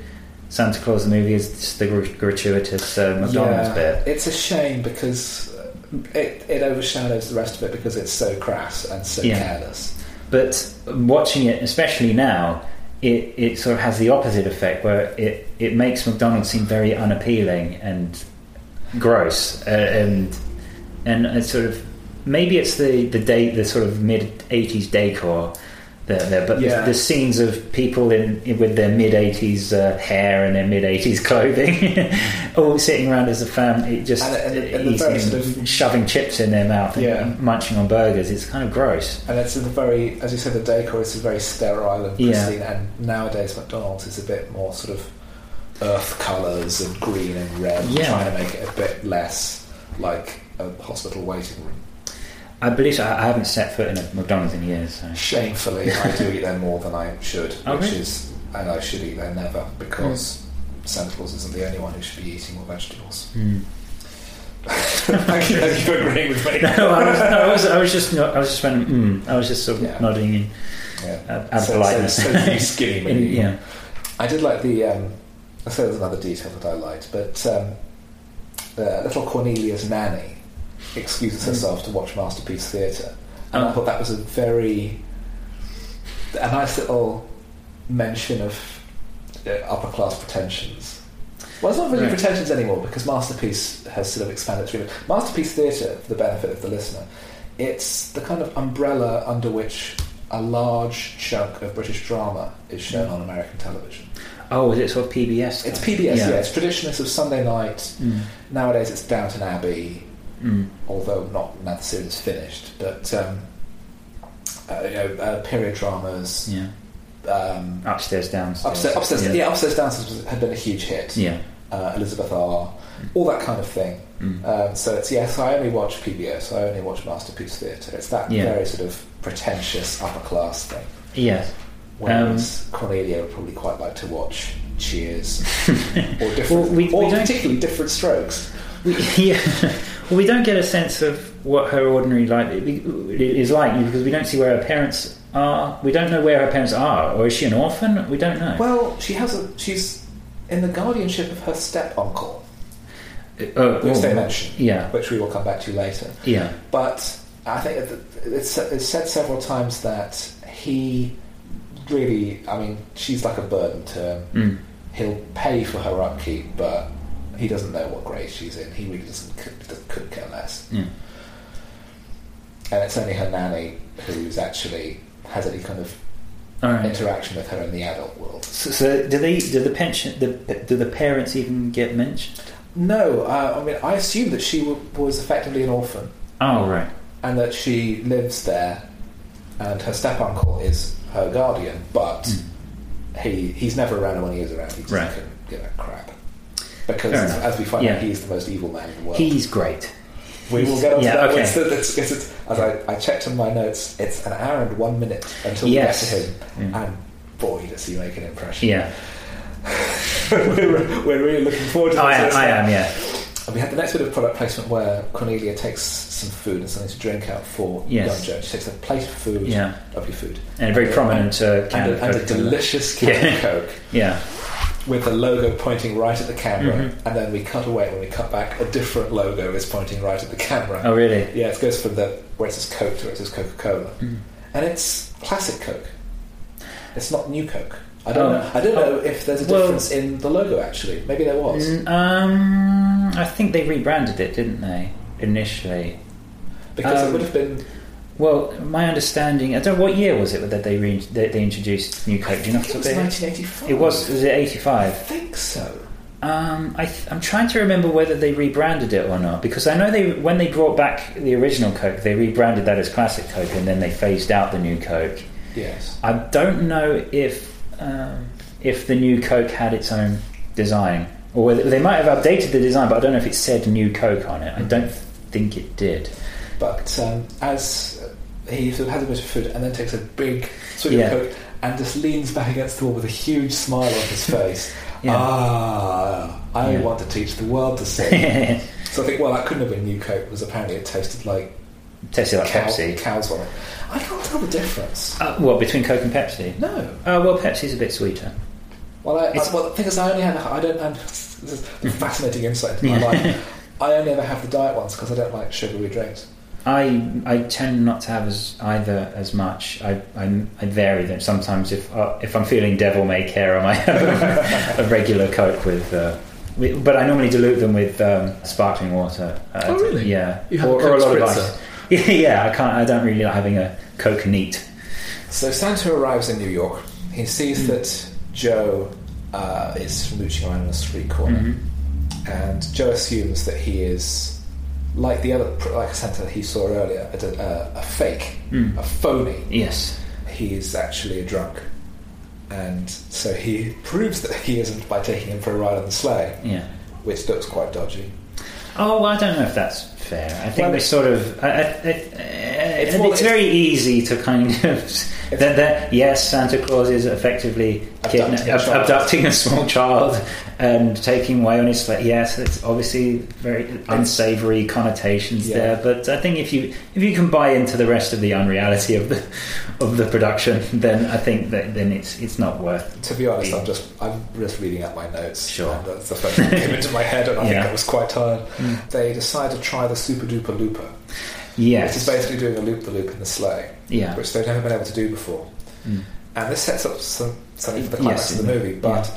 [SPEAKER 2] Santa Claus the movie is just the gr- gratuitous uh, McDonald's
[SPEAKER 1] Yeah, It's a shame because it, it overshadows the rest of it because it's so crass and so
[SPEAKER 2] Yeah.
[SPEAKER 1] careless.
[SPEAKER 2] bit. But watching it, especially now, it, it sort of has the opposite effect where it, it makes McDonald's seem very unappealing and gross uh, and and it's sort of maybe it's the the day the sort of mid 80s decor there, there but
[SPEAKER 1] Yeah.
[SPEAKER 2] the, the scenes of people in, in- with their mid 80s uh, hair and their mid 80s clothing all sitting around as a family it just
[SPEAKER 1] And- and- and the
[SPEAKER 2] eating-
[SPEAKER 1] very sort of-
[SPEAKER 2] shoving chips in their mouth and
[SPEAKER 1] Yeah.
[SPEAKER 2] munching on burgers it's kind of gross
[SPEAKER 1] And it's a very, as you said, the decor is a very sterile and
[SPEAKER 2] Yeah.
[SPEAKER 1] pristine. And nowadays, McDonald's is a bit more sort of earth colours and green and red,
[SPEAKER 2] Yeah.
[SPEAKER 1] trying to make it a bit less like a hospital waiting room.
[SPEAKER 2] I believe so. I I haven't set foot in a McDonald's in years so.
[SPEAKER 1] Shamefully, I do eat there more than I should,
[SPEAKER 2] Oh,
[SPEAKER 1] which
[SPEAKER 2] really?
[SPEAKER 1] is, and I should eat there never because Santa Claus isn't the only one who should be eating more vegetables.
[SPEAKER 2] Hmm.
[SPEAKER 1] Thank you thank you for agreeing with me.
[SPEAKER 2] no, I was, no, I was, I was just, no, I was just went, mm, I was just sort of
[SPEAKER 1] Yeah.
[SPEAKER 2] nodding in
[SPEAKER 1] Yeah.
[SPEAKER 2] uh, out of
[SPEAKER 1] So-
[SPEAKER 2] politeness.
[SPEAKER 1] So, so you skinny
[SPEAKER 2] In-
[SPEAKER 1] mini.
[SPEAKER 2] yeah,
[SPEAKER 1] I did like the. Um, so there's another detail that I liked, but um, uh, little Cornelia's nanny excuses herself to watch Masterpiece Theatre, and I
[SPEAKER 2] Oh.
[SPEAKER 1] thought that was a very a nice little mention of uh, upper class pretensions. Well, it's not really
[SPEAKER 2] Right.
[SPEAKER 1] pretensions anymore because Masterpiece has sort of expanded its remit. Masterpiece Theatre, for the benefit of the listener, it's the kind of umbrella under which a large chunk of British drama is shown on American television.
[SPEAKER 2] Oh, is it sort of PBS? stuff?
[SPEAKER 1] It's PBS, yeah.
[SPEAKER 2] Yeah.
[SPEAKER 1] It's traditionalists of Sunday night.
[SPEAKER 2] Mm,
[SPEAKER 1] Nowadays, it's Downton Abbey,
[SPEAKER 2] mm,
[SPEAKER 1] although not now the series is finished. But um, uh, you know, uh, period dramas.
[SPEAKER 2] yeah.
[SPEAKER 1] Um,
[SPEAKER 2] Upstairs, downstairs.
[SPEAKER 1] upstairs, upstairs, yeah.
[SPEAKER 2] yeah.
[SPEAKER 1] upstairs, downstairs was, had been a huge hit.
[SPEAKER 2] Yeah.
[SPEAKER 1] Uh, Elizabeth R, all that kind of thing.
[SPEAKER 2] Mm.
[SPEAKER 1] Um, so it's yes, I only watch PBS. I only watch Masterpiece Theatre. It's that
[SPEAKER 2] Yeah.
[SPEAKER 1] very sort of pretentious upper class thing.
[SPEAKER 2] Yes. Um,
[SPEAKER 1] Whereas Cornelia would probably quite like to watch Cheers or different,
[SPEAKER 2] Well, we-
[SPEAKER 1] or
[SPEAKER 2] we don't-
[SPEAKER 1] particularly different strokes.
[SPEAKER 2] We, yeah. well, we don't get a sense of what her ordinary life i- is like because we don't see where her parents are. We don't know where her parents are, or is she an orphan? We don't know.
[SPEAKER 1] Well, she has a she's in the guardianship of her step uncle,
[SPEAKER 2] Uh,
[SPEAKER 1] which they
[SPEAKER 2] oh,
[SPEAKER 1] mention,
[SPEAKER 2] yeah.
[SPEAKER 1] which we will come back to later.
[SPEAKER 2] Yeah.
[SPEAKER 1] But I think it- it's, it's said several times that he really, I mean, she's like a burden to him.
[SPEAKER 2] Mm.
[SPEAKER 1] He'll pay for her upkeep, but he doesn't know what grade she's in. He really doesn't could, could care less.
[SPEAKER 2] Yeah.
[SPEAKER 1] and it's only her nanny who's actually has any kind of
[SPEAKER 2] All right.
[SPEAKER 1] interaction with her in the adult world.
[SPEAKER 2] So, so do they? Do the pension? The, do the parents even get mentioned?
[SPEAKER 1] No, uh, I mean I assume that she w- was effectively an orphan
[SPEAKER 2] Oh right.
[SPEAKER 1] and that she lives there, and her step uncle is her guardian, but
[SPEAKER 2] Mm.
[SPEAKER 1] he he's never around, and when he is around, he just
[SPEAKER 2] Right.
[SPEAKER 1] can give a crap. Because
[SPEAKER 2] Fair enough.
[SPEAKER 1] as we find
[SPEAKER 2] Yeah.
[SPEAKER 1] out, he's the most evil man in the world.
[SPEAKER 2] He's great.
[SPEAKER 1] we will get on
[SPEAKER 2] Yeah,
[SPEAKER 1] to that.
[SPEAKER 2] okay.
[SPEAKER 1] It's, it's, it's, it's, as I, I checked on my notes, it's an hour and one minute until
[SPEAKER 2] Yes.
[SPEAKER 1] we get to him.
[SPEAKER 2] Yeah.
[SPEAKER 1] And boy, does he make an impression.
[SPEAKER 2] Yeah.
[SPEAKER 1] we're, we're really looking forward to
[SPEAKER 2] Oh, I,
[SPEAKER 1] this.
[SPEAKER 2] am, I am. Yeah.
[SPEAKER 1] And we had the next bit of product placement where Cornelia takes some food and something to drink out for
[SPEAKER 2] Yes.
[SPEAKER 1] Gonjo. She takes a plate of food,
[SPEAKER 2] Yeah,
[SPEAKER 1] lovely food,
[SPEAKER 2] and a very prominent uh, can
[SPEAKER 1] and,
[SPEAKER 2] of
[SPEAKER 1] a, and a
[SPEAKER 2] Coca-Cola.
[SPEAKER 1] delicious can
[SPEAKER 2] Yeah.
[SPEAKER 1] of Coke
[SPEAKER 2] Yeah,
[SPEAKER 1] with the logo pointing right at the camera.
[SPEAKER 2] Mhm.
[SPEAKER 1] And then we cut away. When we cut back, a different logo is pointing right at the camera.
[SPEAKER 2] oh really?
[SPEAKER 1] Yeah, it goes from the where it says Coke to where it says Coca Cola,
[SPEAKER 2] Mm.
[SPEAKER 1] and it's classic Coke. It's not new Coke. I don't
[SPEAKER 2] Oh.
[SPEAKER 1] know. I don't know if there's a
[SPEAKER 2] Well-
[SPEAKER 1] difference in the logo. Actually, maybe there was.
[SPEAKER 2] Mm, Um, I think they rebranded it, didn't they? Initially.
[SPEAKER 1] Because it
[SPEAKER 2] Um,
[SPEAKER 1] would have been.
[SPEAKER 2] Well, my understanding, I don't know, what year was it that they, re- they, they introduced New Coke? Do you know
[SPEAKER 1] I
[SPEAKER 2] off the
[SPEAKER 1] think
[SPEAKER 2] top
[SPEAKER 1] it
[SPEAKER 2] of your
[SPEAKER 1] was 1985.
[SPEAKER 2] head? It was, was it
[SPEAKER 1] I
[SPEAKER 2] 85?
[SPEAKER 1] think so.
[SPEAKER 2] Um, I th- I'm trying to remember whether they rebranded it or not, because I know they when they brought back the original Coke, they rebranded that as Classic Coke, and then they phased out the new Coke.
[SPEAKER 1] Yes.
[SPEAKER 2] I don't know if um, if the new Coke had its own design, or whether they might have updated the design, but I don't know if it said new Coke on it. I don't think it did.
[SPEAKER 1] But um, as uh, he sort of has a bit of food and then takes a big swig
[SPEAKER 2] Yeah.
[SPEAKER 1] of Coke and just leans back against the wall with a huge smile on his face.
[SPEAKER 2] Yeah.
[SPEAKER 1] Ah, I
[SPEAKER 2] Yeah.
[SPEAKER 1] want to teach the world to sing. so I think, well, that couldn't have been new Coke. It was apparently it tasted like
[SPEAKER 2] Tasted like
[SPEAKER 1] cow,
[SPEAKER 2] Pepsi.
[SPEAKER 1] cow's vomit. I can't tell the difference.
[SPEAKER 2] Uh, well, between Coke and Pepsi.
[SPEAKER 1] No.
[SPEAKER 2] Uh, well, Pepsi's a bit sweeter.
[SPEAKER 1] Well, I,
[SPEAKER 2] It's-
[SPEAKER 1] I, well, the thing is, I only have. I don't. And this is a fascinating insight into my life. I only ever have the diet ones because I don't like sugary drinks.
[SPEAKER 2] I I tend not to have as either as much. I I, I vary them sometimes. If uh, if I'm feeling devil may care, I might have a, a regular Coke with. Uh, with- but I normally dilute them with um, sparkling water. Uh,
[SPEAKER 3] Oh, really?
[SPEAKER 2] Yeah,
[SPEAKER 3] You have a Coke spritzer?
[SPEAKER 2] ice. yeah, I can't. I don't really like having a Coke neat.
[SPEAKER 1] So Santa arrives in New York. He sees
[SPEAKER 2] Hmm.
[SPEAKER 1] that Joe uh, is mooching around on a street corner,
[SPEAKER 2] Mhm.
[SPEAKER 1] and Joe assumes that he is like the other, pr- like Santa that he saw earlier, a, d- a- a fake,
[SPEAKER 2] Mm.
[SPEAKER 3] Mm-hmm.
[SPEAKER 1] a phony.
[SPEAKER 2] Yes.
[SPEAKER 1] He is actually a drunk, and so he proves that he isn't by taking him for a ride on the sleigh,
[SPEAKER 2] Yeah.
[SPEAKER 1] which looks quite dodgy.
[SPEAKER 2] Oh, I don't know if that's fair. I think
[SPEAKER 1] Well,
[SPEAKER 2] they
[SPEAKER 1] it-
[SPEAKER 2] sort of. I, I, I,
[SPEAKER 1] It's
[SPEAKER 2] it's
[SPEAKER 1] more
[SPEAKER 2] it's
[SPEAKER 1] that-
[SPEAKER 2] very easy to kind of. That, that yes, Santa Claus is effectively
[SPEAKER 1] Abducting
[SPEAKER 2] kidna-
[SPEAKER 1] a
[SPEAKER 2] ab-
[SPEAKER 1] child.
[SPEAKER 2] abducting a small child and taking away on his sleigh. Yes, it's obviously very unsavory connotations
[SPEAKER 1] Yeah.
[SPEAKER 2] there. But I think if you if you can buy into the rest of the unreality of the of the production, then I think that then it's it's not worth.
[SPEAKER 1] To be honest, I'm just I'm just reading out my notes.
[SPEAKER 2] Sure.
[SPEAKER 1] and that's the first thing that came into my head, and I
[SPEAKER 2] Yeah.
[SPEAKER 1] think I was quite tired. They decide to try the super duper looper. Which is
[SPEAKER 2] Yes.
[SPEAKER 1] basically doing a loop the loop in the sleigh,
[SPEAKER 2] Yeah.
[SPEAKER 1] which they've never been able to do before.
[SPEAKER 2] Mm.
[SPEAKER 1] And this sets up some, something for the
[SPEAKER 2] Yes,
[SPEAKER 1] climax of the
[SPEAKER 2] isn't it?
[SPEAKER 1] movie, but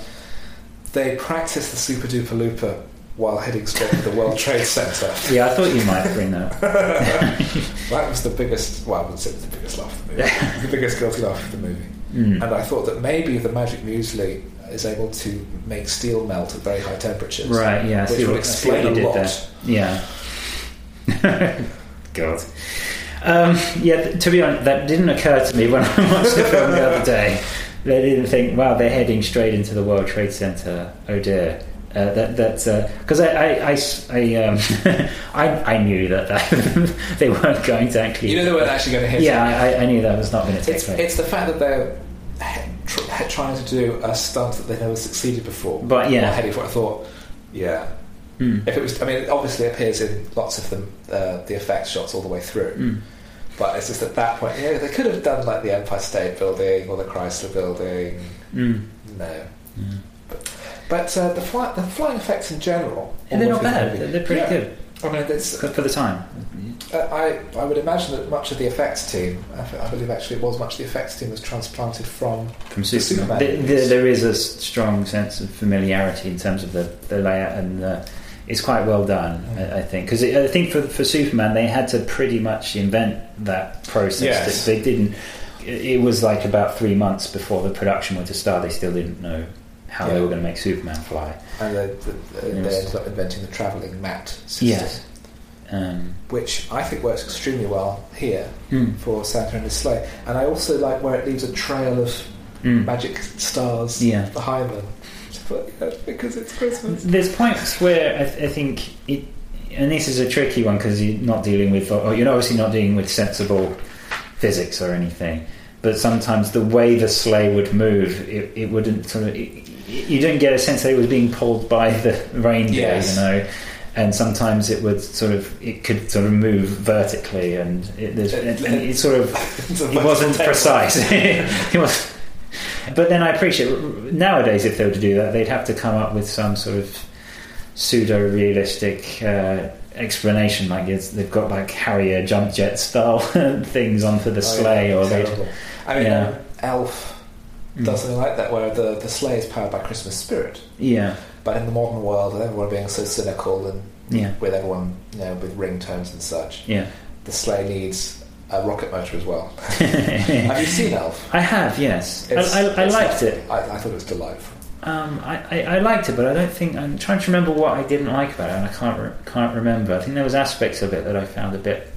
[SPEAKER 1] they practice the super duper looper while heading straight for the World Trade Center.
[SPEAKER 2] Yeah, I thought you might bring that. up.
[SPEAKER 1] That was the biggest, well, I wouldn't say it was the biggest laugh of the movie, the biggest guilty laugh of the movie.
[SPEAKER 2] Mm.
[SPEAKER 1] And I thought that maybe the magic muesli is able to make steel melt at very high temperatures.
[SPEAKER 2] Right, yeah. I
[SPEAKER 1] Which
[SPEAKER 2] see
[SPEAKER 1] would
[SPEAKER 2] what- I see what
[SPEAKER 1] explain
[SPEAKER 2] you
[SPEAKER 1] a
[SPEAKER 2] did
[SPEAKER 1] lot.
[SPEAKER 2] there. Yeah. God. Um, yeah, th- to be honest, that didn't occur to me when I watched the film the other day. They didn't think, wow, they're heading straight into the World Trade Center. Oh dear. Uh, that that's because I I I s- I, um, I I knew that, that they weren't going to actually.
[SPEAKER 1] You know, they weren't actually going to hit it.
[SPEAKER 2] yeah, I, I- I knew that was not going to take
[SPEAKER 1] It's,
[SPEAKER 2] place.
[SPEAKER 1] it's the fact that they're he- tr- he- trying to do a stunt that they've never succeeded before.
[SPEAKER 2] But, yeah.
[SPEAKER 1] Or heading for it. I thought, yeah.
[SPEAKER 2] Mm.
[SPEAKER 1] If it was, I mean, it obviously appears in lots of them, uh, the effects shots all the way through.
[SPEAKER 2] Mm.
[SPEAKER 1] But it's just at that point, yeah, they could have done like the Empire State Building or the Chrysler Building.
[SPEAKER 2] Mm.
[SPEAKER 1] No.
[SPEAKER 2] Mm.
[SPEAKER 1] But uh, the, fly, the flying effects in general.
[SPEAKER 2] And they're
[SPEAKER 1] all of
[SPEAKER 2] not
[SPEAKER 1] the
[SPEAKER 2] bad.
[SPEAKER 1] movie-
[SPEAKER 2] They're- They're pretty
[SPEAKER 1] Yeah.
[SPEAKER 2] good
[SPEAKER 1] I mean, it's,
[SPEAKER 2] for, for the time.
[SPEAKER 1] uh, I, I would imagine that much of the effects team, I, f- I believe actually it was much of the effects team was transplanted from
[SPEAKER 2] from
[SPEAKER 1] The Superman
[SPEAKER 2] Superman. Th-
[SPEAKER 1] movies.
[SPEAKER 2] th- there is a s- strong sense of familiarity in terms of the, the layout, and uh it's quite well done, I, I think. Because I think for, for Superman, they had to pretty much invent that process.
[SPEAKER 1] Yes.
[SPEAKER 2] That they didn't. It was like about three months before the production were to start. They still didn't know how they
[SPEAKER 1] Yeah.
[SPEAKER 2] were going to make Superman fly.
[SPEAKER 1] and they, they, they
[SPEAKER 2] Yes.
[SPEAKER 1] ended up inventing the travelling mat system,
[SPEAKER 2] Yes. Um,
[SPEAKER 1] which I think works extremely well here
[SPEAKER 2] mm,
[SPEAKER 1] for Santa and his sleigh. And I also like where it leaves a trail of
[SPEAKER 2] mm.
[SPEAKER 1] magic stars
[SPEAKER 2] Yeah.
[SPEAKER 1] behind them, Just like that, because it's Christmas.
[SPEAKER 2] There's points where I, th- I think it, and this is a tricky one because you're not dealing with, or you're obviously not dealing with sensible physics or anything. But sometimes the way the sleigh would move, it, it wouldn't sort of. It, you didn't get a sense that it was being pulled by the reindeer,
[SPEAKER 1] Yes.
[SPEAKER 2] you know. and sometimes it would sort of it could sort of move vertically, and it, there's- and, and it sort of
[SPEAKER 1] It's a
[SPEAKER 2] it wasn't
[SPEAKER 1] vertical
[SPEAKER 2] precise. it was, but then I appreciate nowadays if they were to do that, they'd have to come up with some sort of pseudo realistic uh, explanation, like it's, they've got like Harrier jump jet style things onto the
[SPEAKER 1] Oh, yeah,
[SPEAKER 2] sleigh, or they'd
[SPEAKER 1] terrible. I mean,
[SPEAKER 2] yeah.
[SPEAKER 1] um, Elf
[SPEAKER 2] Mm.
[SPEAKER 1] does something like that, where the, the sleigh is powered by Christmas spirit.
[SPEAKER 2] yeah,
[SPEAKER 1] But in the modern world, with everyone being so cynical and
[SPEAKER 2] yeah,
[SPEAKER 1] with everyone, you know, with ringtones and such,
[SPEAKER 2] yeah.
[SPEAKER 1] the sleigh needs a rocket motor as well. Have you seen Elf?
[SPEAKER 2] I have, yes. I,
[SPEAKER 1] It's-
[SPEAKER 2] I, I
[SPEAKER 1] it's
[SPEAKER 2] liked
[SPEAKER 1] not-
[SPEAKER 2] it.
[SPEAKER 1] I, I thought it was delightful.
[SPEAKER 2] Um, I, I, I liked it, but I don't think I'm trying to remember what I didn't like about it, and I can't re- can't remember. I think there was aspects of it that I found a bit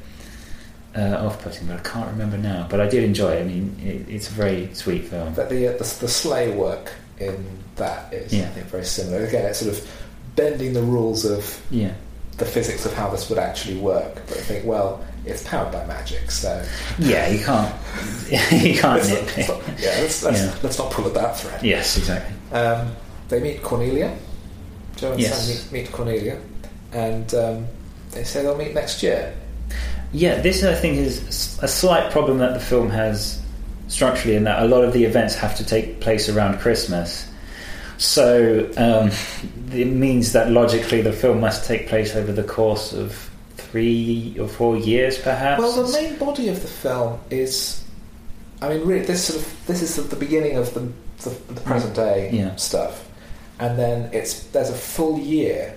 [SPEAKER 2] uh, off-putting, but I can't remember now. But I did enjoy it. I mean, it, it's a very sweet film.
[SPEAKER 1] But the, uh, the the sleigh work in that is,
[SPEAKER 2] Yeah.
[SPEAKER 1] I think, very similar. Again, it's sort of bending the rules of
[SPEAKER 2] Yeah,
[SPEAKER 1] the physics of how this would actually work. But I think, well, it's powered by magic, so
[SPEAKER 2] yeah, you can't you can't
[SPEAKER 1] let's, not, let's
[SPEAKER 2] nitpick.
[SPEAKER 1] not- yeah, let's, let's,
[SPEAKER 2] Oh, Yeah.
[SPEAKER 1] let's not pull at that thread.
[SPEAKER 2] Yes, exactly.
[SPEAKER 1] Um, they meet Cornelia. Joe and
[SPEAKER 2] Yes.
[SPEAKER 1] Sam meet, meet Cornelia, and um, they say they'll meet next year.
[SPEAKER 2] Yeah, this I think is s- a slight problem that the film has structurally, in that a lot of the events have to take place around Christmas. So um, it means that logically the film must take place over the course of three or four years, perhaps.
[SPEAKER 1] Well, the main body of the film is, I mean, really, this sort of this is sort of the beginning of the the, the present day
[SPEAKER 2] Yeah.
[SPEAKER 1] stuff, and then it's there's a full year,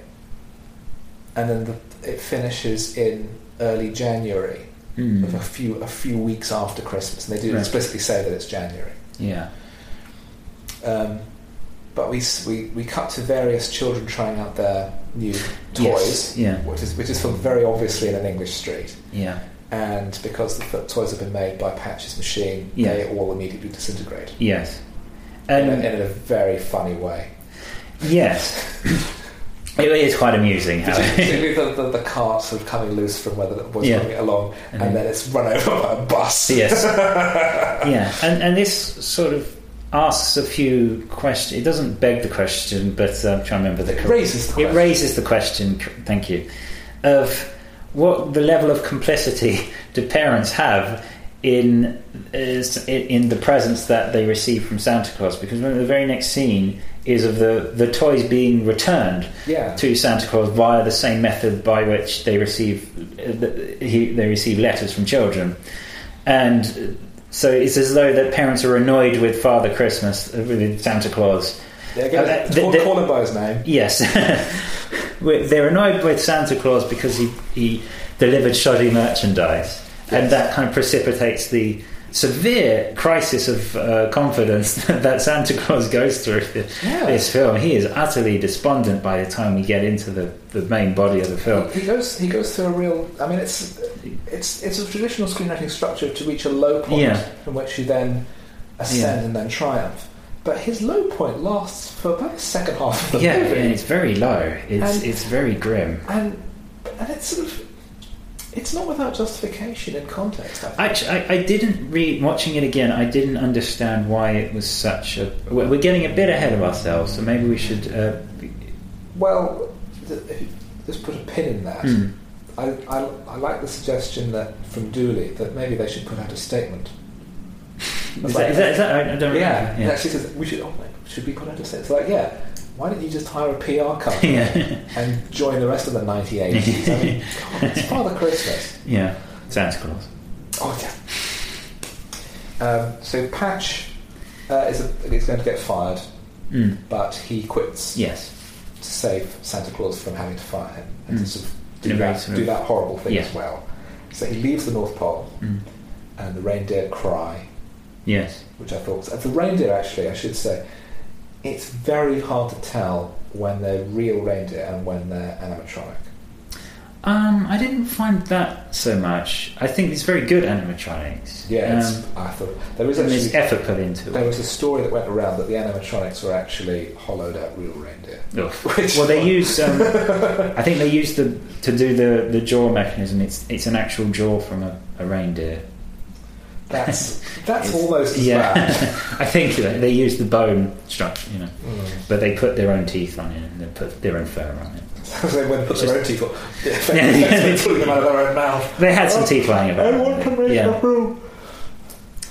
[SPEAKER 1] and then the, it finishes in early January,
[SPEAKER 2] Hmm,
[SPEAKER 1] a few a few weeks after Christmas, and they do
[SPEAKER 2] Right.
[SPEAKER 1] explicitly say that it's January.
[SPEAKER 2] yeah,
[SPEAKER 1] Um, but we, s- we we cut to various children trying out their new toys,
[SPEAKER 2] Yes, yeah,
[SPEAKER 1] which is which is filmed very obviously in an English street.
[SPEAKER 2] yeah,
[SPEAKER 1] and because the f- toys have been made by Patch's machine,
[SPEAKER 2] Yeah. Um,
[SPEAKER 1] they all immediately disintegrate
[SPEAKER 2] yes,
[SPEAKER 1] in, a,
[SPEAKER 2] and
[SPEAKER 1] in a very funny way.
[SPEAKER 2] yes, it is quite amusing how.
[SPEAKER 1] Particularly the, the, the cart sort of coming loose from where the boy's
[SPEAKER 2] Yeah.
[SPEAKER 1] coming along, and,
[SPEAKER 2] And-
[SPEAKER 1] then it's run over by a bus.
[SPEAKER 2] Yes. yeah, and and this sort of asks a few questions. It doesn't beg the question, but uh, I'm trying to remember the
[SPEAKER 1] It
[SPEAKER 2] correct.
[SPEAKER 1] raises the
[SPEAKER 2] It
[SPEAKER 1] question.
[SPEAKER 2] raises the question. c- Thank you. Of what the level of complicity do parents have in is in the presents that they receive from Santa Claus? Because remember, the very next scene is of the the toys being returned
[SPEAKER 1] yeah.
[SPEAKER 2] to Santa Claus via the same method by which they receive uh, th- he, they receive letters from children, and uh, so it's as though that parents are annoyed with Father Christmas uh, with Santa Claus.
[SPEAKER 1] They're going
[SPEAKER 2] Uh,
[SPEAKER 1] to
[SPEAKER 2] the-
[SPEAKER 1] call,
[SPEAKER 2] the-
[SPEAKER 1] call him by his name.
[SPEAKER 2] Yes, With- they're annoyed with Santa Claus because he he delivered shoddy merchandise, and
[SPEAKER 1] Yes.
[SPEAKER 2] that kind of precipitates the. Severe crisis of uh, confidence that Santa Claus goes through
[SPEAKER 1] Yeah.
[SPEAKER 2] this film. He is utterly despondent by the time we get into the, the main body of the film.
[SPEAKER 1] He, he goes. He goes through a real. I mean, it's it's it's a traditional screenwriting structure to reach a low point
[SPEAKER 2] Yeah.
[SPEAKER 1] from which you then ascend
[SPEAKER 2] Yeah.
[SPEAKER 1] and then triumph. But his low point lasts for about the second half of the
[SPEAKER 2] Yeah,
[SPEAKER 1] movie.
[SPEAKER 2] and it's very low. It's
[SPEAKER 1] And-
[SPEAKER 2] it's very grim.
[SPEAKER 1] and and it's sort of it's not without justification in context. I think.
[SPEAKER 2] Actually, I, I didn't re watching it again. I didn't understand why it was such a. We're we're getting a bit ahead of ourselves, so maybe we should. Uh,
[SPEAKER 1] well, th- if you just put a pin in that.
[SPEAKER 2] hmm.
[SPEAKER 1] I, I, I like the suggestion that from Dooley that maybe they should put out a statement.
[SPEAKER 2] is, that, is that is that? I I don't remember.
[SPEAKER 1] Hmm. Yeah, and actually says we should. Oh my, should we put out a statement? It's like, yeah. Why don't you just hire a PR company
[SPEAKER 2] yeah,
[SPEAKER 1] and join the rest of the 98s? I mean, God, it's Father Christmas.
[SPEAKER 2] yeah. Santa Claus.
[SPEAKER 1] Oh yeah. Um, so Patch uh, is, a, is going to get fired,
[SPEAKER 2] Mm.
[SPEAKER 1] but he quits.
[SPEAKER 2] Yes.
[SPEAKER 1] to save Santa Claus from having to fire him and to
[SPEAKER 2] Mm.
[SPEAKER 1] sort of
[SPEAKER 2] In
[SPEAKER 1] do
[SPEAKER 2] a very
[SPEAKER 1] that,
[SPEAKER 2] sort of-
[SPEAKER 1] do that horrible thing
[SPEAKER 2] Yeah.
[SPEAKER 1] as well. So he leaves the North Pole
[SPEAKER 2] Mm.
[SPEAKER 1] and the reindeer cry,
[SPEAKER 2] Yes.
[SPEAKER 1] which I thought was. The reindeer, actually, I should say, it's very hard to tell when they're real reindeer and when they're animatronic.
[SPEAKER 2] Um, I didn't find that so much. I think it's very good animatronics.
[SPEAKER 1] Yeah, it's,
[SPEAKER 2] Um,
[SPEAKER 1] I thought. There was
[SPEAKER 2] and there's
[SPEAKER 1] actually.
[SPEAKER 2] effort put into
[SPEAKER 1] There
[SPEAKER 2] it.
[SPEAKER 1] was a story that went around that the animatronics were actually hollowed out real reindeer.
[SPEAKER 2] Ugh.
[SPEAKER 1] Which
[SPEAKER 2] Well, they use. Um, I think they use the to do the, the jaw mechanism. It's it's an actual jaw from a, a reindeer.
[SPEAKER 1] that's that's
[SPEAKER 2] It's-
[SPEAKER 1] almost as
[SPEAKER 2] yeah.
[SPEAKER 1] bad.
[SPEAKER 2] I think they, they use the bone structure, you know,
[SPEAKER 1] Mm.
[SPEAKER 2] but they put their own teeth on it and they put their own fur on it.
[SPEAKER 1] Sounds like when they put their own teeth up. Yeah,
[SPEAKER 2] Yeah, yeah.
[SPEAKER 1] pulling them out of their own mouth.
[SPEAKER 2] They had some tea flying about.
[SPEAKER 1] Everyone can raise
[SPEAKER 2] Yeah.
[SPEAKER 1] yeah. room.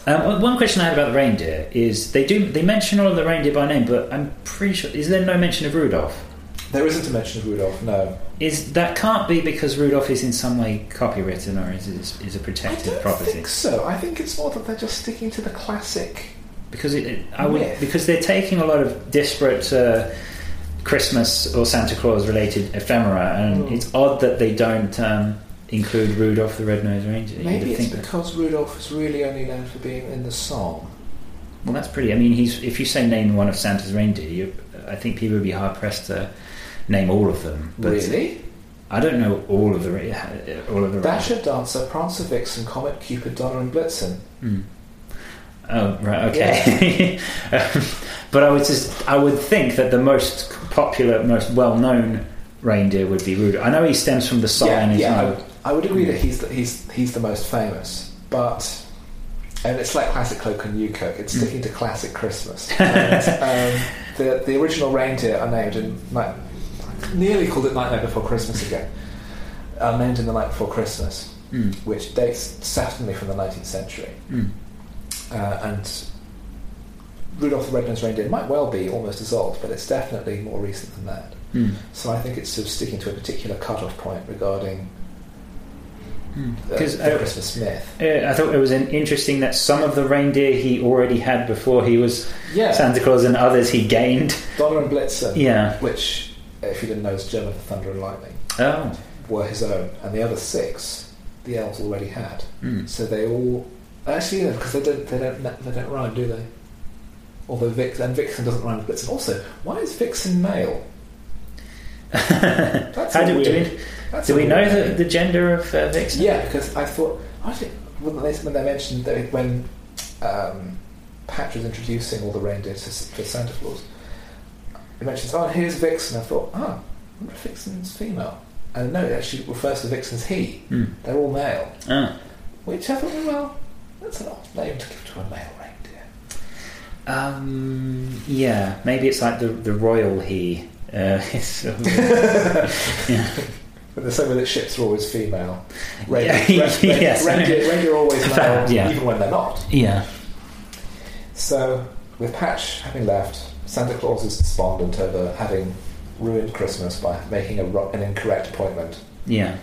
[SPEAKER 2] Um, one- one question I had about the reindeer is they do they mention all of the reindeer by name, but I'm pretty sure is there no mention of Rudolph?
[SPEAKER 1] There isn't a mention of Rudolph, no.
[SPEAKER 2] Is that can't be because Rudolph is in some way copywritten or is is, is a
[SPEAKER 1] I
[SPEAKER 2] protected
[SPEAKER 1] don't
[SPEAKER 2] property?
[SPEAKER 1] think so. I think it's more that they're just sticking to the classic.
[SPEAKER 2] Because it, it- I would
[SPEAKER 1] Myth.
[SPEAKER 2] because they're taking a lot of disparate uh, Christmas or Santa Claus related ephemera, and
[SPEAKER 1] Mm.
[SPEAKER 2] it's odd that they don't um, include Rudolph the Red-Nosed Reindeer. You'd
[SPEAKER 1] Maybe it's
[SPEAKER 2] think that-
[SPEAKER 1] because Rudolph is really only known for being in the song.
[SPEAKER 2] Well, that's pretty. I mean, he's if you say name one of Santa's reindeer, you, I think people would be hard pressed to name all of them. But
[SPEAKER 1] really?
[SPEAKER 2] I don't know all of the re- uh, all of the.
[SPEAKER 1] Dasher, Dancer, Prancer, Vixen, Comet, Cupid, Donner, and Blitzen.
[SPEAKER 2] Hmm. Oh right, okay. um, but I was just I would think that the most popular, most well-known reindeer would be Rudolph. I know he stems from the song
[SPEAKER 1] yeah,
[SPEAKER 2] and he's
[SPEAKER 1] yeah, I
[SPEAKER 2] not-
[SPEAKER 1] would- I, would agree
[SPEAKER 2] Mm.
[SPEAKER 1] that he's the, he's he's the most famous, but and it's like classic cloak and Newkirk. It's
[SPEAKER 2] Mm.
[SPEAKER 1] sticking to classic Christmas. And, um, the the original reindeer are named in night, nearly called it Nightmare Before Christmas again. Are named in the Night Before Christmas,
[SPEAKER 2] Hmm,
[SPEAKER 1] which dates certainly from the 19th century,
[SPEAKER 2] hmm.
[SPEAKER 1] uh, and Rudolph the Red-Nosed Reindeer might well be almost as old, but it's definitely more recent than that.
[SPEAKER 2] Hmm,
[SPEAKER 1] So I think it's sort of sticking to a particular cut-off point regarding
[SPEAKER 2] hmm.
[SPEAKER 1] the,
[SPEAKER 2] 'Cause,
[SPEAKER 1] the
[SPEAKER 2] uh,
[SPEAKER 1] Christmas myth.
[SPEAKER 2] uh, I thought it was an interesting that some of the reindeer he already had before he was
[SPEAKER 1] Yeah,
[SPEAKER 2] Santa Claus, and others he gained.
[SPEAKER 1] Donner and Blitzen,
[SPEAKER 2] Yeah.
[SPEAKER 1] which, if you didn't know, is German for thunder and lightning,
[SPEAKER 2] Oh.
[SPEAKER 1] were his own, and the other six the elves already had.
[SPEAKER 2] Mm.
[SPEAKER 1] So they all actually yeah, because they don't they don't they don't rhyme, do they? Although Vix and Vixen doesn't rhyme with Blitzen. Also, why is Vixen male? That's
[SPEAKER 2] How
[SPEAKER 1] a
[SPEAKER 2] do, do
[SPEAKER 1] weird-
[SPEAKER 2] we,
[SPEAKER 1] that's
[SPEAKER 2] do
[SPEAKER 1] a
[SPEAKER 2] we know
[SPEAKER 1] weird
[SPEAKER 2] the,
[SPEAKER 1] thing.
[SPEAKER 2] the gender of uh, Vixen?
[SPEAKER 1] Yeah, because I thought, I think, when they, when they mentioned that when um, Patch was introducing all the reindeer to, to Santa Claus, it mentions, oh, and here's Vixen. I thought, ah, I wonder if Vixen's female. And no, it actually refers to Vixen as he.
[SPEAKER 2] Hmm.
[SPEAKER 1] They're all male.
[SPEAKER 2] Ah.
[SPEAKER 1] Which I thought, well, that's an odd name to give to a male reindeer.
[SPEAKER 2] Um, yeah, maybe it's like the, the royal he. Uh, it's sort of-
[SPEAKER 1] But the same way that ships are always female.
[SPEAKER 2] Yeah,
[SPEAKER 1] Reindeer, reindeer,
[SPEAKER 2] yes.
[SPEAKER 1] reindeer, reindeer are always male,
[SPEAKER 2] Fact, yeah.
[SPEAKER 1] even when they're not.
[SPEAKER 2] yeah.
[SPEAKER 1] So, with Patch having left, Santa Claus is despondent over having ruined Christmas by making a ro- an incorrect appointment.
[SPEAKER 2] Yeah.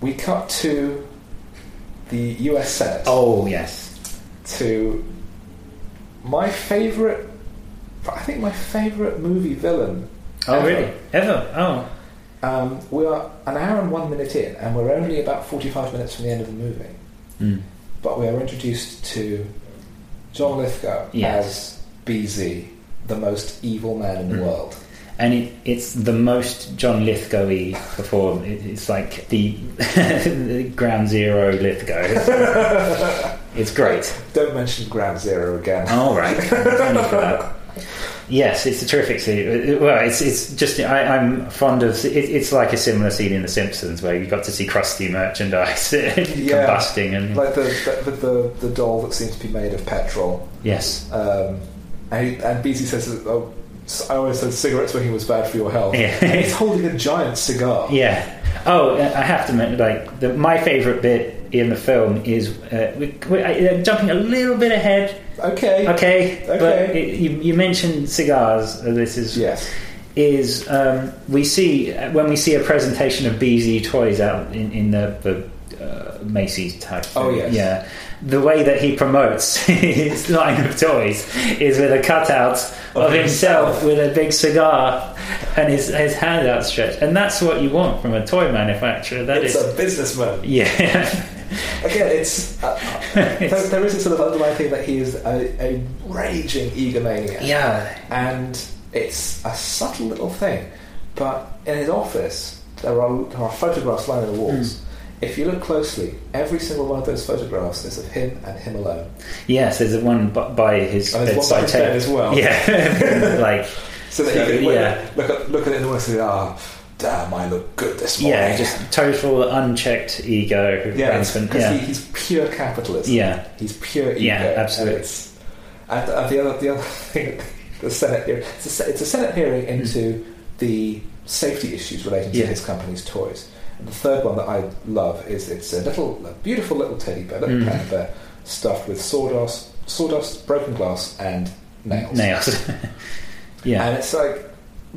[SPEAKER 1] We cut to the US Senate
[SPEAKER 2] Oh, yes.
[SPEAKER 1] to my favourite, I think my favourite movie villain.
[SPEAKER 2] Oh,
[SPEAKER 1] Ever.
[SPEAKER 2] really? Ever? Oh.
[SPEAKER 1] Um, we are an hour and one minute in, and we're only about 45 minutes from the end of the movie,
[SPEAKER 2] Mm.
[SPEAKER 1] but we are introduced to John Lithgow
[SPEAKER 2] Yes.
[SPEAKER 1] as BZ, the most evil man in the
[SPEAKER 2] Mm.
[SPEAKER 1] world.
[SPEAKER 2] And it, it's the most John Lithgow y perform. It, it's like the, the ground zero Lithgow. it's great.
[SPEAKER 1] Don't mention Ground Zero again.
[SPEAKER 2] All right. Thank you for that. Yes, it's a terrific scene. Uh, Well, it's it's just I, I'm fond of. It, it's like a similar scene in The Simpsons where you got to see crusty merchandise combusting and
[SPEAKER 1] Like the the, the the doll that seems to be made of petrol.
[SPEAKER 2] yes,
[SPEAKER 1] Um, and, and BZ says, that, oh, I always said cigarette smoking was bad for your health.
[SPEAKER 2] Yeah.
[SPEAKER 1] And he's holding a giant cigar.
[SPEAKER 2] yeah. Oh, I have to admit, like the, my favorite bit in the film is uh, we, we, uh, jumping a little bit ahead.
[SPEAKER 1] Okay.
[SPEAKER 2] Okay, but
[SPEAKER 1] Okay.
[SPEAKER 2] it, you, you mentioned cigars. uh, This is
[SPEAKER 1] Yes.
[SPEAKER 2] is um, we see when we see a presentation of BZ toys out in, in the, the uh, Macy's type. thing,
[SPEAKER 1] Oh, yes.
[SPEAKER 2] yeah. The way that he promotes his line of toys is with a cutout of,
[SPEAKER 1] Of
[SPEAKER 2] himself
[SPEAKER 1] himself.
[SPEAKER 2] with a big cigar and his his hand outstretched, and that's what you want from a toy manufacturer. That
[SPEAKER 1] it's
[SPEAKER 2] is,
[SPEAKER 1] a businessman.
[SPEAKER 2] yeah,
[SPEAKER 1] Again, it's, uh, there,
[SPEAKER 2] It's-
[SPEAKER 1] there is a sort of underlying thing that he is a, a raging egomaniac.
[SPEAKER 2] yeah,
[SPEAKER 1] and it's a subtle little thing. But in his office, there are, there are photographs lining the walls.
[SPEAKER 2] Hmm.
[SPEAKER 1] If you look closely, every single one of those photographs is of him and him alone.
[SPEAKER 2] yes. There's one bu- by his
[SPEAKER 1] And Oh, there's one by
[SPEAKER 2] bedside
[SPEAKER 1] his bed
[SPEAKER 2] table.
[SPEAKER 1] as well.
[SPEAKER 2] Yeah, like
[SPEAKER 1] So that
[SPEAKER 2] So,
[SPEAKER 1] he can
[SPEAKER 2] yeah.
[SPEAKER 1] look, at, look at it in the window and say, ah, damn, I look good this morning.
[SPEAKER 2] yeah, just total unchecked ego.
[SPEAKER 1] yeah, it's-
[SPEAKER 2] rampant,
[SPEAKER 1] 'cause
[SPEAKER 2] yeah.
[SPEAKER 1] he, he's pure capitalism.
[SPEAKER 2] Yeah.
[SPEAKER 1] He's pure ego.
[SPEAKER 2] Yeah,
[SPEAKER 1] and
[SPEAKER 2] absolutely.
[SPEAKER 1] it's- And, and the other, the other thing, the Senate hearing. It's a, se- it's a Senate hearing into the safety issues relating to
[SPEAKER 2] Hmm. Yeah.
[SPEAKER 1] his company's toys. And the third one that I love is it's a little, a beautiful little teddy bear, little
[SPEAKER 2] Mm.
[SPEAKER 1] panda bear, stuffed with sawdust, sawdust, broken glass, and nails.
[SPEAKER 2] Nails. yeah.
[SPEAKER 1] And it's like,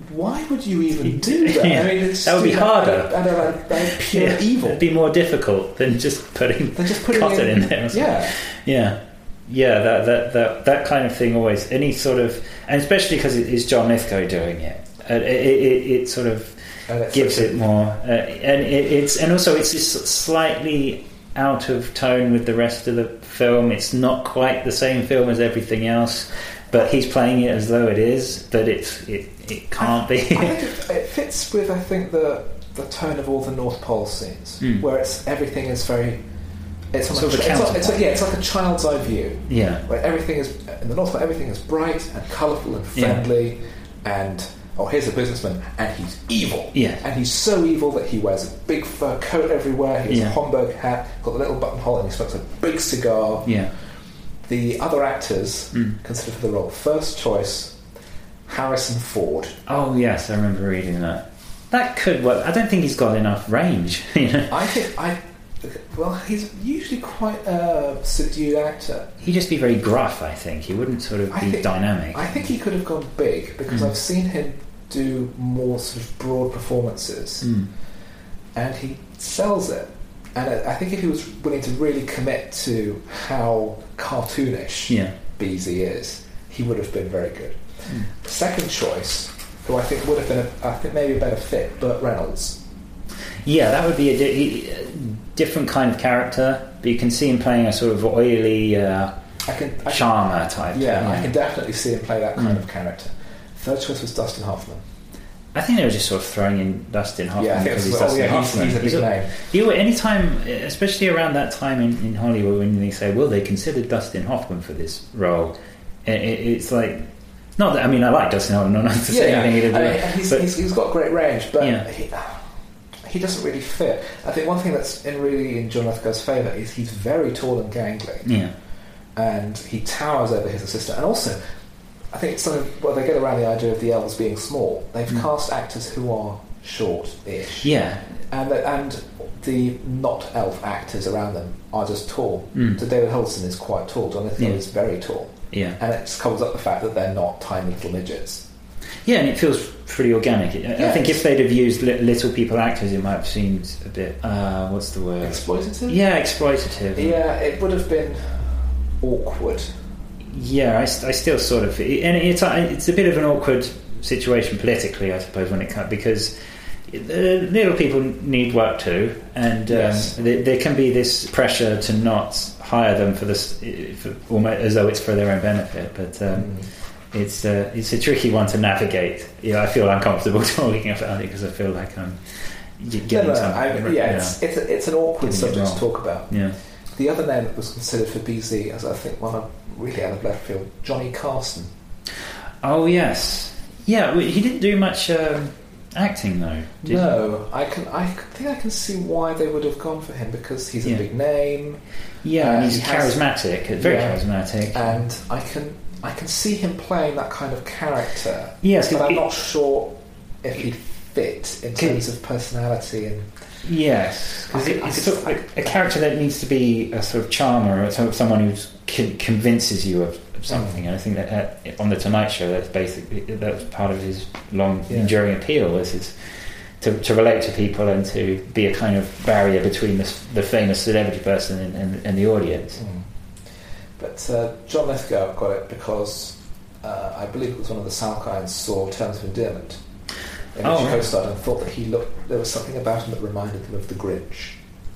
[SPEAKER 1] why would you even do that?
[SPEAKER 2] Yeah.
[SPEAKER 1] I mean, it's
[SPEAKER 2] That would be
[SPEAKER 1] you know,
[SPEAKER 2] harder.
[SPEAKER 1] And they're like, they're pure
[SPEAKER 2] Yeah.
[SPEAKER 1] evil.
[SPEAKER 2] It'd be more difficult than just putting
[SPEAKER 1] They're just putting
[SPEAKER 2] cotton
[SPEAKER 1] in,
[SPEAKER 2] in there.
[SPEAKER 1] Yeah,
[SPEAKER 2] Yeah, yeah, that that that that kind of thing always. Any sort of, and especially because it is John Lithgow doing it. uh, It, it, it, it sort of
[SPEAKER 1] and it's
[SPEAKER 2] gives
[SPEAKER 1] such
[SPEAKER 2] it more, uh, and it, it's and also it's just slightly out of tone with the rest of the film. It's not quite the same film as everything else, but he's playing it as though it is, but it's it it
[SPEAKER 1] a-
[SPEAKER 2] can't
[SPEAKER 1] I
[SPEAKER 2] be.
[SPEAKER 1] think it, it fits with I think the the tone of all the North Pole scenes,
[SPEAKER 2] Mm.
[SPEAKER 1] where it's everything is very. It's on
[SPEAKER 2] Sort
[SPEAKER 1] a,
[SPEAKER 2] of a
[SPEAKER 1] chi- it's like- it's like-
[SPEAKER 2] counterpoint.
[SPEAKER 1] yeah, it's like a child's eye view.
[SPEAKER 2] yeah,
[SPEAKER 1] Where everything is in the North Pole, everything is bright and colourful and
[SPEAKER 2] Yeah.
[SPEAKER 1] friendly, and oh, here's a businessman, and he's evil.
[SPEAKER 2] yeah,
[SPEAKER 1] And he's so evil that he wears a big fur coat everywhere. He has
[SPEAKER 2] Yeah.
[SPEAKER 1] a Homburg hat, got a little buttonhole, and he smokes a big cigar.
[SPEAKER 2] yeah.
[SPEAKER 1] The other actors
[SPEAKER 2] Mm.
[SPEAKER 1] considered for the role first choice Harrison Ford.
[SPEAKER 2] Oh yes, I remember reading that. That could work. I don't think he's got enough range. You know.
[SPEAKER 1] I think I. Well, he's usually quite a subdued actor.
[SPEAKER 2] He'd just be very gruff, I think. He wouldn't sort of
[SPEAKER 1] I
[SPEAKER 2] be
[SPEAKER 1] think-
[SPEAKER 2] dynamic.
[SPEAKER 1] I think he could have gone big because
[SPEAKER 2] Mm.
[SPEAKER 1] I've seen him do more sort of broad performances,
[SPEAKER 2] Mm.
[SPEAKER 1] and he sells it. And I I think if he was willing to really commit to how cartoonish
[SPEAKER 2] Yeah. Hmm.
[SPEAKER 1] Beezy is, he would have been very good. Second choice, who I think would have been, a, I think maybe a better fit, Burt Reynolds.
[SPEAKER 2] Yeah, that would be a di- a different kind of character, but you can see him playing a sort of oily uh,
[SPEAKER 1] I can, I can
[SPEAKER 2] charmer type.
[SPEAKER 1] yeah, I can definitely see him play that kind
[SPEAKER 2] Mm.
[SPEAKER 1] of character. Third choice was Dustin Hoffman.
[SPEAKER 2] I think they were just sort of throwing in Dustin Hoffman
[SPEAKER 1] yeah, I think
[SPEAKER 2] because he's
[SPEAKER 1] that's, oh,
[SPEAKER 2] Dustin
[SPEAKER 1] yeah, he's,
[SPEAKER 2] Hoffman.
[SPEAKER 1] he's a
[SPEAKER 2] He's
[SPEAKER 1] big
[SPEAKER 2] a-
[SPEAKER 1] name.
[SPEAKER 2] you know, any time, especially around that time in, in Hollywood, when they say, "Well, they considered Dustin Hoffman for this role," i it, it's like, not that I mean, I like Dustin Hoffman. Not to
[SPEAKER 1] Yeah,
[SPEAKER 2] say
[SPEAKER 1] yeah.
[SPEAKER 2] anything. either,
[SPEAKER 1] I mean,
[SPEAKER 2] but-
[SPEAKER 1] and he's,
[SPEAKER 2] but-
[SPEAKER 1] he's, he's got great range, but
[SPEAKER 2] Yeah.
[SPEAKER 1] he, uh, he doesn't really fit. I think one thing that's in really in John Lithgow's favour is he's very tall and gangly,
[SPEAKER 2] yeah,
[SPEAKER 1] and he towers over his assistant. And also, I think it's something well they get around the idea of the elves being small. They've
[SPEAKER 2] Mm.
[SPEAKER 1] cast actors who are short-ish,
[SPEAKER 2] yeah,
[SPEAKER 1] and the, and the not elf actors around them are just tall.
[SPEAKER 2] Mm.
[SPEAKER 1] So David Holson is quite tall. John Lithgow
[SPEAKER 2] Yeah.
[SPEAKER 1] is very tall,
[SPEAKER 2] yeah.
[SPEAKER 1] and it covers up the fact that they're not tiny little midgets.
[SPEAKER 2] Yeah, and it feels pretty organic. I- I
[SPEAKER 1] Yeah.
[SPEAKER 2] think if they'd have used li- little people actors, it might have seemed a bit. Uh, what's the word?
[SPEAKER 1] Exploitative.
[SPEAKER 2] Yeah, exploitative.
[SPEAKER 1] Yeah, it would have been awkward.
[SPEAKER 2] Yeah, I, st- I still sort of, and it's a, it's a bit of an awkward situation politically, I suppose, when it comes because the little people need work too, and um,
[SPEAKER 1] Yes.
[SPEAKER 2] there, there can be this pressure to not hire them for this, for almost as though it's for their own benefit. But um, it's uh, it's a tricky one to navigate. Yeah, I feel uncomfortable talking about it because I feel like I'm g-
[SPEAKER 1] No,
[SPEAKER 2] getting
[SPEAKER 1] no,
[SPEAKER 2] some-
[SPEAKER 1] I, yeah, it's, it's, a, it's an awkward
[SPEAKER 2] Getting it
[SPEAKER 1] subject
[SPEAKER 2] wrong.
[SPEAKER 1] to talk about.
[SPEAKER 2] yeah,
[SPEAKER 1] The other name that was considered for BZ, as I think one of really out of left field, Johnny Carson.
[SPEAKER 2] Oh yes, yeah. well, He didn't do much um, acting though. Did he?
[SPEAKER 1] no, I can I c- think I can see why they would have gone for him because he's a
[SPEAKER 2] Yeah.
[SPEAKER 1] big name,
[SPEAKER 2] Yeah,
[SPEAKER 1] Uh,
[SPEAKER 2] and he's
[SPEAKER 1] he has-
[SPEAKER 2] charismatic, very
[SPEAKER 1] Yeah. Uh,
[SPEAKER 2] charismatic.
[SPEAKER 1] and I can I can see him playing that kind of character,
[SPEAKER 2] yes,
[SPEAKER 1] but I'm
[SPEAKER 2] it-
[SPEAKER 1] not sure if he'd fit in
[SPEAKER 2] Can-
[SPEAKER 1] terms of personality and
[SPEAKER 2] yes, because
[SPEAKER 1] I- I
[SPEAKER 2] it's
[SPEAKER 1] could-
[SPEAKER 2] sort of a, a character that needs to be a sort of charmer, or sort of someone who con- convinces you of, of something. And I think that uh, on the Tonight Show, that's basically that's part of his long,
[SPEAKER 1] Yeah.
[SPEAKER 2] enduring appeal is his, to, to relate to people and to be a kind of barrier between the, the famous celebrity person and, and, and the audience.
[SPEAKER 1] Mm. But uh, John Lithgow got it because uh, I believe it was one of the Salkinds saw Terms of Endearment, in which
[SPEAKER 2] Oh,
[SPEAKER 1] he
[SPEAKER 2] right.
[SPEAKER 1] co-starred, and thought that he looked. There was something about him that reminded him of the Grinch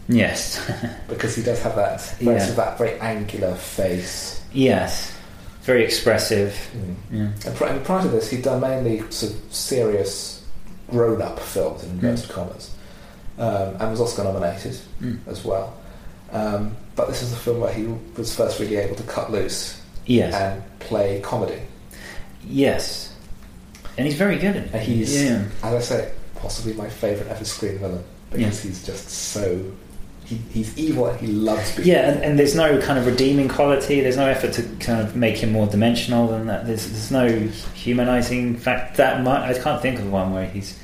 [SPEAKER 2] Yes,
[SPEAKER 1] because he does have that
[SPEAKER 2] Yeah.
[SPEAKER 1] very, that very angular face.
[SPEAKER 2] yes, very expressive. Yeah.
[SPEAKER 1] And, pri- and prior to this, he'd done mainly sort of serious grown-up films in
[SPEAKER 2] Hmm.
[SPEAKER 1] inverted commas, um, and was Oscar nominated
[SPEAKER 2] Mm.
[SPEAKER 1] as well. Um, but this is the film where he was first really able to cut loose
[SPEAKER 2] Yes.
[SPEAKER 1] and play comedy.
[SPEAKER 2] Yes. And he's very good at it.
[SPEAKER 1] And he's-
[SPEAKER 2] yeah.
[SPEAKER 1] as I say, possibly my favourite ever screen villain because he's just so he, he's evil and he loves being
[SPEAKER 2] Yeah, and, and there's no kind of redeeming quality. There's no effort to kind of make him more dimensional than that. There's, there's no humanizing fact that much. I can't think of one where he's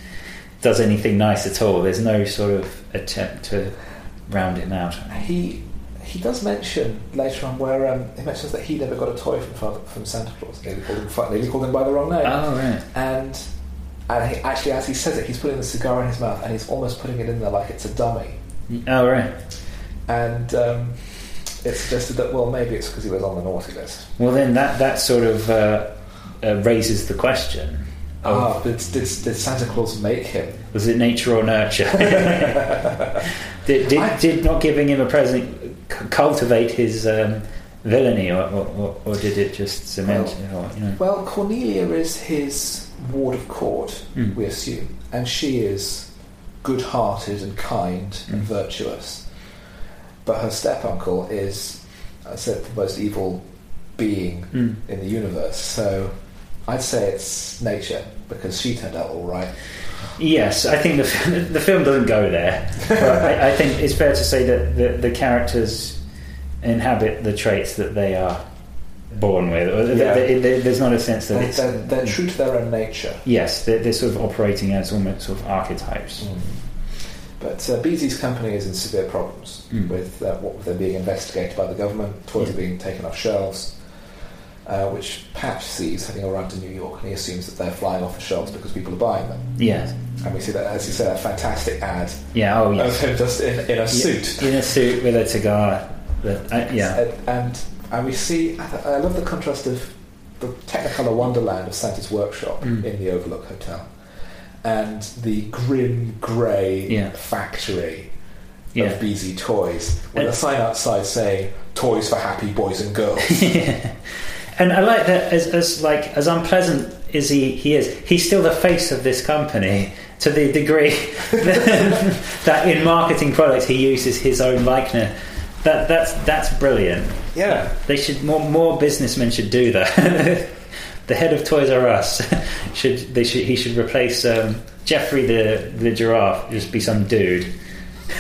[SPEAKER 2] does anything nice at all. There's no sort of attempt to round him out.
[SPEAKER 1] He he does mention later on where um, he mentions that he never got a toy from Father, from Santa Claus. Nearly called him, fa- nearly called him by the wrong name.
[SPEAKER 2] Oh, right.
[SPEAKER 1] and and he, actually, as he says it, he's putting the cigar in his mouth and he's almost putting it in there like it's a dummy.
[SPEAKER 2] Oh, right.
[SPEAKER 1] And um, it's suggested that well, maybe it's because he was on the naughty list.
[SPEAKER 2] Well, then that, that sort of uh, uh, raises the question.
[SPEAKER 1] Ah, but did, did Santa Claus make him?
[SPEAKER 2] Was it nature or nurture? did, did,
[SPEAKER 1] I-
[SPEAKER 2] did not giving him a present c- cultivate his um, villainy, or, or, or, or did it just cement it? Or, you know?
[SPEAKER 1] Well, Cornelia is his ward of court,
[SPEAKER 2] Mm.
[SPEAKER 1] we assume, and she is good hearted and kind and
[SPEAKER 2] Mm.
[SPEAKER 1] virtuous. But her step uncle is, I said, the most evil being
[SPEAKER 2] Mm.
[SPEAKER 1] in the universe. So I'd say it's nature because she turned out all right.
[SPEAKER 2] Yes, I think the, f- the film doesn't go there.
[SPEAKER 1] uh,
[SPEAKER 2] But I, I think it's fair to say that the, the characters inhabit the traits that they are born with. Or th-
[SPEAKER 1] Yeah.
[SPEAKER 2] th- th- there's not a sense that
[SPEAKER 1] They're,
[SPEAKER 2] it's. Mm.
[SPEAKER 1] they're, they're true to their own nature.
[SPEAKER 2] Yes, they're, they're sort of operating as almost sort of archetypes.
[SPEAKER 1] Hmm. But uh, Beezy's company is in severe problems
[SPEAKER 2] Mm.
[SPEAKER 1] with uh, what with them being investigated by the government, toys are being taken off shelves, uh, which Patch sees heading around to New York, and he assumes that they're flying off the shelves because people are buying them.
[SPEAKER 2] Yes.
[SPEAKER 1] And we see that, as you say, that fantastic ad
[SPEAKER 2] Yeah, oh, yes.
[SPEAKER 1] of him just in, in a suit.
[SPEAKER 2] in a suit with a cigar. That, uh, yeah.
[SPEAKER 1] And, and and we see, I, th- I love the contrast of the Technicolor Wonderland of Santa's workshop
[SPEAKER 2] Mm.
[SPEAKER 1] in the Overlook Hotel, and the grim grey
[SPEAKER 2] Yeah.
[SPEAKER 1] factory
[SPEAKER 2] Yeah.
[SPEAKER 1] of BZ Toys with a
[SPEAKER 2] And-
[SPEAKER 1] sign outside saying "Toys for Happy Boys and Girls."
[SPEAKER 2] And I like that as, as like as unpleasant as he, he is, he's still the face of this company to the degree that, that in marketing products he uses his own likeness. That that's that's brilliant.
[SPEAKER 1] yeah,
[SPEAKER 2] They should more more businessmen should do that. the head of Toys R Us should they should he should replace um, Jeffrey the the giraffe just be some dude.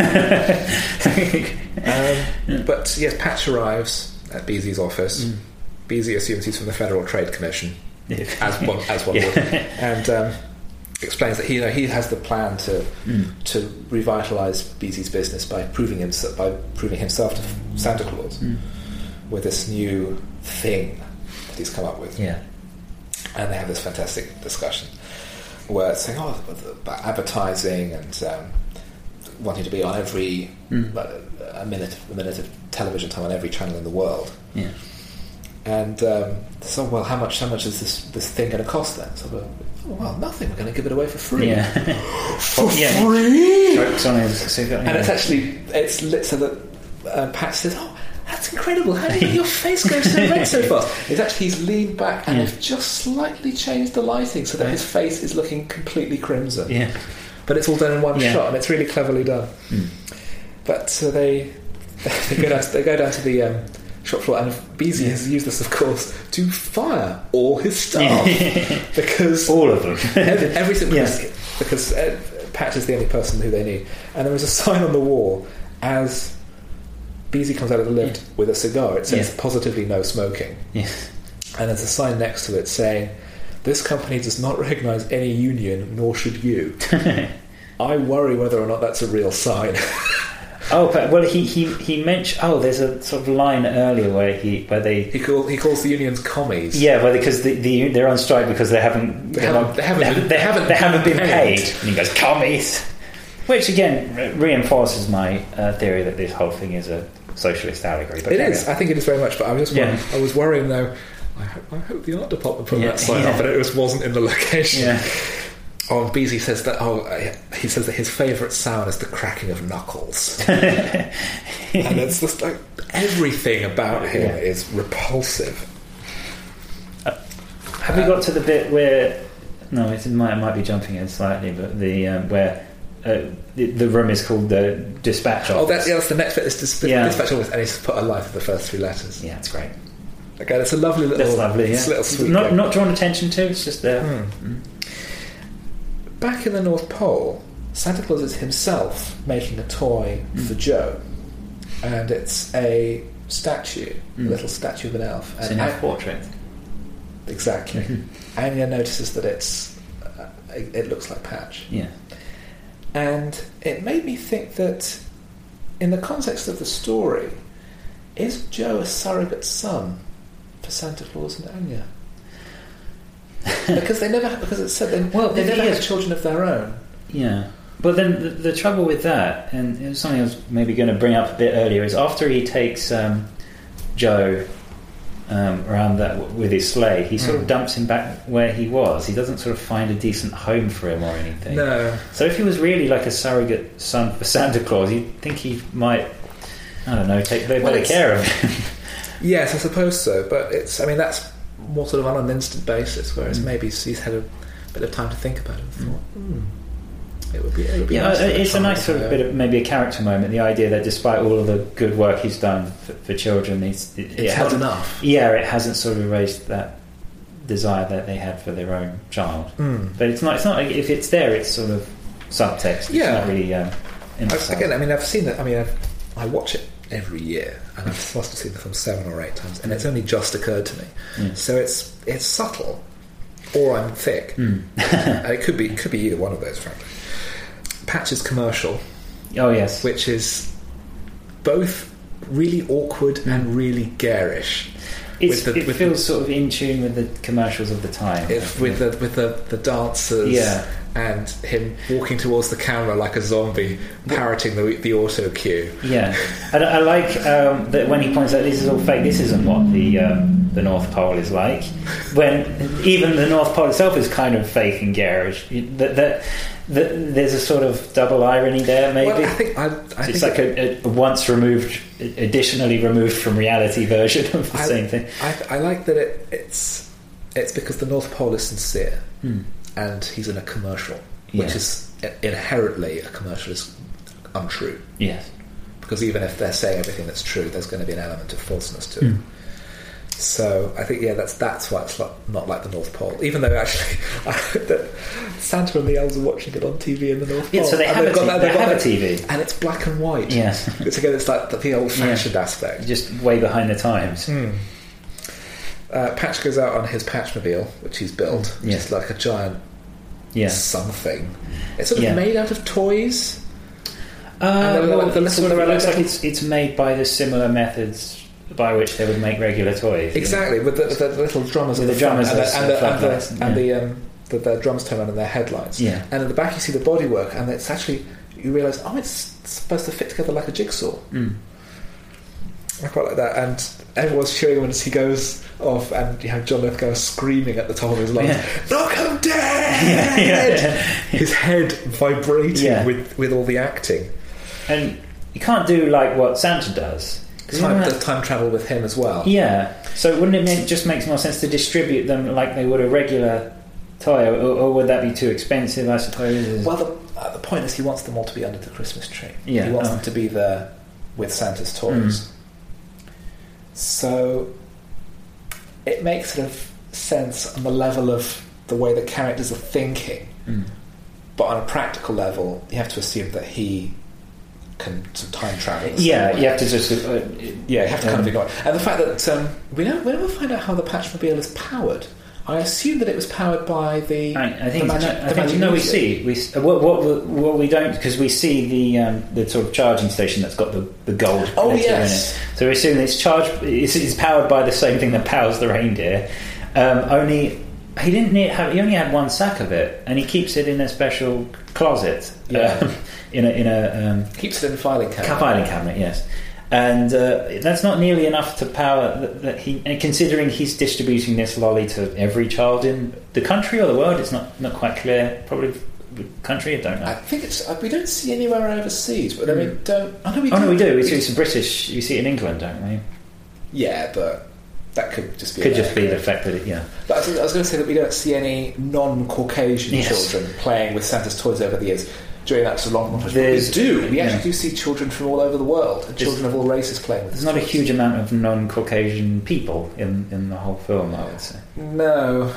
[SPEAKER 3] Um, but yes, Patch arrives at Beezy's office.
[SPEAKER 2] Mm.
[SPEAKER 3] Beezy assumes he's from the Federal Trade Commission, as one, as one
[SPEAKER 2] Yeah.
[SPEAKER 3] would, and um, explains that he, you know, he has the plan to
[SPEAKER 2] Mm.
[SPEAKER 3] to
[SPEAKER 1] revitalize Beezy's business by proving himself by proving himself to Santa Claus
[SPEAKER 2] Mm.
[SPEAKER 1] with this new thing that he's come up with.
[SPEAKER 2] Yeah.
[SPEAKER 1] and they have this fantastic discussion where it's saying, oh, about advertising and um, wanting to be on every
[SPEAKER 2] Mm.
[SPEAKER 1] like, a minute, a minute of television time on every channel in the world.
[SPEAKER 2] Yeah.
[SPEAKER 1] And um, so, well, how much, how much is this this thing going to cost then? So, well, oh, well, nothing. We're going to give it away for free.
[SPEAKER 2] Yeah.
[SPEAKER 1] For
[SPEAKER 2] Yeah.
[SPEAKER 1] free.
[SPEAKER 2] Strokes on his cigar.
[SPEAKER 1] And it's actually it's lit so that uh, Pat says, "Oh, that's incredible! How did your face go so red so fast?" It's actually he's leaned back and
[SPEAKER 2] Yeah.
[SPEAKER 1] they've just slightly changed the lighting so that his face is looking completely crimson.
[SPEAKER 2] yeah.
[SPEAKER 1] But it's all done in one
[SPEAKER 2] Yeah.
[SPEAKER 1] shot, and it's really cleverly done.
[SPEAKER 2] Mm.
[SPEAKER 1] But so they they go down to, they go down to the um, shop floor, and Beezy has used this, of course, to fire all his staff because
[SPEAKER 2] All of them.
[SPEAKER 1] every, every single
[SPEAKER 2] Yeah.
[SPEAKER 1] person- because uh, Patch is the only person who they need, and there is a sign on the wall as Beezy comes out of the lift with a cigar. It says
[SPEAKER 2] Yeah.
[SPEAKER 1] positively no smoking,
[SPEAKER 2] Yes.
[SPEAKER 1] and there's a sign next to it saying, "This company does not recognise any union, nor should you." I worry whether or not that's a real sign.
[SPEAKER 2] Oh, but, well, he he he mentioned. Oh, there's a sort of line earlier where he where they.
[SPEAKER 1] he, call, he calls the unions commies.
[SPEAKER 2] Yeah, well, because the, the they're on strike because they haven't
[SPEAKER 1] They
[SPEAKER 2] they're
[SPEAKER 1] haven't-
[SPEAKER 2] not-
[SPEAKER 1] they haven't been-
[SPEAKER 2] they haven't they haven't been
[SPEAKER 1] paid.
[SPEAKER 2] paid. And he goes commies, which again re- reinforces my uh, theory that this whole thing is a socialist allegory. But
[SPEAKER 3] It
[SPEAKER 2] carry
[SPEAKER 3] is.
[SPEAKER 2] on.
[SPEAKER 3] I think it is very much. But I was just
[SPEAKER 2] Yeah.
[SPEAKER 3] worried- I was worrying though. I hope, I hope the art department put
[SPEAKER 2] Yeah,
[SPEAKER 3] that sign
[SPEAKER 2] yeah.
[SPEAKER 3] up, but it just wasn't in the location.
[SPEAKER 2] Yeah.
[SPEAKER 3] Oh, and Beezy says that. Oh, uh, he says that his favourite sound is the cracking of knuckles, and it's just like everything about him
[SPEAKER 2] Yeah.
[SPEAKER 3] is repulsive.
[SPEAKER 2] Have we got to the bit where? No, it might, might be jumping in slightly, but the um, where uh, the, the room is called the dispatch office.
[SPEAKER 3] Oh, that's yeah. That's the next bit. Is dis-
[SPEAKER 2] Yeah.
[SPEAKER 3] dispatch almost, and he's put a line for the first three letters.
[SPEAKER 2] yeah, it's great.
[SPEAKER 3] Okay, that's a lovely little,
[SPEAKER 2] That's lovely.
[SPEAKER 3] it's a
[SPEAKER 2] Yeah,
[SPEAKER 3] little sweet.
[SPEAKER 2] not
[SPEAKER 3] gag.
[SPEAKER 2] not drawn attention to. It's just there.
[SPEAKER 3] Hmm.
[SPEAKER 1] Back in the North Pole, Santa Claus is himself making a toy
[SPEAKER 2] Hmm.
[SPEAKER 1] for Joe, and it's a statue, a
[SPEAKER 2] Mm.
[SPEAKER 1] little statue of an elf.
[SPEAKER 2] It's
[SPEAKER 1] And
[SPEAKER 2] in
[SPEAKER 1] I-
[SPEAKER 2] his portrait.
[SPEAKER 1] exactly. Anya notices that it's uh, it it looks like Patch,
[SPEAKER 2] Yeah.
[SPEAKER 1] And it made me think that, in the context of the story, is Joe a surrogate son for Santa Claus and Anya? because they never, because it said they,
[SPEAKER 2] Well,
[SPEAKER 1] they
[SPEAKER 2] if
[SPEAKER 1] never
[SPEAKER 2] he
[SPEAKER 1] have
[SPEAKER 2] is-
[SPEAKER 1] children of their own.
[SPEAKER 2] Yeah. But then the, the trouble with that, and it was something I was maybe going to bring up a bit earlier, is after he takes um, Joe um, around that w- with his sleigh, he sort
[SPEAKER 1] Mm.
[SPEAKER 2] of dumps him back where he was. He doesn't sort of find a decent home for him or anything.
[SPEAKER 1] No,
[SPEAKER 2] So if he was really like a surrogate son for Santa Claus, you'd think he might, I don't know, take better
[SPEAKER 1] Well, it's-
[SPEAKER 2] care of him.
[SPEAKER 1] Yes, I suppose so. But it's, I mean, that's more sort of on an instant basis, whereas
[SPEAKER 2] Mm.
[SPEAKER 1] maybe he's had a bit of time to think about it and thought, hmm, it would be, it would be
[SPEAKER 2] Mm. Yeah,
[SPEAKER 1] nice. to have
[SPEAKER 2] it's a nice
[SPEAKER 1] child
[SPEAKER 2] sort of
[SPEAKER 1] there."
[SPEAKER 2] bit of maybe a character moment. The idea that despite all of the good work he's done for, for children, he's, it, it
[SPEAKER 1] It's had
[SPEAKER 2] hasn't-
[SPEAKER 1] enough.
[SPEAKER 2] yeah, it hasn't sort of erased that desire that they had for their own child.
[SPEAKER 1] Mm.
[SPEAKER 2] But it's not. It's not. like- If it's there, it's sort of subtext. It's
[SPEAKER 1] Yeah.
[SPEAKER 2] not really. Um,
[SPEAKER 1] I've-
[SPEAKER 2] emphasised.
[SPEAKER 1] Again, I mean, I've seen it. I mean, I've, I watch it every year, and I've must have seen the film seven or eight times, and it's only just occurred to me.
[SPEAKER 2] Yeah.
[SPEAKER 1] So it's it's subtle, or I'm thick.
[SPEAKER 2] Mm.
[SPEAKER 1] And it could be it could be either one of those, frankly. Patch's commercial
[SPEAKER 2] Oh yes.
[SPEAKER 1] which is both really awkward
[SPEAKER 2] Mm.
[SPEAKER 1] and really garish.
[SPEAKER 2] It's,
[SPEAKER 1] with the-
[SPEAKER 2] it
[SPEAKER 1] with the-
[SPEAKER 2] feels sort of in tune with the commercials of the time.
[SPEAKER 1] If with the with the, the dancers
[SPEAKER 2] Yeah.
[SPEAKER 1] and him walking towards the camera like a zombie, parroting the the auto cue.
[SPEAKER 2] Yeah, and I I like um, that when he points out this is all fake. This isn't what the um, the North Pole is like. When even the North Pole itself is kind of fake and garish. You- That that, that there's a sort of double irony there, maybe.
[SPEAKER 1] Well, I think I, I
[SPEAKER 2] it's
[SPEAKER 1] think
[SPEAKER 2] like a, a once removed, additionally removed from reality version of the
[SPEAKER 1] I-
[SPEAKER 2] same thing.
[SPEAKER 1] I, I like that it, it's it's because the North Pole is sincere
[SPEAKER 2] Hmm.
[SPEAKER 1] and he's in a commercial, which
[SPEAKER 2] Yeah.
[SPEAKER 1] is inherently a commercial is untrue.
[SPEAKER 2] Yes.
[SPEAKER 1] because even if they're saying everything that's true, there's going to be an element of falseness to it.
[SPEAKER 2] Mm.
[SPEAKER 1] So I think yeah, that's that's why it's like, not like the North Pole. Even though actually, that Santa and the elves are watching it on TV in the North Pole.
[SPEAKER 2] Yeah, so they
[SPEAKER 1] and
[SPEAKER 2] have, a,
[SPEAKER 1] Oh, they've got
[SPEAKER 2] t-
[SPEAKER 1] that-
[SPEAKER 2] they
[SPEAKER 1] they've got
[SPEAKER 2] have
[SPEAKER 1] that-
[SPEAKER 2] a TV.
[SPEAKER 1] and it's black and white.
[SPEAKER 2] Yes.
[SPEAKER 1] it's again, it's like the, the old-fashioned aspect.
[SPEAKER 2] Just way behind the times.
[SPEAKER 1] Hmm. Uh, Patch goes out on his Patchmobile, which he's built, which
[SPEAKER 2] Yes.
[SPEAKER 1] is like a giant
[SPEAKER 2] Yeah.
[SPEAKER 1] something. It's sort of
[SPEAKER 2] Yeah.
[SPEAKER 1] made out of toys.
[SPEAKER 2] Uh,
[SPEAKER 1] And the-
[SPEAKER 2] well,
[SPEAKER 1] the
[SPEAKER 2] it
[SPEAKER 1] little-
[SPEAKER 2] sort of
[SPEAKER 1] the
[SPEAKER 2] looks like
[SPEAKER 1] little-
[SPEAKER 2] it's, it's made by the similar methods by which they would make regular toys. you know?
[SPEAKER 1] Exactly, with the, the little drummers
[SPEAKER 2] With
[SPEAKER 1] at
[SPEAKER 2] the
[SPEAKER 1] front
[SPEAKER 2] drummers as
[SPEAKER 1] and the, and the,
[SPEAKER 2] floodlights,
[SPEAKER 1] and the, and the, um, the, the drums turn on and their headlights.
[SPEAKER 2] Yeah.
[SPEAKER 1] And at the back, you see the bodywork, and it's actually you realise, oh, it's supposed to fit together like a jigsaw.
[SPEAKER 2] Mm.
[SPEAKER 1] I quite like that, and everyone's cheering him as he goes off, and you have John Lithgow screaming at the top of his lungs,
[SPEAKER 2] Yeah.
[SPEAKER 1] "Knock him
[SPEAKER 2] Yeah,
[SPEAKER 1] dead!"
[SPEAKER 2] yeah.
[SPEAKER 1] His head vibrating
[SPEAKER 2] Yeah.
[SPEAKER 1] with, with all the acting.
[SPEAKER 2] And you can't do like what Santa does. 'Cause you
[SPEAKER 1] Time,
[SPEAKER 2] know
[SPEAKER 1] the time travel with him as well.
[SPEAKER 2] that- yeah. So wouldn't it make, just makes more sense to distribute them like they would a regular toy, or, or would that be too expensive? I suppose.
[SPEAKER 1] Well, the, uh, the point is, he wants them all to be under the Christmas tree.
[SPEAKER 2] Yeah.
[SPEAKER 1] He wants
[SPEAKER 2] Oh.
[SPEAKER 1] them to be there with Santa's toys.
[SPEAKER 2] Mm.
[SPEAKER 1] So it makes sort of sense on the level of the way the characters are thinking,
[SPEAKER 2] Mm.
[SPEAKER 1] but on a practical level, you have to assume that he can sort of time travel. in some
[SPEAKER 2] Yeah,
[SPEAKER 1] way.
[SPEAKER 2] you have to just. Uh, uh,
[SPEAKER 1] Yeah, you have to kind
[SPEAKER 2] Um,
[SPEAKER 1] of ignore it. And the fact that um, we, don't, we never find out how the Patchmobile is powered. I assume that it was powered by the.
[SPEAKER 2] I, I think,
[SPEAKER 1] the magic-
[SPEAKER 2] no, I
[SPEAKER 1] the
[SPEAKER 2] think
[SPEAKER 1] magic
[SPEAKER 2] no, we
[SPEAKER 1] music.
[SPEAKER 2] see we s- uh, what what we- what we don't because we see the um, the sort of charging station that's got the, the gold.
[SPEAKER 1] Oh,
[SPEAKER 2] glitter
[SPEAKER 1] yes.
[SPEAKER 2] In it. So we assume it's charged. It's, it's powered by the same thing that powers the reindeer. Um, only he didn't need, have. He only had one sack of it, and he keeps it in a special closet.
[SPEAKER 1] Yeah.
[SPEAKER 2] um, in a in a um,
[SPEAKER 1] Keeps it in the filing cabinet.
[SPEAKER 2] filing cabinet. Yes. And uh, that's not nearly enough to power that, that he. And considering he's distributing this lolly to every child in the country or the world, it's not not quite clear. Probably the country. I don't know.
[SPEAKER 1] I think it's uh, we don't see anywhere overseas, but then we don't. Oh no, we
[SPEAKER 2] oh
[SPEAKER 1] do.
[SPEAKER 2] no, we do. We see some British. We see it in England, don't we?
[SPEAKER 1] Yeah, but that could just be
[SPEAKER 2] Could just be the
[SPEAKER 1] America.
[SPEAKER 2] fact that it. Yeah.
[SPEAKER 1] But I was, I was going to say that we don't see any non-Caucasian
[SPEAKER 2] Yes.
[SPEAKER 1] children playing with Santa's toys over the years during that sort of long montage. But We
[SPEAKER 2] There's-
[SPEAKER 1] do. We
[SPEAKER 2] yeah.
[SPEAKER 1] actually do see children from all over the world, and
[SPEAKER 2] There's-
[SPEAKER 1] children of all races playing with.
[SPEAKER 2] There's
[SPEAKER 1] his
[SPEAKER 2] not a
[SPEAKER 1] toys.
[SPEAKER 2] huge amount of non-Caucasian people in in the whole film. I would say.
[SPEAKER 1] No.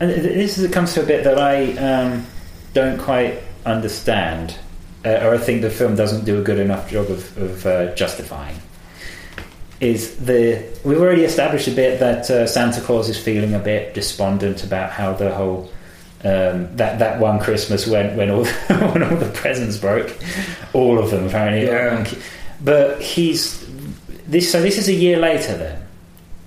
[SPEAKER 2] And th- this is, it comes to a bit that I um, don't quite understand, uh, or I think the film doesn't do a good enough job of, of uh, justifying. Is the we've already established a bit that uh, Santa Claus is feeling a bit despondent about how the whole Um, that that one Christmas when when all when all the presents broke, all of them apparently.
[SPEAKER 3] Yeah.
[SPEAKER 2] But he's this. So this is a year later then.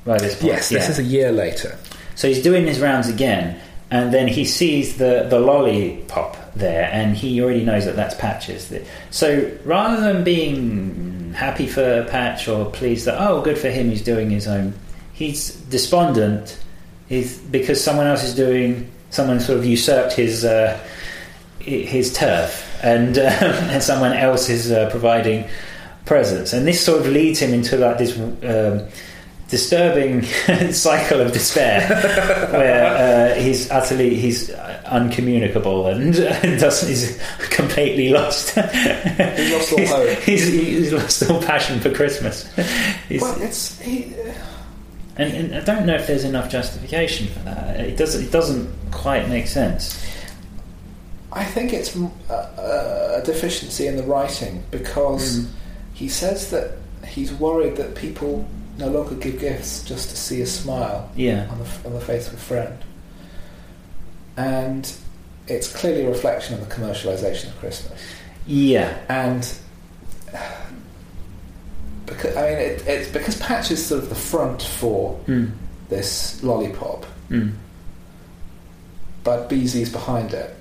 [SPEAKER 2] By this point,
[SPEAKER 3] Yes, this
[SPEAKER 2] Yeah.
[SPEAKER 3] is a year later.
[SPEAKER 2] So he's doing his rounds again, and then he sees the, the lollipop there, and he already knows that that's Patch's. Th- So rather than being happy for Patch or pleased that, oh, good for him, he's doing his own, he's despondent he's, because someone else is doing, someone sort of usurped his, uh, i- his turf, and, um, and someone else is uh, providing presence. And this sort of leads him into like this um, disturbing cycle of despair, where uh, he's utterly he's uh, uncommunicable and doesn't he's completely lost.
[SPEAKER 1] He's lost all
[SPEAKER 2] He's-
[SPEAKER 1] hope.
[SPEAKER 2] He's, he's lost all passion for Christmas. He's-
[SPEAKER 1] Well, it's he,
[SPEAKER 2] and, and I don't know if there's enough justification for that. It doesn't. It doesn't quite make sense.
[SPEAKER 1] I think it's mm, a, a deficiency in the writing because
[SPEAKER 2] Hmm.
[SPEAKER 1] he says that he's worried that people no longer give gifts just to see a smile
[SPEAKER 2] Yeah.
[SPEAKER 1] on the, on the face of a friend. And it's clearly a reflection on the commercialisation of Christmas.
[SPEAKER 2] Yeah.
[SPEAKER 1] And because, I mean, it, it's because Patch is sort of the front for
[SPEAKER 2] Mm.
[SPEAKER 1] this lollipop,
[SPEAKER 2] Mm.
[SPEAKER 1] but BZ's behind it.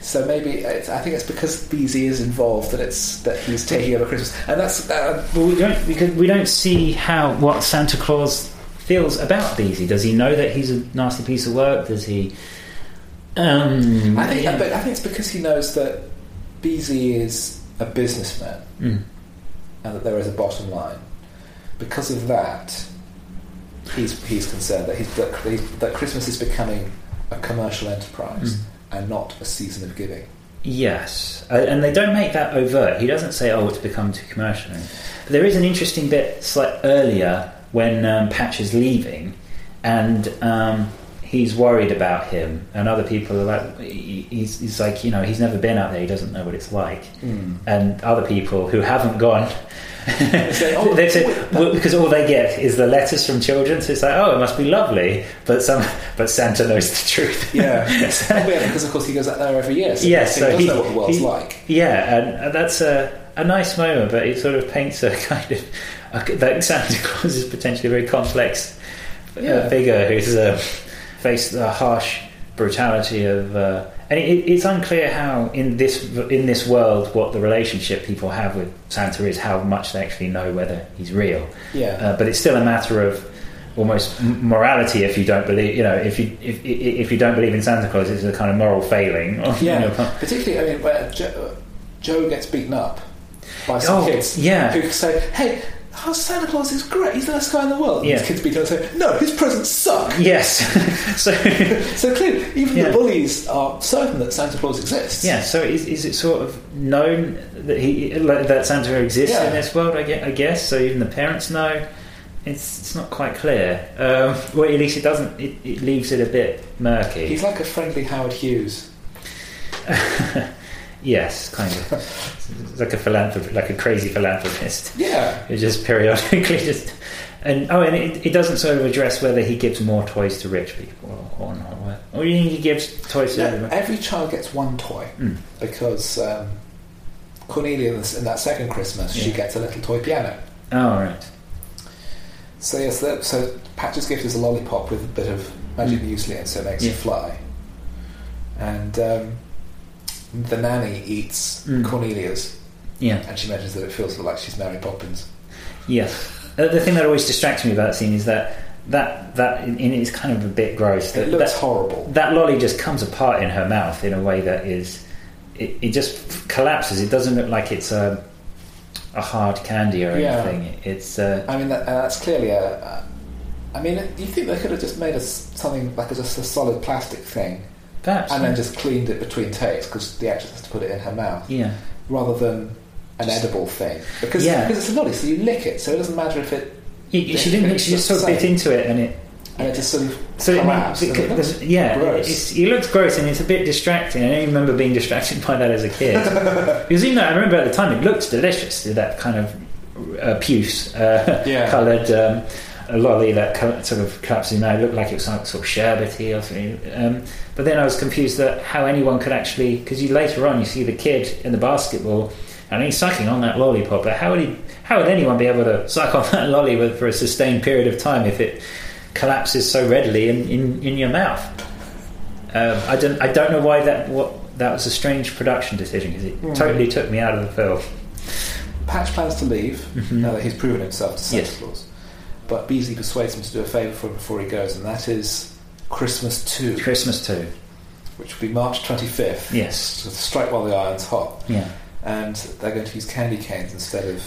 [SPEAKER 1] So maybe it's, I think it's because BZ is involved that it's that he's taking over Christmas, and that's uh,
[SPEAKER 2] Well, we don't because we don't see how what Santa Claus feels about Beezy. Does he know that he's a nasty piece of work? Does he? Um,
[SPEAKER 1] I think,
[SPEAKER 2] yeah.
[SPEAKER 1] but I think it's because he knows that BZ is a businessman
[SPEAKER 2] Mm.
[SPEAKER 1] and that there is a bottom line. Because of that, he's he's concerned that he's that, he's, that Christmas is becoming a commercial enterprise
[SPEAKER 2] Mm.
[SPEAKER 1] and not a season of giving.
[SPEAKER 2] Yes, uh, and they don't make that overt. He doesn't say, "Oh, it's become too commercial." But there is an interesting bit slight earlier when um, Patch is leaving, and um, he's worried about him, and other people are like, he- "He's, he's like, you know, he's never been out there. He doesn't know what it's like." And other people who haven't gone,
[SPEAKER 1] say, "Oh,
[SPEAKER 2] they say, well, because all they get is the letters from children. So it's like, "Oh, it must be lovely," but some, but Santa knows the truth.
[SPEAKER 1] Yeah.
[SPEAKER 2] So-
[SPEAKER 1] Oh, yeah, because of course he goes out there every year, so,
[SPEAKER 2] Yes,
[SPEAKER 1] he
[SPEAKER 2] so
[SPEAKER 1] does
[SPEAKER 2] he-
[SPEAKER 1] know what the world's
[SPEAKER 2] he-
[SPEAKER 1] like.
[SPEAKER 2] Yeah, and and that's a, a nice moment, but it sort of paints a kind of a, that Santa Claus is potentially a very complex
[SPEAKER 1] Yeah.
[SPEAKER 2] uh, figure who's uh, faced the harsh brutality of. Uh, and it, it's unclear how in this in this world what the relationship people have with Santa is, how much they actually know whether he's real.
[SPEAKER 1] Yeah,
[SPEAKER 2] Uh, but it's still a matter of almost m- morality if you don't believe you know if you if, if- if you don't believe in Santa Claus it's a kind of moral failing on
[SPEAKER 1] yeah.
[SPEAKER 2] your part.
[SPEAKER 1] Particularly, I mean, where Joe, Joe gets beaten up by some
[SPEAKER 2] Oh,
[SPEAKER 1] kids
[SPEAKER 2] yeah.
[SPEAKER 1] who say, "Hey, oh, Santa Claus is great. He's the best guy in the world." And
[SPEAKER 2] Yeah.
[SPEAKER 1] these kids beat him and say, "No, his presents suck."
[SPEAKER 2] Yes. so
[SPEAKER 1] So clearly, even
[SPEAKER 2] Yeah.
[SPEAKER 1] the bullies are certain that Santa Claus exists.
[SPEAKER 2] yeah. So is, is it sort of known that he like, that Santa exists
[SPEAKER 1] Yeah.
[SPEAKER 2] in this world? I guess, I guess. So even the parents know. It's it's not quite clear. Um, well, at least it doesn't. It, it leaves it a bit murky.
[SPEAKER 1] He's like a friendly Howard Hughes.
[SPEAKER 2] yes, kind of. It's like a philanthropist, like a crazy philanthropist.
[SPEAKER 1] Yeah.
[SPEAKER 2] It just periodically just and oh, and it, it doesn't sort of address whether he gives more toys to rich people or, or not. Or do you think he gives toys to
[SPEAKER 1] No,
[SPEAKER 2] everyone?
[SPEAKER 1] every child gets one toy
[SPEAKER 2] Mm.
[SPEAKER 1] because um, Cornelia, in this- in that second Christmas, she
[SPEAKER 2] Yeah.
[SPEAKER 1] gets a little toy piano.
[SPEAKER 2] Oh, right.
[SPEAKER 1] So yes, that, so Patch's gift is a lollipop with a bit of magic
[SPEAKER 2] Mm.
[SPEAKER 1] muesli, and so it makes
[SPEAKER 2] Yeah.
[SPEAKER 1] it fly. And um, the nanny eats
[SPEAKER 2] Mm.
[SPEAKER 1] Cornelia's,
[SPEAKER 2] Yeah.
[SPEAKER 1] and she mentions that it feels like she's Mary Poppins.
[SPEAKER 2] Yes. Uh, The thing that always distracts me about that scene is that that that in, in it's kind of a bit gross. That,
[SPEAKER 1] It looks
[SPEAKER 2] that,
[SPEAKER 1] horrible.
[SPEAKER 2] that lolly just comes apart in her mouth in a way that is it, it just collapses. It doesn't look like it's a a hard candy or
[SPEAKER 1] Yeah.
[SPEAKER 2] anything. It's uh,
[SPEAKER 1] I mean, that, uh, that's clearly a. a- I mean, it- you think they could have just made us something like a, just a solid plastic thing,
[SPEAKER 2] perhaps
[SPEAKER 1] and then just cleaned it between takes because the actress has to put it in her mouth,
[SPEAKER 2] yeah
[SPEAKER 1] rather than an edible thing. Because
[SPEAKER 2] Yeah.
[SPEAKER 1] because it's a lolly, so you lick it, so it doesn't matter if it
[SPEAKER 2] You- you- she didn't. She just sort of bit into it and it.
[SPEAKER 1] and it just sort of
[SPEAKER 2] So it,
[SPEAKER 1] collapsed.
[SPEAKER 2] it,
[SPEAKER 1] and it looks
[SPEAKER 2] it, yeah,
[SPEAKER 1] gross.
[SPEAKER 2] It's, it looks gross and it's a bit distracting. I don't remember being distracted by that as a kid because even though I remember at the time it looked delicious, that kind of uh, puce uh,
[SPEAKER 1] Yeah.
[SPEAKER 2] coloured um, a lolly that co- sort of collapses now. It looked like it was like sort of sherbety or something. Um, but then I was confused that how anyone could actually because you later on you see the kid in the basketball and he's sucking on that lollipop. But how would he? How would anyone be able to suck on that lolly with, for a sustained period of time if it collapses so readily in, in, in your mouth? Um, I don't I don't know why that what that was a strange production decision because it
[SPEAKER 1] Mm.
[SPEAKER 2] totally took me out of the film.
[SPEAKER 1] Patch plans to leave now that he's proven himself to Santa
[SPEAKER 2] Yes.
[SPEAKER 1] Claus. But Beasley persuades him to do a favour for him before he goes, and that is Christmas 2,
[SPEAKER 2] Christmas too.
[SPEAKER 1] which will be March 25th.
[SPEAKER 2] Yes.
[SPEAKER 1] So strike while the iron's hot.
[SPEAKER 2] Yeah.
[SPEAKER 1] And they're going to use candy canes instead of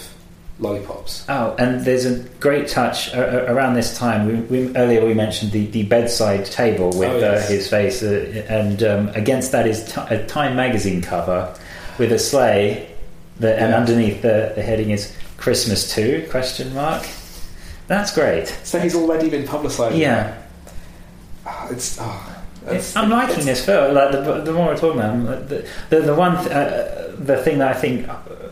[SPEAKER 1] lollipops.
[SPEAKER 2] Oh, and there's a great touch a- a- around this time. We, we, earlier we mentioned the, the bedside table with
[SPEAKER 1] Oh, yes.
[SPEAKER 2] uh, his face, uh, and um, against that is t- a Time magazine cover with a sleigh, that, and
[SPEAKER 1] Yeah.
[SPEAKER 2] underneath the, the heading is Christmas too? Question mark. That's great.
[SPEAKER 1] So he's already been publicised.
[SPEAKER 2] Yeah,
[SPEAKER 1] Ah, It's. ah,
[SPEAKER 2] It's,
[SPEAKER 1] that's-
[SPEAKER 2] I'm liking
[SPEAKER 1] it's-
[SPEAKER 2] this film. Like the, the more I talk about, it, the the, the one th- uh, the thing that I think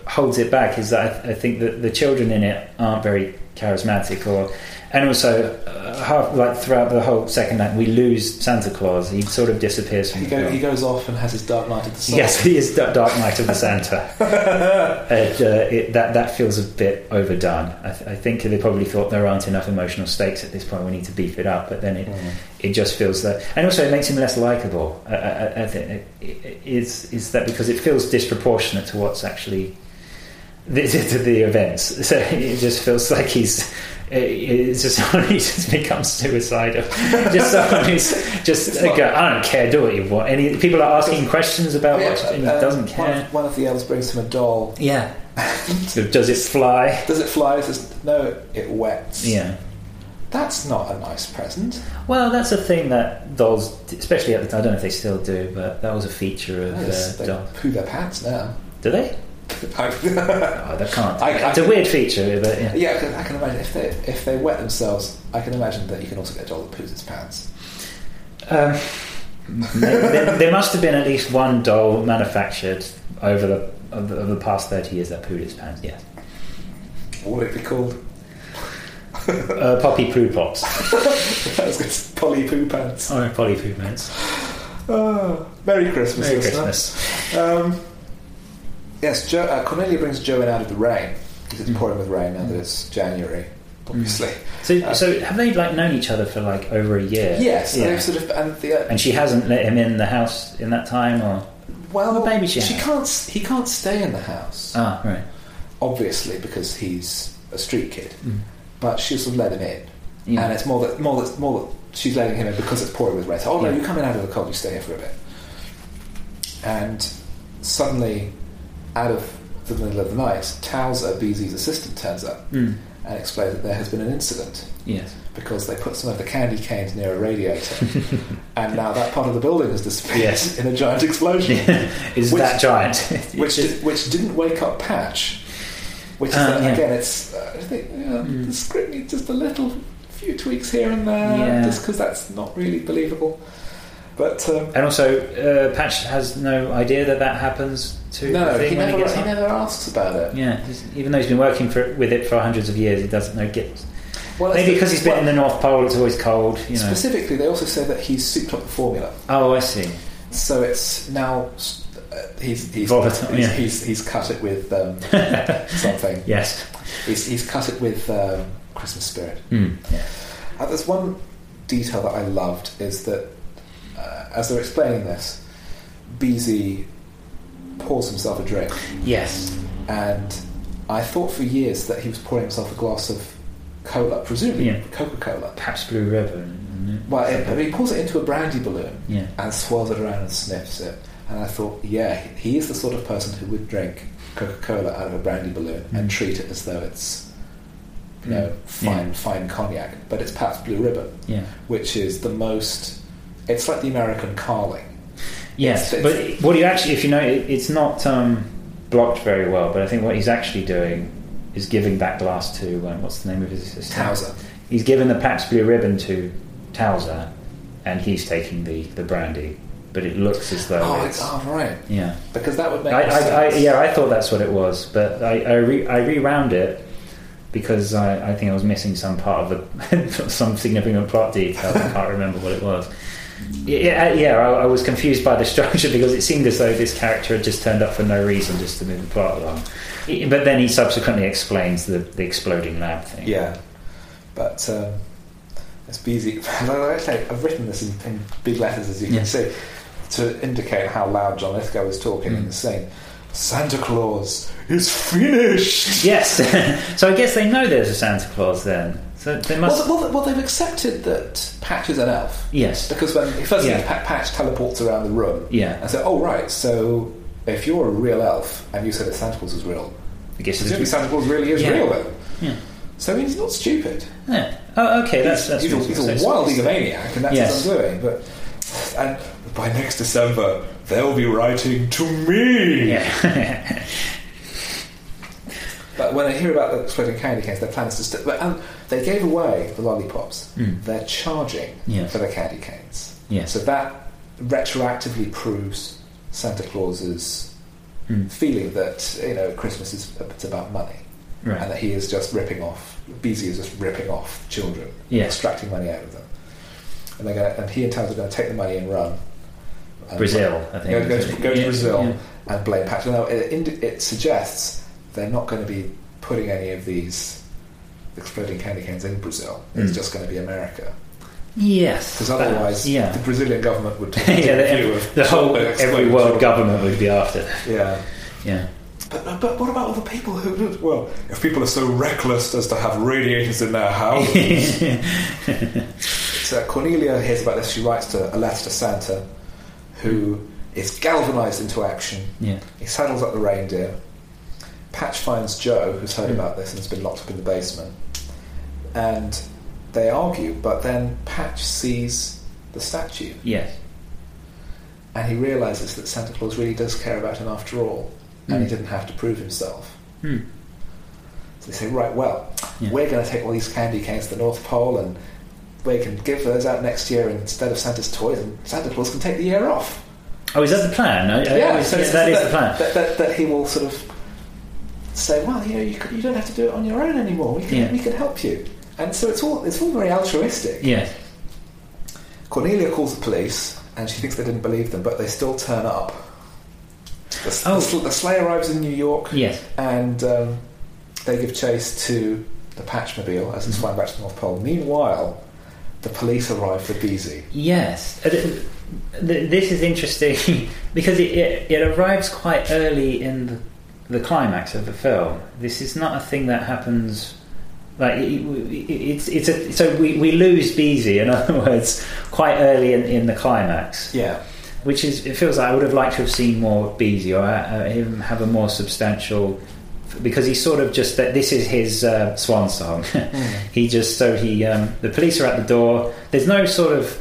[SPEAKER 2] holds it back is that I, I think that the children in it aren't very charismatic, or and also uh, half like throughout the whole second act we lose Santa Claus. He sort of disappears from
[SPEAKER 1] He,
[SPEAKER 2] the
[SPEAKER 1] go,
[SPEAKER 2] film.
[SPEAKER 1] he goes off and has his Dark Knight of the Soul.
[SPEAKER 2] Yes, he is Da- Dark Knight of the Santa. and, uh, it, that that feels a bit overdone. I, th- I think they probably thought there aren't enough emotional stakes at this point. We need to beef it up, but then it
[SPEAKER 1] Mm.
[SPEAKER 2] it just feels that, and also it makes him less likable. I, I, I think it- it- is is that because it feels disproportionate to what's actually the, to the events. So it just feels like he's. It's just someone who just becomes suicidal. Just someone who's just
[SPEAKER 1] It's
[SPEAKER 2] like,
[SPEAKER 1] like-
[SPEAKER 2] I don't care, do what you want. And he, people are asking questions about
[SPEAKER 1] Yeah,
[SPEAKER 2] what and he
[SPEAKER 1] um,
[SPEAKER 2] doesn't
[SPEAKER 1] One
[SPEAKER 2] care.
[SPEAKER 1] of, one of the elves brings him a doll.
[SPEAKER 2] Yeah. So does it fly?
[SPEAKER 1] Does it fly? It says, no, it wets.
[SPEAKER 2] Yeah.
[SPEAKER 1] That's not a nice present.
[SPEAKER 2] Well, that's a thing that dolls, especially at the time, I don't know if they still do, but that was a feature of
[SPEAKER 1] Yes,
[SPEAKER 2] uh,
[SPEAKER 1] they
[SPEAKER 2] doll.
[SPEAKER 1] poo their pants now.
[SPEAKER 2] Do they?
[SPEAKER 1] I-
[SPEAKER 2] Oh, they can't.
[SPEAKER 1] Uh, I- I
[SPEAKER 2] it's a
[SPEAKER 1] can-
[SPEAKER 2] weird feature, but yeah.
[SPEAKER 1] yeah, I can, I can imagine if they if they wet themselves, I can imagine that you can also get a doll that poos its pants.
[SPEAKER 2] Um, there, there- there must have been at least one doll manufactured over the of the, of the past thirty years that pooed its pants. Yes,
[SPEAKER 1] What would it be called?
[SPEAKER 2] uh, Poppy poo pops
[SPEAKER 1] That was good. Polly poo pants.
[SPEAKER 2] or Polly poo pants.
[SPEAKER 1] Oh, Merry Christmas,
[SPEAKER 2] Merry
[SPEAKER 1] listener.
[SPEAKER 2] Christmas.
[SPEAKER 1] Um, yes, jo- uh, Cornelia brings Joan out of the rain because
[SPEAKER 2] Mm.
[SPEAKER 1] it's pouring with rain now that it's January, obviously.
[SPEAKER 2] So,
[SPEAKER 1] Uh,
[SPEAKER 2] so have they like known each other for like over a year?
[SPEAKER 1] Yes, and
[SPEAKER 2] Yeah.
[SPEAKER 1] they've sort of and the, uh,
[SPEAKER 2] And she hasn't let him in the house in that time, or
[SPEAKER 1] well,
[SPEAKER 2] Well, maybe she has.
[SPEAKER 1] can't. s- He can't stay in the house.
[SPEAKER 2] ah, right.
[SPEAKER 1] obviously because he's a street kid,
[SPEAKER 2] Mm.
[SPEAKER 1] but she's sort of let him in,
[SPEAKER 2] Yeah.
[SPEAKER 1] and it's more that more that more that she's letting him in because it's pouring with rain. So, oh no,
[SPEAKER 2] Yeah.
[SPEAKER 1] you come in out of the cold, you stay here for a bit, and suddenly, out of the middle of the night, Towser, Beezy's assistant, turns up
[SPEAKER 2] Mm.
[SPEAKER 1] and explains that there has been an incident
[SPEAKER 2] Yes.
[SPEAKER 1] because they put some of the candy canes near a radiator, and now that part of the building has disappeared
[SPEAKER 2] Yes.
[SPEAKER 1] in a giant explosion
[SPEAKER 2] Is
[SPEAKER 1] Which-
[SPEAKER 2] that giant?
[SPEAKER 1] which
[SPEAKER 2] It's-
[SPEAKER 1] di- which didn't wake up Patch. Which is
[SPEAKER 2] Uh,
[SPEAKER 1] uh,
[SPEAKER 2] yeah.
[SPEAKER 1] again, it's uh, I think you know,
[SPEAKER 2] Mm.
[SPEAKER 1] the script needs just a little few tweaks here and there,
[SPEAKER 2] Yeah.
[SPEAKER 1] just because that's not really believable. But um,
[SPEAKER 2] and also, uh, Patch has no idea that that happens to the
[SPEAKER 1] no,
[SPEAKER 2] thing
[SPEAKER 1] he
[SPEAKER 2] when
[SPEAKER 1] never,
[SPEAKER 2] he gets
[SPEAKER 1] he
[SPEAKER 2] home.
[SPEAKER 1] never asks about it.
[SPEAKER 2] Yeah, he's- even though he's been working for, with it for hundreds of years, he doesn't know. Get
[SPEAKER 1] Well,
[SPEAKER 2] maybe
[SPEAKER 1] it's-
[SPEAKER 2] because he's been in the North Pole, it's always cold. You know.
[SPEAKER 1] Specifically, they also say that he's souped up the formula,
[SPEAKER 2] Oh, I see.
[SPEAKER 1] so it's now uh, he's he's,
[SPEAKER 2] Volatile,
[SPEAKER 1] he's,
[SPEAKER 2] yeah.
[SPEAKER 1] he's he's cut it with um, something.
[SPEAKER 2] Yes.
[SPEAKER 1] He's, he's cut it with um, Christmas spirit.
[SPEAKER 2] Mm.
[SPEAKER 1] Uh, there's one detail that I loved is that uh, as they're explaining this, Beezy pours himself a drink,
[SPEAKER 2] Yes.
[SPEAKER 1] and I thought for years that he was pouring himself a glass of cola, presumably
[SPEAKER 2] Yeah.
[SPEAKER 1] Coca Cola.
[SPEAKER 2] Perhaps Blue Ribbon.
[SPEAKER 1] Well, it, I mean, he pours it into a brandy balloon
[SPEAKER 2] yeah.
[SPEAKER 1] and swirls it around and sniffs it. And I thought, yeah, he he is the sort of person who would drink Coca Cola out of a brandy balloon and
[SPEAKER 2] Mm.
[SPEAKER 1] treat it as though it's you
[SPEAKER 2] Mm.
[SPEAKER 1] know fine fine cognac, but it's perhaps Blue Ribbon
[SPEAKER 2] Yeah.
[SPEAKER 1] which is the most. It's like the American Carling.
[SPEAKER 2] Yes.
[SPEAKER 1] It's-
[SPEAKER 2] but what you actually, if you know, it, it's not um, blocked very well. But I think what he's actually doing is giving that glass to um, what's the name of his assistant?
[SPEAKER 1] Towser.
[SPEAKER 2] He's given the Pabst Blue Ribbon to Towser, and he's taking the, the brandy. But it looks as though
[SPEAKER 1] Oh,
[SPEAKER 2] it's
[SPEAKER 1] it's, oh, right.
[SPEAKER 2] yeah.
[SPEAKER 1] Because that would make
[SPEAKER 2] I, I, I,
[SPEAKER 1] sense.
[SPEAKER 2] yeah, I thought that's what it was, but I, I, re, I rewound it because I, I think I was missing some part of the some significant plot detail. I can't remember what it was. Yeah, uh, yeah, I, I was confused by the structure because it seemed as though this character had just turned up for no reason, just to move the plot along. But then he subsequently explains the, the exploding lab thing.
[SPEAKER 1] Yeah, but um, it's busy. And I say, I've written this in, in big letters, as you can
[SPEAKER 2] Yeah.
[SPEAKER 1] see, to indicate how loud John Lithgow was talking in
[SPEAKER 2] Mm.
[SPEAKER 1] the scene. Santa Claus is finished.
[SPEAKER 2] Yes. so I guess they know there's a Santa Claus then. So they
[SPEAKER 1] Well, th-
[SPEAKER 2] must.
[SPEAKER 1] well, th- well, they've accepted that Patch is an elf
[SPEAKER 2] yes.
[SPEAKER 1] because when first
[SPEAKER 2] Yeah.
[SPEAKER 1] yeah. Patch teleports around the room,
[SPEAKER 2] Yeah.
[SPEAKER 1] and so oh right, so if you're a real elf and you said that Santa Claus is real,
[SPEAKER 2] I guess
[SPEAKER 1] presumably
[SPEAKER 2] it's.
[SPEAKER 1] Santa Claus really is
[SPEAKER 2] Yeah.
[SPEAKER 1] real then.
[SPEAKER 2] Yeah.
[SPEAKER 1] So he's not stupid.
[SPEAKER 2] Yeah. Oh, okay. That's that's.
[SPEAKER 1] he's, a,
[SPEAKER 2] reasonable.
[SPEAKER 1] he's a
[SPEAKER 2] So-
[SPEAKER 1] wild egomaniac, and that's
[SPEAKER 2] Yes.
[SPEAKER 1] what I'm doing. But and by next December, they'll be writing to me.
[SPEAKER 2] Yeah.
[SPEAKER 1] But when I hear about the exploding candy canes, their plans to st- but, and they gave away the lollipops.
[SPEAKER 2] Mm.
[SPEAKER 1] They're charging
[SPEAKER 2] Yes.
[SPEAKER 1] for the candy canes.
[SPEAKER 2] Yes.
[SPEAKER 1] So that retroactively proves Santa Claus's
[SPEAKER 2] Mm.
[SPEAKER 1] feeling that you know Christmas is it's about money, and
[SPEAKER 2] Right.
[SPEAKER 1] that he is just ripping off. Beezy is just ripping off children.
[SPEAKER 2] Yes.
[SPEAKER 1] extracting money out of them. And they're going to, and he and Towns are going to take the money and run. And
[SPEAKER 2] Brazil. I
[SPEAKER 1] Go,
[SPEAKER 2] think.
[SPEAKER 1] go to, go to
[SPEAKER 2] Yeah,
[SPEAKER 1] Brazil
[SPEAKER 2] yeah.
[SPEAKER 1] and blame Patrick. Now, it, indi- it suggests they're not going to be putting any of these exploding candy canes in Brazil. It's
[SPEAKER 2] Mm.
[SPEAKER 1] just going to be America.
[SPEAKER 2] Yes.
[SPEAKER 1] Because otherwise,
[SPEAKER 2] That- yeah.
[SPEAKER 1] the Brazilian government would take
[SPEAKER 2] yeah,
[SPEAKER 1] a view
[SPEAKER 2] the,
[SPEAKER 1] of
[SPEAKER 2] the whole
[SPEAKER 1] children
[SPEAKER 2] every
[SPEAKER 1] exploding
[SPEAKER 2] world
[SPEAKER 1] children.
[SPEAKER 2] government would be after. them.
[SPEAKER 1] Yeah.
[SPEAKER 2] Yeah.
[SPEAKER 1] But, but what about all the people who... Well, if people are so reckless as to have radiators in their house... So Cornelia hears about this. She writes to a letter to Santa, who is galvanized into action.
[SPEAKER 2] yeah.
[SPEAKER 1] He saddles up the reindeer. Patch finds Joe, who's heard about this and has been locked up in the basement. And they argue, but then Patch sees the statue
[SPEAKER 2] Yes.
[SPEAKER 1] and he realizes that Santa Claus really does care about him after all, and he
[SPEAKER 2] Mm.
[SPEAKER 1] didn't have to prove himself.
[SPEAKER 2] Hmm.
[SPEAKER 1] So they say, right, well,
[SPEAKER 2] Yeah.
[SPEAKER 1] we're going to take all these candy canes to the North Pole and we can give those out next year instead of Santa's toys, and Santa Claus can take the year off.
[SPEAKER 2] Oh, is that the plan? I, I, always-
[SPEAKER 1] so
[SPEAKER 2] yeah,
[SPEAKER 1] it's-
[SPEAKER 2] that is the plan.
[SPEAKER 1] That, that, that he will sort of say, well, you know, you, c- you don't have to do it on your own anymore. We can,
[SPEAKER 2] Yeah.
[SPEAKER 1] we can help you. And so it's all it's all very altruistic.
[SPEAKER 2] Yes.
[SPEAKER 1] Cornelia calls the police, and she thinks they didn't believe them, but they still turn up. The, s-
[SPEAKER 2] Oh.
[SPEAKER 1] the, sl- the sleigh arrives in New York,
[SPEAKER 2] Yes.
[SPEAKER 1] and um, they give chase to the Patchmobile as it's flying back to the North Pole. Meanwhile, the police arrive for Beezy.
[SPEAKER 2] Yes. Uh, th- th- This is interesting because it, it, it arrives quite early in the, the climax of the film. This is not a thing that happens. Like it, it, it's it's a so we, we lose Beezy in other words quite early in, in the climax,
[SPEAKER 1] Yeah,
[SPEAKER 2] which is it feels like I would have liked to have seen more of Beezy or uh, him have a more substantial because he's sort of just that this is his uh, swan song.
[SPEAKER 1] Hmm.
[SPEAKER 2] He just so he um, the police are at the door. There's no sort of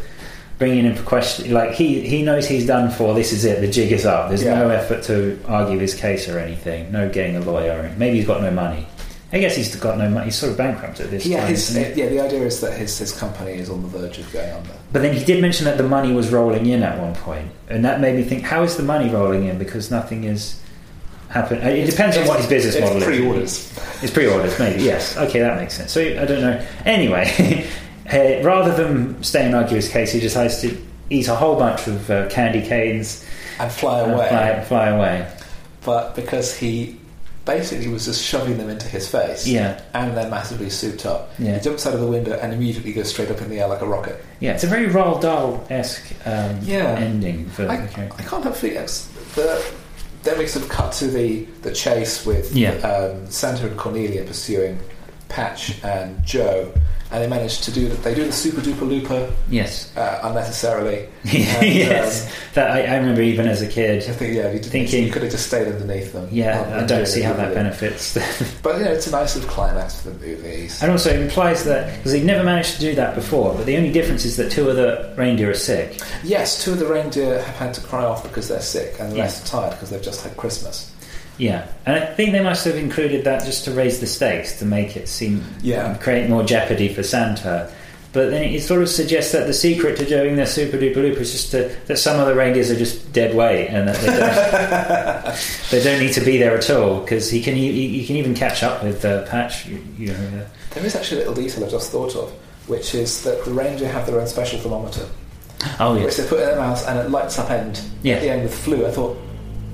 [SPEAKER 2] bringing in for question. Like he he knows he's done for. This is it. The jig is up. There's no
[SPEAKER 1] Yeah.
[SPEAKER 2] effort to argue his case or anything. No getting a lawyer. Maybe he's got no money. I guess he's got no money. He's sort of bankrupt at this
[SPEAKER 1] yeah,
[SPEAKER 2] time.
[SPEAKER 1] his,
[SPEAKER 2] isn't he?
[SPEAKER 1] yeah. The idea is that his, his company is on the verge of going under.
[SPEAKER 2] But then he did mention that the money was rolling in at one point, and that made me think: How is the money rolling in? Because nothing is happening. It depends on what his business
[SPEAKER 1] it's
[SPEAKER 2] model is.
[SPEAKER 1] Pre-orders.
[SPEAKER 2] It's pre-orders, maybe. Yes. Okay, that makes sense. So I don't know. Anyway, uh, rather than stay and argue his case, he decides to eat a whole bunch of uh, candy canes
[SPEAKER 1] and fly
[SPEAKER 2] and
[SPEAKER 1] away.
[SPEAKER 2] fly, fly away.
[SPEAKER 1] But because he basically was just shoving them into his face,
[SPEAKER 2] Yeah,
[SPEAKER 1] and they're massively souped up,
[SPEAKER 2] yeah,
[SPEAKER 1] he jumps out of the window and immediately goes straight up in the air like a rocket.
[SPEAKER 2] yeah. It's a very Roald Dahl esque um,
[SPEAKER 1] Yeah.
[SPEAKER 2] ending for the character.
[SPEAKER 1] I can't help feeling it's- the. Then we sort of cut to the, the chase with
[SPEAKER 2] Yeah.
[SPEAKER 1] um, Santa and Cornelia pursuing Patch and Joe, and they manage to do that. They do the super duper looper
[SPEAKER 2] Yes,
[SPEAKER 1] uh, unnecessarily. And,
[SPEAKER 2] yes.
[SPEAKER 1] um,
[SPEAKER 2] that I, I remember even as a kid.
[SPEAKER 1] I think yeah, you, did,
[SPEAKER 2] Thinking-
[SPEAKER 1] you could have just stayed underneath them. rather
[SPEAKER 2] Yeah, I
[SPEAKER 1] than doing
[SPEAKER 2] don't see how
[SPEAKER 1] the
[SPEAKER 2] that
[SPEAKER 1] loop-a-loop.
[SPEAKER 2] benefits.
[SPEAKER 1] But you know, it's a nice little climax for the movie.
[SPEAKER 2] and also it implies that because he'd never managed to do that before. But the only difference is that two of the reindeer are sick.
[SPEAKER 1] Yes, two of the reindeer have had to cry off because they're sick, and the
[SPEAKER 2] Yeah.
[SPEAKER 1] rest are tired because they've just had Christmas.
[SPEAKER 2] Yeah, and I think they must have included that just to raise the stakes to make it seem
[SPEAKER 1] Yeah.
[SPEAKER 2] create more jeopardy for Santa. But then it sort of suggests that the secret to doing the super duper loop is just to, that some other reindeers are just dead weight and that they don't, they don't need to be there at all because he can he, he can even catch up with uh, Patch. You, you know, uh,
[SPEAKER 1] There is actually a little detail I just thought of, which is that the ranger have their own special thermometer,
[SPEAKER 2] oh
[SPEAKER 1] which
[SPEAKER 2] yes,
[SPEAKER 1] they put in their mouth and it lights up end
[SPEAKER 2] yeah.
[SPEAKER 1] at the end with flu. I thought,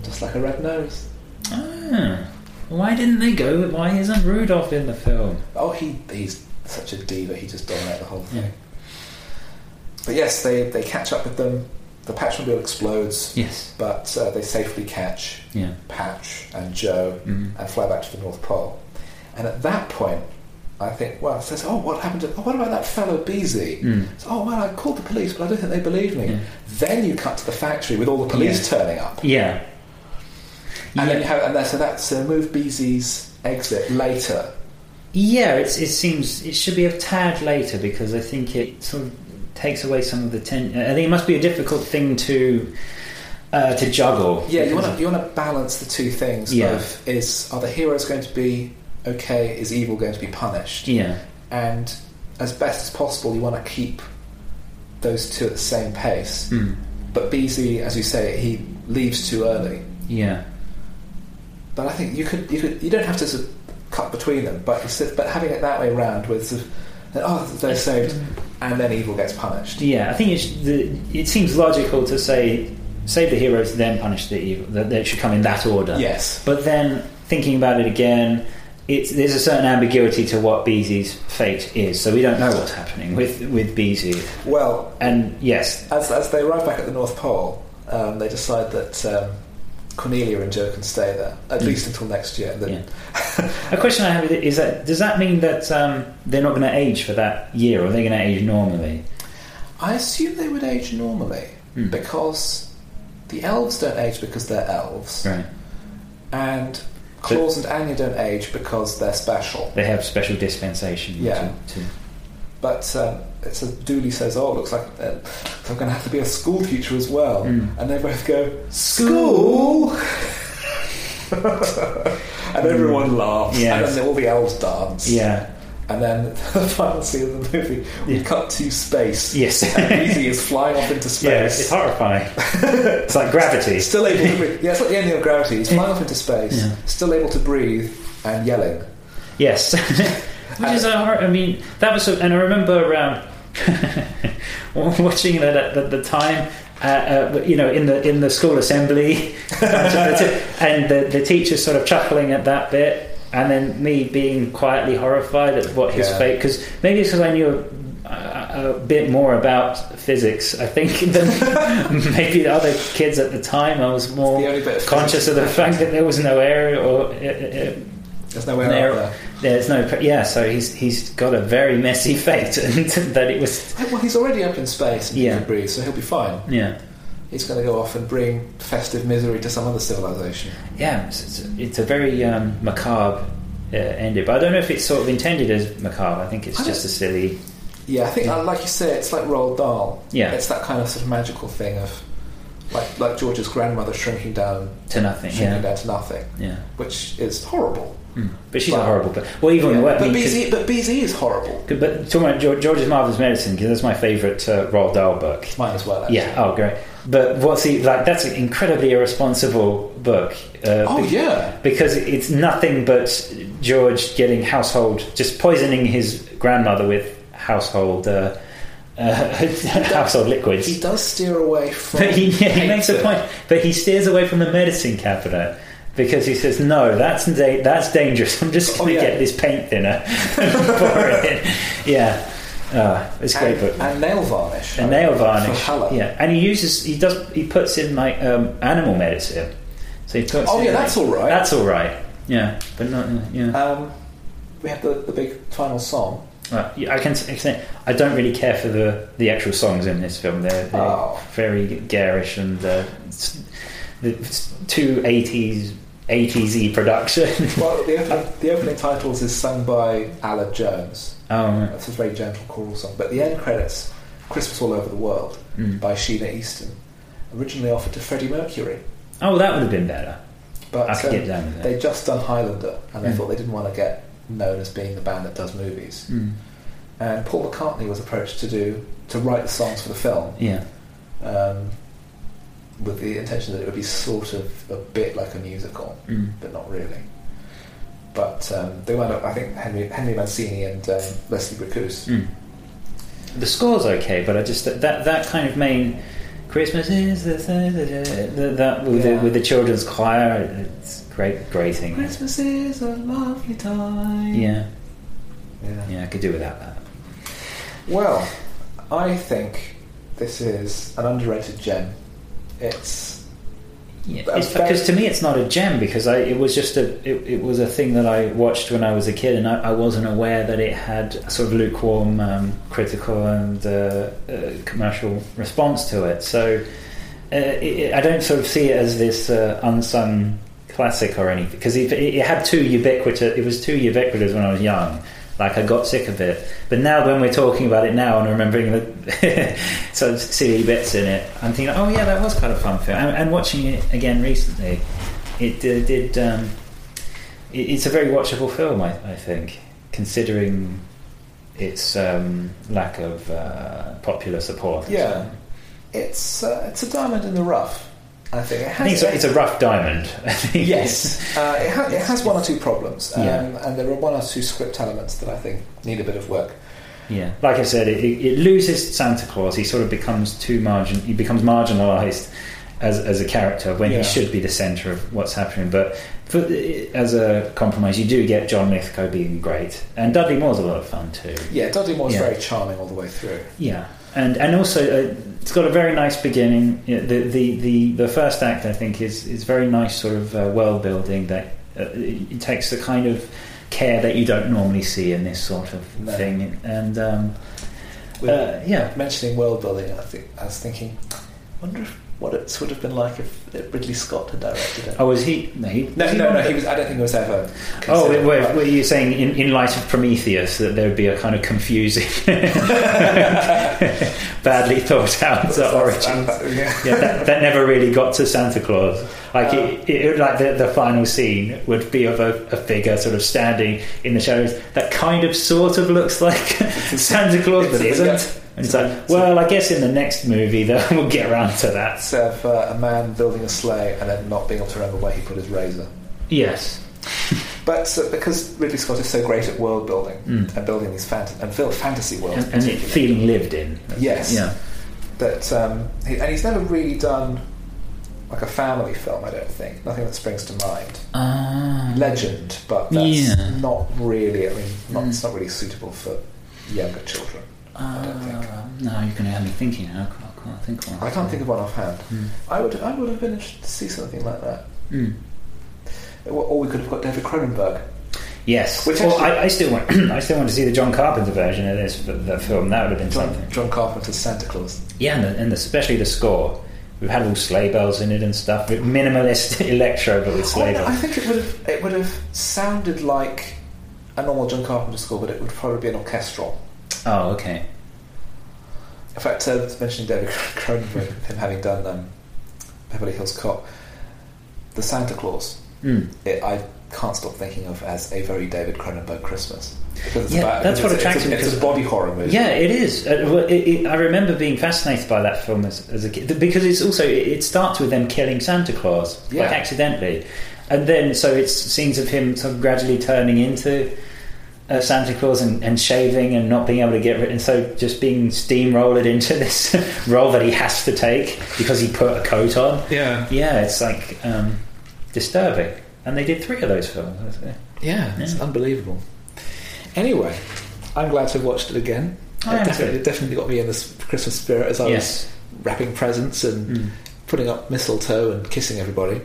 [SPEAKER 1] just like a red nose.
[SPEAKER 2] Ah, why didn't they go? Why isn't Rudolph in the film?
[SPEAKER 1] Oh, he he's such a diva. He just dominated the whole thing.
[SPEAKER 2] Yeah.
[SPEAKER 1] But yes, they they catch up with them. The Patchmobile explodes,
[SPEAKER 2] Yes.
[SPEAKER 1] but uh, they safely catch
[SPEAKER 2] Yeah.
[SPEAKER 1] Patch and Joe
[SPEAKER 2] Mm.
[SPEAKER 1] and fly back to the North Pole. And at that point, I think, well, it says, oh, what happened to? Oh, what about that fellow Beezy?
[SPEAKER 2] Mm.
[SPEAKER 1] It's, oh man, I called the police, but I don't think they believed me.
[SPEAKER 2] Yeah.
[SPEAKER 1] Then you cut to the factory with all the police turning up, and
[SPEAKER 2] Yeah.
[SPEAKER 1] then
[SPEAKER 2] Yeah.
[SPEAKER 1] you have, and that, so that's uh, move Beezy's exit later.
[SPEAKER 2] Yeah, it's, it seems it should be a tad later because I think it sort of takes away some of the tension. I think it must be a difficult thing to uh, to juggle.
[SPEAKER 1] Yeah, you want to you want to balance the two things.
[SPEAKER 2] Yeah.
[SPEAKER 1] Of is are the heroes going to be okay? Is evil going to be punished?
[SPEAKER 2] Yeah,
[SPEAKER 1] And as best as possible, you want to keep those two at the same pace.
[SPEAKER 2] mm,
[SPEAKER 1] But Beezy, as you say, he leaves too early.
[SPEAKER 2] yeah,
[SPEAKER 1] But I think you could you could you don't have to sort of cut between them, but you sit, but having it that way round with sort of, then, oh they're saved and then evil gets punished.
[SPEAKER 2] yeah. I think it's the, it seems logical to say save the heroes, then punish the evil. That they should come in that order.
[SPEAKER 1] Yes,
[SPEAKER 2] But then thinking about it again, it's, there's a certain ambiguity to what Beezy's fate is. So we don't know what's happening with with Beezy.
[SPEAKER 1] well
[SPEAKER 2] And yes,
[SPEAKER 1] as as they arrive back at the North Pole, um, they decide that. Um, Cornelia and Joe can stay there at
[SPEAKER 2] Mm.
[SPEAKER 1] least until next year. Then-
[SPEAKER 2] Yeah. A question I have is that does that mean that um, they're not going to age for that year, or are they going to age normally?
[SPEAKER 1] I assume they would age normally
[SPEAKER 2] Hmm.
[SPEAKER 1] because the elves don't age because they're elves,
[SPEAKER 2] Right.
[SPEAKER 1] and Claus and Anya don't age because they're special.
[SPEAKER 2] They have special dispensation.
[SPEAKER 1] Yeah.
[SPEAKER 2] To, to,
[SPEAKER 1] But um, it's a Dooley says, "Oh, looks like uh, I'm going to have to be a school teacher as well."
[SPEAKER 2] Mm.
[SPEAKER 1] And they both go, "School," and everyone laughs,
[SPEAKER 2] Hmm. Yes.
[SPEAKER 1] and then all the elves dance.
[SPEAKER 2] yeah.
[SPEAKER 1] And then the final scene of the movie, we
[SPEAKER 2] Yeah.
[SPEAKER 1] cut to space.
[SPEAKER 2] Yes.
[SPEAKER 1] and Easy is flying off into
[SPEAKER 2] Yeah. It's
[SPEAKER 1] space.
[SPEAKER 2] horrifying. it's like gravity.
[SPEAKER 1] Still able to breathe. Yeah, it's like the ending of Gravity. He's flying off into space,
[SPEAKER 2] Yeah.
[SPEAKER 1] still able to breathe, and yelling.
[SPEAKER 2] Yes. Which is a hor- I mean, that was. A, and I remember um, watching that at the, the time. Uh, uh, you know, in the in the school assembly, and the, the teacher sort of chuckling at that bit, and then me being quietly horrified at what his
[SPEAKER 1] Yeah.
[SPEAKER 2] fate. Because maybe it's because I knew a, a, a bit more about physics, I think, than maybe the other kids at the time. I was
[SPEAKER 1] The
[SPEAKER 2] more
[SPEAKER 1] only bit of
[SPEAKER 2] conscious of the fact that there was no area or uh, uh,
[SPEAKER 1] There's nowhere
[SPEAKER 2] There-
[SPEAKER 1] out there.
[SPEAKER 2] there's no, pre- yeah. So he's he's got a very messy fate, and that it was,
[SPEAKER 1] Well, he's already up in space and
[SPEAKER 2] Yeah.
[SPEAKER 1] he can breathe, so he'll be fine.
[SPEAKER 2] yeah,
[SPEAKER 1] He's going to go off and bring festive misery to some other civilization.
[SPEAKER 2] yeah. It's, it's, a, it's a very um, macabre uh, ending, but I don't know if it's sort of intended as macabre. I think
[SPEAKER 1] I
[SPEAKER 2] it's
[SPEAKER 1] don't-
[SPEAKER 2] just a silly,
[SPEAKER 1] Yeah, I think,
[SPEAKER 2] Yeah.
[SPEAKER 1] uh, like you say, it's like Roald Dahl.
[SPEAKER 2] yeah,
[SPEAKER 1] It's that kind of sort of magical thing of, like, like George's grandmother shrinking down,
[SPEAKER 2] to nothing.
[SPEAKER 1] shrinking
[SPEAKER 2] Yeah,
[SPEAKER 1] down to nothing,
[SPEAKER 2] yeah.
[SPEAKER 1] which is horrible.
[SPEAKER 2] Mm. But she's a
[SPEAKER 1] But-
[SPEAKER 2] horrible. But well, even
[SPEAKER 1] Yeah,
[SPEAKER 2] worse. I
[SPEAKER 1] but,
[SPEAKER 2] mean, 'cause-
[SPEAKER 1] BZ, but BZ is horrible.
[SPEAKER 2] Good, But talking about George, George's Marvel's Medicine, because that's my favourite uh, Roald Dahl book.
[SPEAKER 1] Might as well. Actually.
[SPEAKER 2] Yeah, oh, great. But what's he like? That's an incredibly irresponsible book. Uh,
[SPEAKER 1] Oh yeah.
[SPEAKER 2] because it's nothing but George getting household, just poisoning his grandmother with household uh, uh, household liquids.
[SPEAKER 1] He does steer away from.
[SPEAKER 2] but he, he makes a
[SPEAKER 1] hatred.
[SPEAKER 2] point, but he steers away from the medicine cabinet because he says, "No, that's da- that's dangerous. I'm just
[SPEAKER 1] Oh,
[SPEAKER 2] going to
[SPEAKER 1] yeah.
[SPEAKER 2] get this paint thinner." and pour it in." Yeah, Ah, it's a great book.
[SPEAKER 1] And, and nail varnish.
[SPEAKER 2] A nail varnish.
[SPEAKER 1] For colour.
[SPEAKER 2] Yeah, and he uses he does he puts in like um, animal medicine. So he puts.
[SPEAKER 1] Oh
[SPEAKER 2] in,
[SPEAKER 1] yeah,
[SPEAKER 2] like,
[SPEAKER 1] that's all right.
[SPEAKER 2] that's all right. Yeah, but not uh, yeah.
[SPEAKER 1] Um, we have the, the big final song.
[SPEAKER 2] Well, yeah, I can explain. I don't really care for the the actual songs in this film. They're, they're
[SPEAKER 1] Oh.
[SPEAKER 2] very garish and uh, it's, it's two eighties eightiesy production.
[SPEAKER 1] Well, the opening, the opening titles is sung by Allard Jones.
[SPEAKER 2] um,
[SPEAKER 1] That's a very gentle choral song. But the end credits, Christmas All Over the World
[SPEAKER 2] mm.
[SPEAKER 1] by Sheena Easton, originally offered to Freddie Mercury.
[SPEAKER 2] Oh, that would have been better. I
[SPEAKER 1] But
[SPEAKER 2] could get
[SPEAKER 1] um,
[SPEAKER 2] down with that.
[SPEAKER 1] they'd just done Highlander and they
[SPEAKER 2] Mm.
[SPEAKER 1] thought they didn't want to get known as being the band that does movies.
[SPEAKER 2] Mm.
[SPEAKER 1] and Paul McCartney was approached to do to write the songs for the film
[SPEAKER 2] Yeah.
[SPEAKER 1] um, with the intention that it would be sort of a bit like a musical,
[SPEAKER 2] Mm.
[SPEAKER 1] but not really. But um, they wound up. I think Henry, Henry Mancini and um, Leslie Bricusse.
[SPEAKER 2] Mm. The score's okay, but I just that that kind of main Christmas is the third that, that with,
[SPEAKER 1] Yeah.
[SPEAKER 2] the, with the children's choir. It's great, great thing.
[SPEAKER 1] Christmas is a lovely time.
[SPEAKER 2] Yeah,
[SPEAKER 1] Yeah.
[SPEAKER 2] yeah, I could do without that.
[SPEAKER 1] Well, I think this is an underrated gem. It's
[SPEAKER 2] Yeah,
[SPEAKER 1] But
[SPEAKER 2] it's,
[SPEAKER 1] back-
[SPEAKER 2] because to me it's not a gem because I it was just a it, it was a thing that I watched when I was a kid and I, I wasn't aware that it had a sort of lukewarm um, critical and uh, uh, commercial response to it. So uh, it, it- I don't sort of see it as this uh, unsung classic or anything because it, it it had too ubiquitous. It was too ubiquitous when I was young. Like I got sick of it, but now when we're talking about it now and remembering the sort of silly bits in it, I'm thinking, oh yeah, that was quite a fun film. And, and watching it again recently, it uh, did. Um, it, it's a very watchable film, I, I think, considering its um, lack of uh, popular support. and
[SPEAKER 1] Yeah.
[SPEAKER 2] so on.
[SPEAKER 1] it's uh, it's a diamond in the rough. I think it
[SPEAKER 2] I
[SPEAKER 1] has.
[SPEAKER 2] think it's a, it's a rough diamond. I think.
[SPEAKER 1] yes, uh, it, ha- it has one or two problems, um,
[SPEAKER 2] Yeah.
[SPEAKER 1] and there are one or two script elements that I think need a bit of work.
[SPEAKER 2] Yeah. Like I said, it, it it loses Santa Claus. He sort of becomes too margin. He becomes marginalised as, as a character when
[SPEAKER 1] Yeah.
[SPEAKER 2] he should be the centre of what's happening. But for, as a compromise, you do get John Lithgow being great, and Dudley Moore's a lot of fun too.
[SPEAKER 1] Yeah, Dudley Moore's
[SPEAKER 2] Yeah.
[SPEAKER 1] very charming all the way through.
[SPEAKER 2] Yeah, and and also uh, it's got a very nice beginning. Yeah, The the the, the first act I think is is very nice sort of uh, world building that uh, it it takes the kind of care that you don't normally see in this sort of
[SPEAKER 1] No.
[SPEAKER 2] thing, and um,
[SPEAKER 1] With
[SPEAKER 2] uh, yeah,
[SPEAKER 1] mentioning world building, I think I was thinking, I wonder if, what it would have been like if Ridley Scott had directed it.
[SPEAKER 2] oh was he no he
[SPEAKER 1] No,
[SPEAKER 2] was he
[SPEAKER 1] no,
[SPEAKER 2] one
[SPEAKER 1] no.
[SPEAKER 2] of
[SPEAKER 1] He
[SPEAKER 2] the-
[SPEAKER 1] was. I don't think it was ever.
[SPEAKER 2] Oh,
[SPEAKER 1] considered,
[SPEAKER 2] wait, wait,
[SPEAKER 1] but-
[SPEAKER 2] were you saying in, in light of Prometheus that there would be a kind of confusing, badly thought out uh, origin?
[SPEAKER 1] Yeah.
[SPEAKER 2] yeah, that, that never really got to Santa Claus. Like
[SPEAKER 1] Um,
[SPEAKER 2] it, it, like the, the final scene would be of a, a figure sort of standing in the shadows that kind of sort of looks like Santa Claus but
[SPEAKER 1] it's a-
[SPEAKER 2] isn't.
[SPEAKER 1] yeah.
[SPEAKER 2] And it's like, well, I guess in the next movie that we'll get around to that.
[SPEAKER 1] It's of uh, a man building a sleigh and then not being able to remember where he put his razor.
[SPEAKER 2] Yes.
[SPEAKER 1] But uh, because Ridley Scott is so great at world building and building these fant- and fil- fantasy worlds,
[SPEAKER 2] Hmm. And, and it
[SPEAKER 1] particularly,
[SPEAKER 2] feeling lived in.
[SPEAKER 1] Yes.
[SPEAKER 2] Yeah.
[SPEAKER 1] that um, he, and he's never really done like a family film. I don't think nothing that springs to mind. Legend, but that's
[SPEAKER 2] Yeah. Hmm.
[SPEAKER 1] not really. I mean, not, it's not really suitable for younger children. I don't think.
[SPEAKER 2] Uh, no, you're going to have me thinking. I can't, I can't think Hmm. of one.
[SPEAKER 1] I can't think of one offhand. I would, I would have been interested to see something like that.
[SPEAKER 2] Mm.
[SPEAKER 1] Or or we could have got David Cronenberg.
[SPEAKER 2] Yes.
[SPEAKER 1] Which
[SPEAKER 2] well,
[SPEAKER 1] actually-
[SPEAKER 2] I, I still want. I still want to see the John Carpenter version of this but the film. That would have been something.
[SPEAKER 1] John, John Carpenter's Santa Claus.
[SPEAKER 2] Yeah, and, the, and the, especially the score. We've had all sleigh bells in it and stuff. Minimalist electro, but with
[SPEAKER 1] I,
[SPEAKER 2] sleigh
[SPEAKER 1] know, Oh, I
[SPEAKER 2] bells.
[SPEAKER 1] think it would have it would have sounded like a normal John Carpenter score, but it would probably be an orchestral.
[SPEAKER 2] Oh, okay.
[SPEAKER 1] In fact, uh, mentioning David Cronenberg, him having done um, Beverly Hills Cop, the Santa Claus,
[SPEAKER 2] Mm.
[SPEAKER 1] it, I can't stop thinking of as a very David Cronenberg Christmas. Because it's
[SPEAKER 2] Yeah,
[SPEAKER 1] about,
[SPEAKER 2] that's
[SPEAKER 1] because
[SPEAKER 2] what
[SPEAKER 1] it's-
[SPEAKER 2] attracted me,
[SPEAKER 1] It's, a- it's a
[SPEAKER 2] because-
[SPEAKER 1] body horror movie.
[SPEAKER 2] Yeah, it is. Uh, well, it, it, I remember being fascinated by that film as, as a kid because it's also it, it starts with them killing Santa Claus
[SPEAKER 1] Yeah.
[SPEAKER 2] like accidentally, and then so it's scenes of him sort of gradually turning into uh, Santa Claus and, and shaving and not being able to get rid, and so just being steamrolled into this role that he has to take because he put a coat on.
[SPEAKER 3] Yeah.
[SPEAKER 2] Yeah, it's like um, disturbing. And they did three of those films. wasn't it?
[SPEAKER 3] Yeah, it's
[SPEAKER 2] Yeah.
[SPEAKER 3] unbelievable. Anyway, I'm glad to have watched it again.
[SPEAKER 2] I
[SPEAKER 3] it
[SPEAKER 2] am
[SPEAKER 3] definitely,
[SPEAKER 2] too.
[SPEAKER 3] definitely got me in this Christmas spirit as I
[SPEAKER 2] Yes.
[SPEAKER 3] was wrapping presents and
[SPEAKER 2] Mm.
[SPEAKER 3] putting up mistletoe and kissing everybody.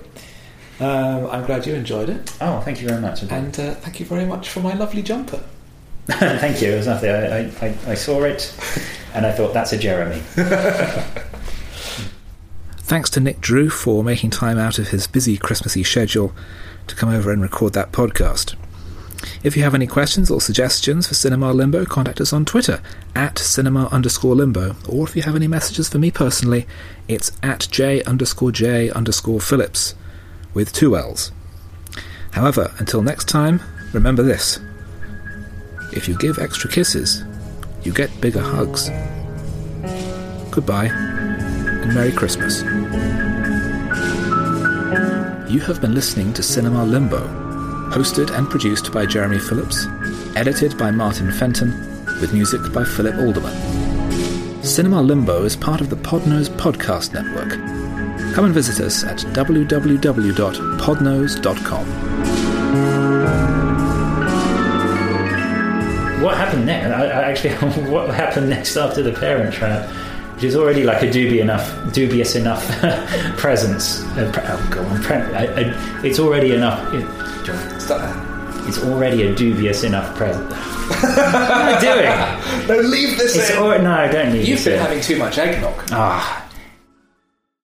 [SPEAKER 3] Um, I'm glad you enjoyed it,
[SPEAKER 2] Oh, thank you very much. I did.
[SPEAKER 3] and uh, thank you very much for my lovely jumper.
[SPEAKER 2] Thank you. It was nothing. I, I- I, I saw it and I thought, that's a Jeremy.
[SPEAKER 4] Thanks to Nick Drew for making time out of his busy Christmassy schedule to come over and record that podcast. If you have any questions or suggestions for Cinema Limbo, contact us on Twitter at cinema underscore limbo, or if you have any messages for me personally, it's at j underscore j underscore Phillips with two L's. However, until next time, remember this if you give extra kisses,
[SPEAKER 1] you get bigger hugs. Goodbye, and Merry Christmas. You have been listening to Cinema Limbo, hosted and produced by Jeremy Phillips, edited by Martin Fenton, with music by Philip Alderman. Cinema Limbo is part of the Podnose Podcast Network. Come and visit us at www.podnose.com.
[SPEAKER 2] What happened next? I, I actually, what happened next after the parent trap? Which is already like a dubious enough, dubious enough presence. Uh, pre- oh, go on, pre- I, I, it's already enough. It, John,
[SPEAKER 5] Stop.
[SPEAKER 2] it's already a dubious enough presence. what am I doing?
[SPEAKER 5] No, leave this
[SPEAKER 2] It's
[SPEAKER 5] in.
[SPEAKER 2] or, no, I don't need
[SPEAKER 5] You've
[SPEAKER 2] to.
[SPEAKER 5] been having too much eggnog.
[SPEAKER 2] Ah,